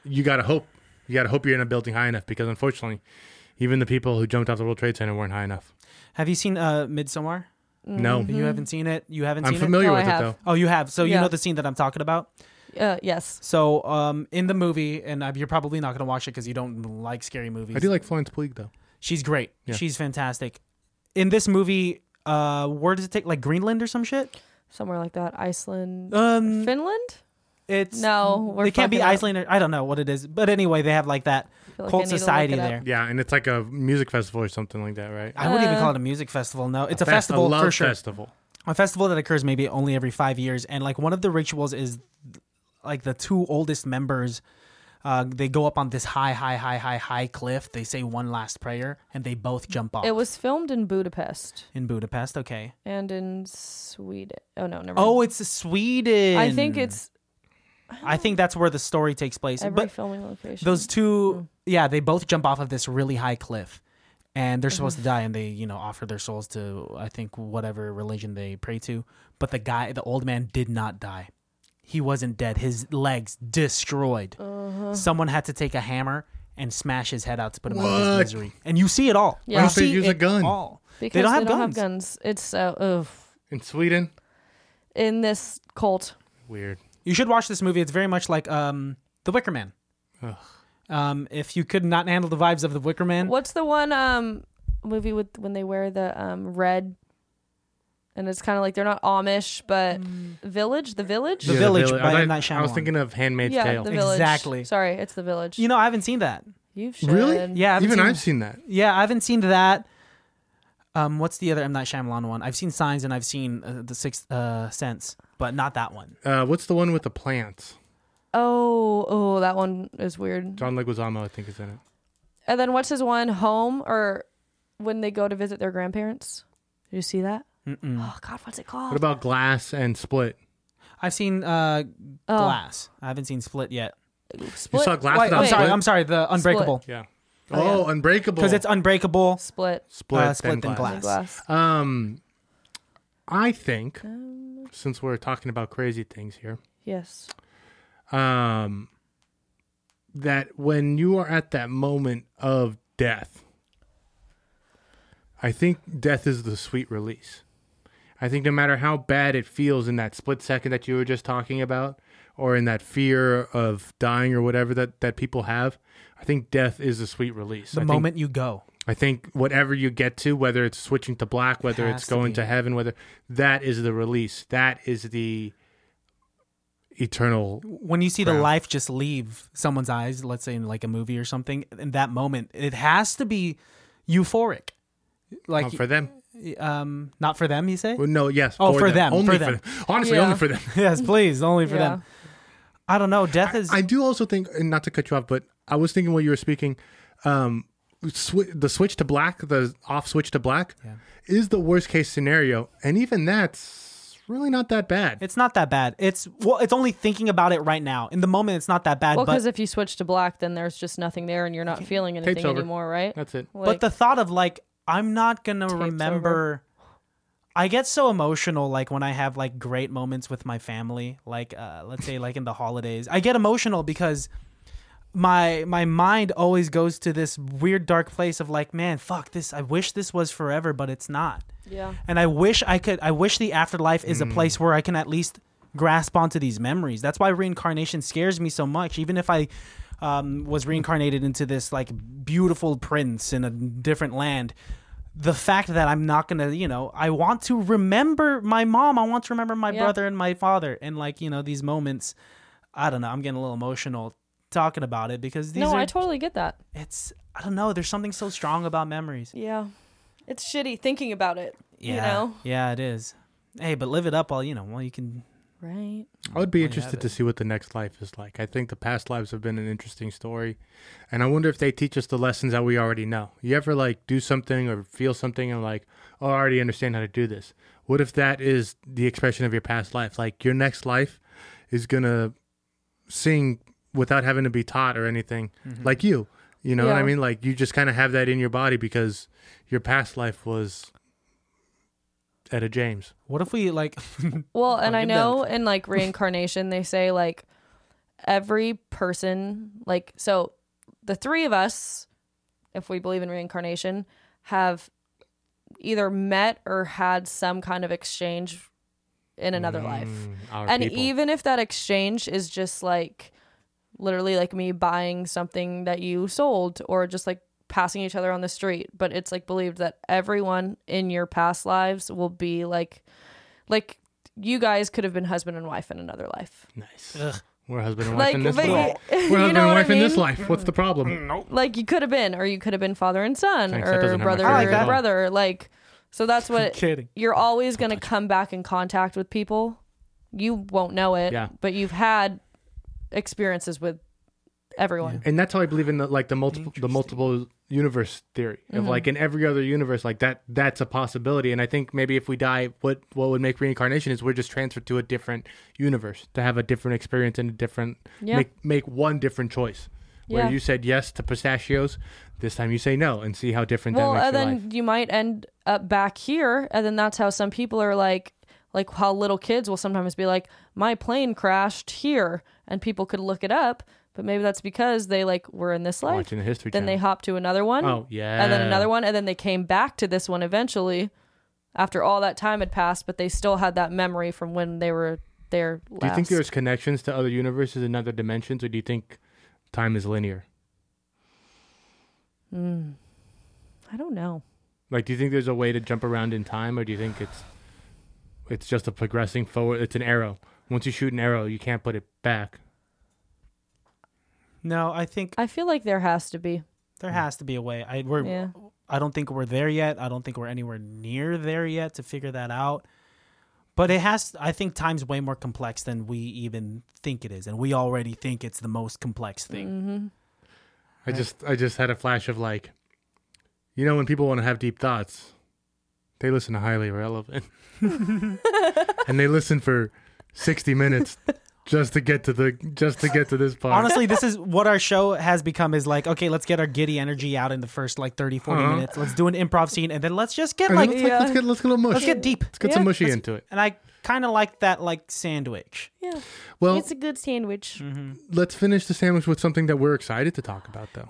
[SPEAKER 2] You gotta hope, you gotta hope you're in a building high enough because unfortunately, even the people who jumped off the World Trade Center weren't high enough.
[SPEAKER 4] Have you seen uh, Midsommar?
[SPEAKER 2] No,
[SPEAKER 4] You Mm-hmm. haven't seen it. You haven't
[SPEAKER 2] I'm
[SPEAKER 4] seen
[SPEAKER 2] familiar
[SPEAKER 5] No, I
[SPEAKER 2] with it
[SPEAKER 5] have.
[SPEAKER 2] though.
[SPEAKER 4] it. Oh, you have. So you
[SPEAKER 5] Mm-hmm. Yeah.
[SPEAKER 4] know the scene that I'm talking about.
[SPEAKER 5] Uh, yes.
[SPEAKER 4] So, um, in the movie, and uh, you're probably not gonna watch it because you don't like scary movies.
[SPEAKER 2] I do like Florence Puig though.
[SPEAKER 4] She's great. She's fantastic. In this movie, uh, where does it take? Like Greenland or some shit?
[SPEAKER 5] Somewhere like that. Iceland.
[SPEAKER 4] Um,
[SPEAKER 5] Finland?
[SPEAKER 4] it's
[SPEAKER 5] No, we're
[SPEAKER 4] It can't be
[SPEAKER 5] fucking up.
[SPEAKER 4] Iceland. Or, I don't know what it is, but anyway, they have like that
[SPEAKER 5] feel like I
[SPEAKER 4] cult
[SPEAKER 5] need to look
[SPEAKER 4] society
[SPEAKER 5] it up.
[SPEAKER 4] there.
[SPEAKER 2] Yeah, and it's like a music festival or something like that, right?
[SPEAKER 4] I
[SPEAKER 5] Uh,
[SPEAKER 4] wouldn't even call it a music festival. No, it's a,
[SPEAKER 2] Fest-
[SPEAKER 4] festival
[SPEAKER 2] love
[SPEAKER 4] for sure.
[SPEAKER 2] Festival.
[SPEAKER 4] a festival that occurs maybe only every five years and like one of the rituals is like the two oldest members uh, they go up on this high high high high high cliff they say one last prayer and they both jump off
[SPEAKER 5] It was filmed in Budapest
[SPEAKER 4] in budapest okay
[SPEAKER 5] and in Sweden. Oh no, never.
[SPEAKER 4] oh
[SPEAKER 5] mind.
[SPEAKER 4] it's sweden
[SPEAKER 5] I think it's
[SPEAKER 4] i think that's where the story takes place
[SPEAKER 5] every Mm.
[SPEAKER 4] but
[SPEAKER 5] filming location.
[SPEAKER 4] those two yeah they both jump off of this really high cliff and they're supposed to
[SPEAKER 5] Mm-hmm.
[SPEAKER 4] die and they you know offer their souls to i think whatever religion they pray to but the guy the old man did not die he wasn't dead his legs destroyed
[SPEAKER 5] Uh-huh.
[SPEAKER 4] someone had to take a hammer and smash his head out to put him out of
[SPEAKER 2] What?
[SPEAKER 4] his misery and you see it all
[SPEAKER 5] Yeah. Why
[SPEAKER 4] you
[SPEAKER 5] don't
[SPEAKER 2] they
[SPEAKER 4] see
[SPEAKER 2] use a
[SPEAKER 4] it
[SPEAKER 2] gun?
[SPEAKER 4] all.
[SPEAKER 5] because
[SPEAKER 4] they don't have guns,
[SPEAKER 5] It's so oof.
[SPEAKER 2] In Sweden,
[SPEAKER 5] in this cult.
[SPEAKER 2] weird.
[SPEAKER 4] you should watch this movie it's very much like um the wicker man um if you could not handle the vibes of the wicker man
[SPEAKER 5] What's the one um movie with when they wear the um red and it's kind of like they're not Amish, but village, the village.
[SPEAKER 4] Mm. The Village
[SPEAKER 2] Vill-
[SPEAKER 4] by
[SPEAKER 2] I,
[SPEAKER 4] M.
[SPEAKER 2] thought-
[SPEAKER 4] Night
[SPEAKER 2] I was
[SPEAKER 4] Shyamalan.
[SPEAKER 2] thinking of Handmaid's
[SPEAKER 5] yeah,
[SPEAKER 2] Tale.
[SPEAKER 5] the village.
[SPEAKER 4] Exactly.
[SPEAKER 5] Sorry, it's the village.
[SPEAKER 4] you know i haven't seen that
[SPEAKER 5] you should.
[SPEAKER 2] Really?
[SPEAKER 4] yeah I haven't
[SPEAKER 2] Even
[SPEAKER 4] seen-
[SPEAKER 2] I've seen that.
[SPEAKER 4] Yeah, I haven't seen that. Um, what's the other M Night Shyamalan one? I've seen Signs and I've seen uh, The Sixth uh, Sense, but not that one.
[SPEAKER 2] Uh, what's the one with the plants?
[SPEAKER 5] Oh, oh, that one is weird.
[SPEAKER 2] John Leguizamo, I think, is in it.
[SPEAKER 5] And then what's his one home or when they go to visit their grandparents. Did you see that?
[SPEAKER 4] Mm-mm.
[SPEAKER 5] Oh God, what's it called?
[SPEAKER 2] Mm. What about Glass and Split?
[SPEAKER 4] I've seen uh,
[SPEAKER 5] Oh.
[SPEAKER 4] Glass. I haven't seen Split yet.
[SPEAKER 5] Split.
[SPEAKER 2] saw Glass
[SPEAKER 4] Wait,
[SPEAKER 2] without
[SPEAKER 4] I'm
[SPEAKER 2] Wait.
[SPEAKER 4] sorry.
[SPEAKER 2] Split?
[SPEAKER 4] I'm sorry. The Unbreakable
[SPEAKER 2] Yeah. Oh,
[SPEAKER 5] Oh,
[SPEAKER 2] Unbreakable.
[SPEAKER 4] because it's Unbreakable.
[SPEAKER 5] Split.
[SPEAKER 2] Split,
[SPEAKER 4] uh, Split
[SPEAKER 2] then
[SPEAKER 4] then
[SPEAKER 2] Glass.
[SPEAKER 5] The glass.
[SPEAKER 2] Um, I think since we're talking about crazy things here,
[SPEAKER 5] Um, Yes.
[SPEAKER 2] um, that when you are at that moment of death, I think death is the sweet release. I think no matter how bad it feels in that split second that you were just talking about, or in that fear of dying or whatever that, that people have, I think death is the sweet release.
[SPEAKER 4] The
[SPEAKER 2] I think
[SPEAKER 4] moment you go.
[SPEAKER 2] I think whatever you get to, whether it's switching to black, whether
[SPEAKER 4] Has
[SPEAKER 2] it's
[SPEAKER 4] to
[SPEAKER 2] going
[SPEAKER 4] be.
[SPEAKER 2] to heaven, whether that is the release, that is the eternal.
[SPEAKER 4] when you see the
[SPEAKER 2] crowd.
[SPEAKER 4] life just leave someone's eyes, let's say in like a movie or something, in that moment, it has to be euphoric. Like,
[SPEAKER 2] Oh, for them,
[SPEAKER 4] um, not for them, you say?
[SPEAKER 2] well, no, yes.
[SPEAKER 4] Oh, for them, for
[SPEAKER 2] only
[SPEAKER 4] them.
[SPEAKER 2] Honestly,
[SPEAKER 5] Yeah.
[SPEAKER 2] only for them.
[SPEAKER 4] yes, please, only for
[SPEAKER 5] Yeah.
[SPEAKER 4] them. I don't know. Death is.
[SPEAKER 2] I do also think, and not to cut you off, but I was thinking while you were speaking, um, swi the switch to black, the off switch to black, is the worst case scenario, and even that's really not that bad.
[SPEAKER 4] it's not that bad. It's well, it's only thinking about it right now. In the moment, it's not that bad.
[SPEAKER 5] Well,
[SPEAKER 4] but
[SPEAKER 5] because if you switch to black, then there's just nothing there, and you're not feeling
[SPEAKER 2] Tape's
[SPEAKER 5] anything
[SPEAKER 2] over.
[SPEAKER 5] anymore, right?
[SPEAKER 2] that's it.
[SPEAKER 5] Like-
[SPEAKER 4] but the thought of like i'm not gonna
[SPEAKER 5] over.
[SPEAKER 4] remember i get so emotional like when i have like great moments with my family like uh, let's say like in the holidays i get emotional because my my mind always goes to this weird dark place of like man fuck this i wish this was forever but it's not
[SPEAKER 5] yeah.
[SPEAKER 4] and i wish i could i wish the afterlife is a place where i can at least grasp onto these memories that's why reincarnation scares me so much even if i um, was reincarnated into this like beautiful prince in a different land the fact that i'm not gonna you know i want to remember my mom i want to remember my
[SPEAKER 5] Yeah.
[SPEAKER 4] brother and my father and like you know these moments i don't know i'm getting a little emotional talking about it because these
[SPEAKER 5] No,
[SPEAKER 4] are
[SPEAKER 5] I totally get that.
[SPEAKER 4] it's i don't know there's something so strong about memories
[SPEAKER 5] Yeah. It's shitty thinking about it. You know.
[SPEAKER 4] Yeah, it is. Hey, but live it up while you know while you can.
[SPEAKER 5] Right.
[SPEAKER 2] I would be
[SPEAKER 4] have
[SPEAKER 2] interested
[SPEAKER 4] it.
[SPEAKER 2] to see what the next life is like. I think the past lives have been an interesting story, and I wonder if they teach us the lessons that we already know. You ever like do something or feel something and like, oh, I already understand how to do this. What if that is the expression of your past life? Like your next life is gonna sing without having to be taught or anything,
[SPEAKER 4] Mm-hmm.
[SPEAKER 2] like you. You know what I
[SPEAKER 5] Yeah.
[SPEAKER 2] mean? Like you just kind of have that in your body because your past life was Etta James.
[SPEAKER 4] What if we like
[SPEAKER 5] Well, and I
[SPEAKER 4] Fucking
[SPEAKER 5] know in like reincarnation, they say like every person, like, so the three of us, if we believe in reincarnation, have either met or had some kind of exchange in another life.
[SPEAKER 2] Mm, our
[SPEAKER 5] And
[SPEAKER 2] people.
[SPEAKER 5] even if that exchange is just like literally like me buying something that you sold or just like passing each other on the street, but it's like believed that everyone in your past lives will be like like you guys could have been husband and wife in another life.
[SPEAKER 2] Nice.
[SPEAKER 4] Ugh.
[SPEAKER 2] We're husband and wife
[SPEAKER 5] Like,
[SPEAKER 2] in this
[SPEAKER 5] but-
[SPEAKER 2] life.
[SPEAKER 5] you
[SPEAKER 2] We're husband
[SPEAKER 5] know
[SPEAKER 2] and
[SPEAKER 5] what I
[SPEAKER 2] wife in this
[SPEAKER 5] mean?
[SPEAKER 2] life. What's the problem?
[SPEAKER 5] Like you could have been or you could have been father and son
[SPEAKER 2] Thanks, that doesn't
[SPEAKER 5] or
[SPEAKER 2] have my
[SPEAKER 5] brother
[SPEAKER 2] feelings
[SPEAKER 4] I like
[SPEAKER 5] and
[SPEAKER 4] that.
[SPEAKER 5] brother like so that's what
[SPEAKER 4] kidding?
[SPEAKER 5] you're always going to come back in contact with people. You won't know it,
[SPEAKER 2] Yeah.
[SPEAKER 5] but you've had experiences with everyone.
[SPEAKER 2] And that's how I believe in the like the multiple the multiple universe theory
[SPEAKER 5] Mm-hmm.
[SPEAKER 2] of like in every other universe like that that's a possibility. And I think maybe if we die, what what would make reincarnation is we're just transferred to a different universe to have a different experience and a different
[SPEAKER 5] Yeah.
[SPEAKER 2] make make one different choice. Where
[SPEAKER 5] Yeah.
[SPEAKER 2] you said yes to pistachios, this time you say no and see how different
[SPEAKER 5] Well,
[SPEAKER 2] that makes
[SPEAKER 5] and
[SPEAKER 2] your
[SPEAKER 5] then
[SPEAKER 2] life.
[SPEAKER 5] you might end up back here, and then that's how some people are like, like how little kids will sometimes be like, my plane crashed here, and people could look it up, but maybe that's because they like were in this life,
[SPEAKER 2] Watching the history
[SPEAKER 5] then they
[SPEAKER 2] channel.
[SPEAKER 5] hop to another one,
[SPEAKER 2] Oh, yeah.
[SPEAKER 5] and then another one, and then they came back to this one eventually, after all that time had passed, but they still had that memory from when they were there. Last.
[SPEAKER 2] Do you think there's connections to other universes and other dimensions or do you think time is linear?
[SPEAKER 5] I don't know.
[SPEAKER 2] Like, do you think there's a way to jump around in time, or do you think it's it's just a progressing forward? It's an arrow. Once you shoot an arrow, you can't put it back.
[SPEAKER 4] No, I think
[SPEAKER 5] I feel like there has to be.
[SPEAKER 4] there has to be a way. I we're
[SPEAKER 5] Yeah.
[SPEAKER 4] I don't think we're there yet. I don't think we're anywhere near there yet to figure that out. But it has. I think time's way more complex than we even think it is, and we already think it's
[SPEAKER 5] Mm-hmm.
[SPEAKER 4] the most complex thing.
[SPEAKER 2] I just I just had a flash of like, You know, when people want to have deep thoughts, they listen to highly relevant, and they listen for sixty minutes just to get to the just to get to this part.
[SPEAKER 4] Honestly, this is what our show has become is like, okay, let's get our giddy energy out in the first like 30, 40
[SPEAKER 2] Uh-huh.
[SPEAKER 4] minutes. Let's do an improv scene and then let's just get
[SPEAKER 2] And
[SPEAKER 4] like,
[SPEAKER 2] let's,
[SPEAKER 5] Yeah.
[SPEAKER 2] let's get let's get a little mush.
[SPEAKER 4] let's get deep.
[SPEAKER 2] Let's get some
[SPEAKER 5] Yeah.
[SPEAKER 2] mushy into it.
[SPEAKER 4] And I kind of like that like sandwich.
[SPEAKER 5] Yeah.
[SPEAKER 2] Well,
[SPEAKER 5] it's a good sandwich.
[SPEAKER 2] let's finish the sandwich with something that we're excited to talk about, though.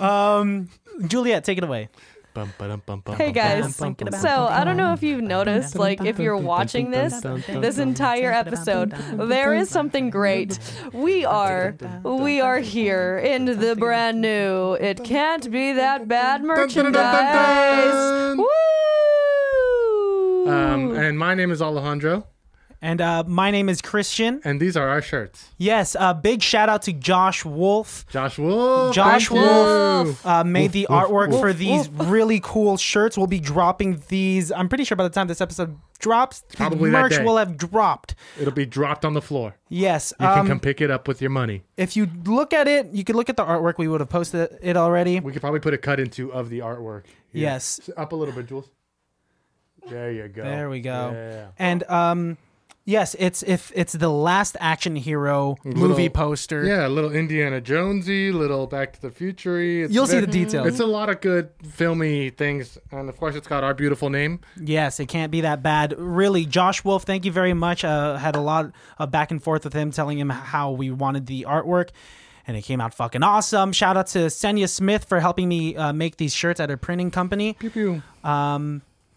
[SPEAKER 4] Yeah. um, Juliet, take it away.
[SPEAKER 2] Bum, ba-dum, bum, bum,
[SPEAKER 5] Hey
[SPEAKER 2] bum,
[SPEAKER 5] guys,
[SPEAKER 2] bum, bum, bum,
[SPEAKER 5] so
[SPEAKER 2] bum,
[SPEAKER 5] I don't know if
[SPEAKER 2] bum,
[SPEAKER 5] you've
[SPEAKER 2] bum,
[SPEAKER 5] noticed,
[SPEAKER 2] bum,
[SPEAKER 5] like
[SPEAKER 2] bum,
[SPEAKER 5] if
[SPEAKER 2] bum,
[SPEAKER 5] you're
[SPEAKER 2] bum,
[SPEAKER 5] watching
[SPEAKER 2] bum,
[SPEAKER 5] this,
[SPEAKER 2] bum, bum,
[SPEAKER 5] this
[SPEAKER 2] bum,
[SPEAKER 5] entire episode, there is something great. We are, we are here in the brand new. It can't be that bad
[SPEAKER 2] dun, dun, dun, dun,
[SPEAKER 5] merchandise.
[SPEAKER 2] dun.
[SPEAKER 5] Woo!
[SPEAKER 2] Um, and my name is Alejandro,
[SPEAKER 4] And uh, my name is Christian.
[SPEAKER 2] and these are our shirts.
[SPEAKER 4] Yes, uh, big shout out to Josh Wolf.
[SPEAKER 2] Josh Wolf.
[SPEAKER 4] Josh
[SPEAKER 2] thank you.
[SPEAKER 4] Wolf uh, made the
[SPEAKER 2] Wolf,
[SPEAKER 4] artwork
[SPEAKER 2] Wolf,
[SPEAKER 4] for these really cool shirts. We'll be dropping these. I'm pretty sure by the time this episode drops, the
[SPEAKER 2] Probably that
[SPEAKER 4] merch
[SPEAKER 2] day.
[SPEAKER 4] will have dropped.
[SPEAKER 2] It'll be dropped on the floor.
[SPEAKER 4] Yes.
[SPEAKER 2] You can
[SPEAKER 4] um,
[SPEAKER 2] come pick it up with your money.
[SPEAKER 4] if you look at it, you could look at the artwork. We would have posted it already.
[SPEAKER 2] We could probably put a cut into of the artwork. here.
[SPEAKER 4] Yes.
[SPEAKER 2] S- Up a little bit, Jules. There you go.
[SPEAKER 4] There we go.
[SPEAKER 2] Yeah.
[SPEAKER 4] And um, yes, it's if it's the last action hero movie poster.
[SPEAKER 2] Yeah, a little Indiana Jonesy, little Back to the Future.
[SPEAKER 4] You'll see the details.
[SPEAKER 2] It's a lot of good filmy things, and of course, it's got our beautiful name.
[SPEAKER 4] Yes, it can't be that bad. Really, Josh Wolf, thank you very much. Uh, had a lot of back and forth with him, telling him how we wanted the artwork, and it came out fucking awesome. Shout out to Senya Smith for helping me uh, make these shirts at her printing company.
[SPEAKER 2] Pew pew.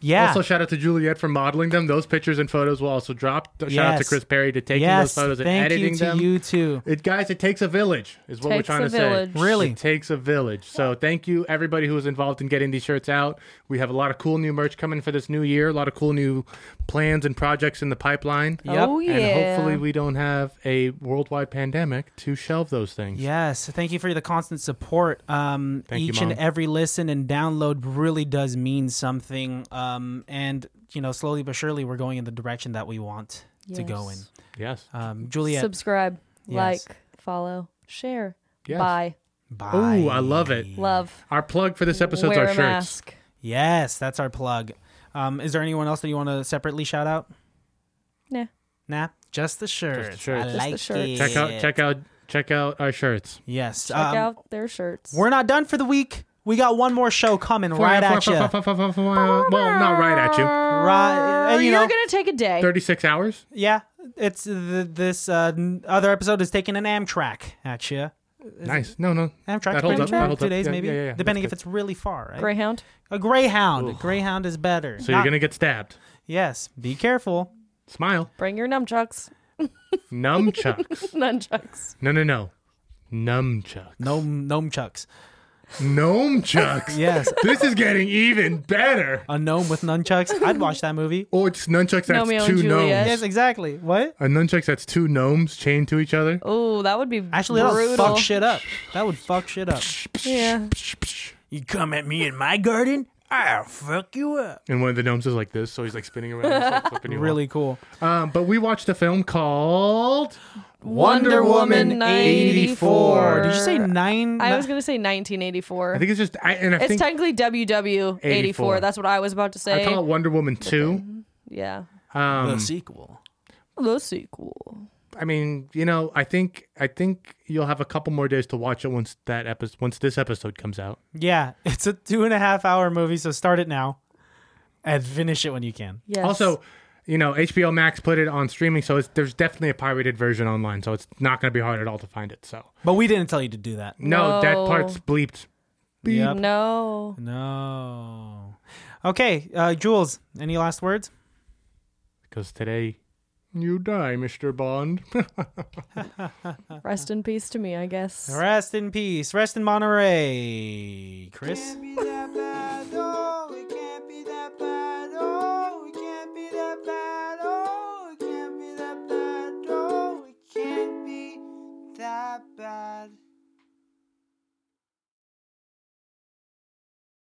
[SPEAKER 4] Yeah.
[SPEAKER 2] Also, shout out to Juliet for modeling them. Those pictures and photos will also drop. Shout out to
[SPEAKER 4] Yes.
[SPEAKER 2] Chris Perry to taking
[SPEAKER 4] yes,
[SPEAKER 2] those photos and
[SPEAKER 4] thank
[SPEAKER 2] editing
[SPEAKER 4] you to
[SPEAKER 2] them.
[SPEAKER 4] you too.
[SPEAKER 2] It, guys, it takes a village, is what
[SPEAKER 5] Takes
[SPEAKER 2] we're trying
[SPEAKER 5] a
[SPEAKER 2] to
[SPEAKER 5] village.
[SPEAKER 2] say.
[SPEAKER 4] Really?
[SPEAKER 2] It takes a village. So, thank you, everybody who was involved in getting these shirts out. We have a lot of cool new merch coming for this new year, a lot of cool new plans and projects in the pipeline.
[SPEAKER 4] Yep.
[SPEAKER 5] Oh yeah.
[SPEAKER 2] And hopefully, we don't have a worldwide pandemic to shelve those things.
[SPEAKER 4] Yes, thank you for the constant support. Um,
[SPEAKER 2] Thank you,
[SPEAKER 4] each and
[SPEAKER 2] Mom.
[SPEAKER 4] every listen and download really does mean something. Um, and you know, slowly but surely, we're going in the direction that we want to go in.
[SPEAKER 5] Yes.
[SPEAKER 2] Yes.
[SPEAKER 4] Um, Juliet,
[SPEAKER 5] Subscribe,
[SPEAKER 4] Yes.
[SPEAKER 5] like, follow, share,
[SPEAKER 2] Yes.
[SPEAKER 5] buy,
[SPEAKER 4] bye.
[SPEAKER 2] Ooh, I love it.
[SPEAKER 5] love,
[SPEAKER 2] Our plug for this episode's
[SPEAKER 5] wear
[SPEAKER 2] our
[SPEAKER 5] a
[SPEAKER 2] shirts.
[SPEAKER 5] mask.
[SPEAKER 4] Yes, that's our plug. Um, is there anyone else that you want to separately shout out?
[SPEAKER 5] Nah.
[SPEAKER 4] Nah, just the shirts.
[SPEAKER 2] shirts.
[SPEAKER 4] I
[SPEAKER 2] Just the
[SPEAKER 4] like
[SPEAKER 5] shirts.
[SPEAKER 4] it.
[SPEAKER 2] Check out, check out, check out our shirts.
[SPEAKER 4] Yes.
[SPEAKER 5] Check
[SPEAKER 4] um,
[SPEAKER 5] out their shirts.
[SPEAKER 4] We're not done for the week. We got one more show coming right at you.
[SPEAKER 2] Well, not right at you.
[SPEAKER 4] Right, and, you
[SPEAKER 5] You're
[SPEAKER 4] know,
[SPEAKER 5] gonna take a day.
[SPEAKER 2] 36 hours?
[SPEAKER 4] yeah. It's the, this uh, n- other episode is taking an Amtrak at you.
[SPEAKER 2] Nice. No, no.
[SPEAKER 4] Amtrak,
[SPEAKER 2] That holds up,
[SPEAKER 4] Amtrak?
[SPEAKER 2] that holds
[SPEAKER 4] two
[SPEAKER 2] up.
[SPEAKER 4] days
[SPEAKER 2] Yeah,
[SPEAKER 4] maybe,
[SPEAKER 2] yeah, yeah, yeah.
[SPEAKER 4] depending if
[SPEAKER 2] That's
[SPEAKER 4] it's really far, right?
[SPEAKER 5] Greyhound.
[SPEAKER 4] A greyhound. Greyhound is better.
[SPEAKER 2] So you're
[SPEAKER 4] Not-
[SPEAKER 2] going to get stabbed.
[SPEAKER 4] yes. Be careful.
[SPEAKER 2] Smile.
[SPEAKER 5] Bring your nunchucks.
[SPEAKER 2] Nunchucks.
[SPEAKER 5] Nunchucks.
[SPEAKER 2] No, no, no. Numchucks.
[SPEAKER 4] No, gnome chucks.
[SPEAKER 2] Gnomechucks.
[SPEAKER 4] Yes,
[SPEAKER 2] This is getting even better.
[SPEAKER 4] a gnome with nunchucks. I'd watch that movie.
[SPEAKER 2] Or it's nunchucks that's
[SPEAKER 5] Romeo and
[SPEAKER 2] two
[SPEAKER 5] Juliet.
[SPEAKER 2] gnomes.
[SPEAKER 4] Yes, exactly. What?
[SPEAKER 2] A nunchucks that's two gnomes chained to each other.
[SPEAKER 5] Oh, that would be
[SPEAKER 4] Actually, that would
[SPEAKER 5] brutal.
[SPEAKER 4] fuck shit up. That would fuck shit up.
[SPEAKER 5] Yeah.
[SPEAKER 4] You come at me in my garden, I'll fuck you up.
[SPEAKER 2] And one of the gnomes is like this, so he's like spinning around. he's, like, flipping you off.
[SPEAKER 4] Really cool.
[SPEAKER 2] Um, but we watched a film called
[SPEAKER 5] Wonder Woman 84.
[SPEAKER 4] Did you say nine?
[SPEAKER 5] I was gonna say 1984.
[SPEAKER 2] I think it's just, I, and I
[SPEAKER 5] it's
[SPEAKER 2] think
[SPEAKER 5] technically WW 84. That's what I was about to
[SPEAKER 2] I
[SPEAKER 5] say.
[SPEAKER 2] call it Wonder Woman 2.
[SPEAKER 5] yeah.
[SPEAKER 4] the
[SPEAKER 2] Um,
[SPEAKER 4] sequel.
[SPEAKER 5] The sequel.
[SPEAKER 2] I mean, you know, I think I think you'll have a couple more days to watch it once that episode once this episode comes out.
[SPEAKER 4] Yeah, it's a two and a half hour movie, so start it now and finish it when you can.
[SPEAKER 5] Yes.
[SPEAKER 2] Also, you know, HBO Max put it on streaming, so it's, there's definitely a pirated version online, so it's not going to be hard at all to find it. So
[SPEAKER 4] But we didn't tell you to do that.
[SPEAKER 2] no, that
[SPEAKER 5] No.
[SPEAKER 2] part's bleeped.
[SPEAKER 4] Yep.
[SPEAKER 5] no.
[SPEAKER 4] No. Okay, uh, Jules, any last words?
[SPEAKER 2] because today you die, Mister Bond.
[SPEAKER 5] Rest in peace to me, I guess.
[SPEAKER 4] Rest in peace. Rest in Monterey. Chris?
[SPEAKER 1] Can't be that bad.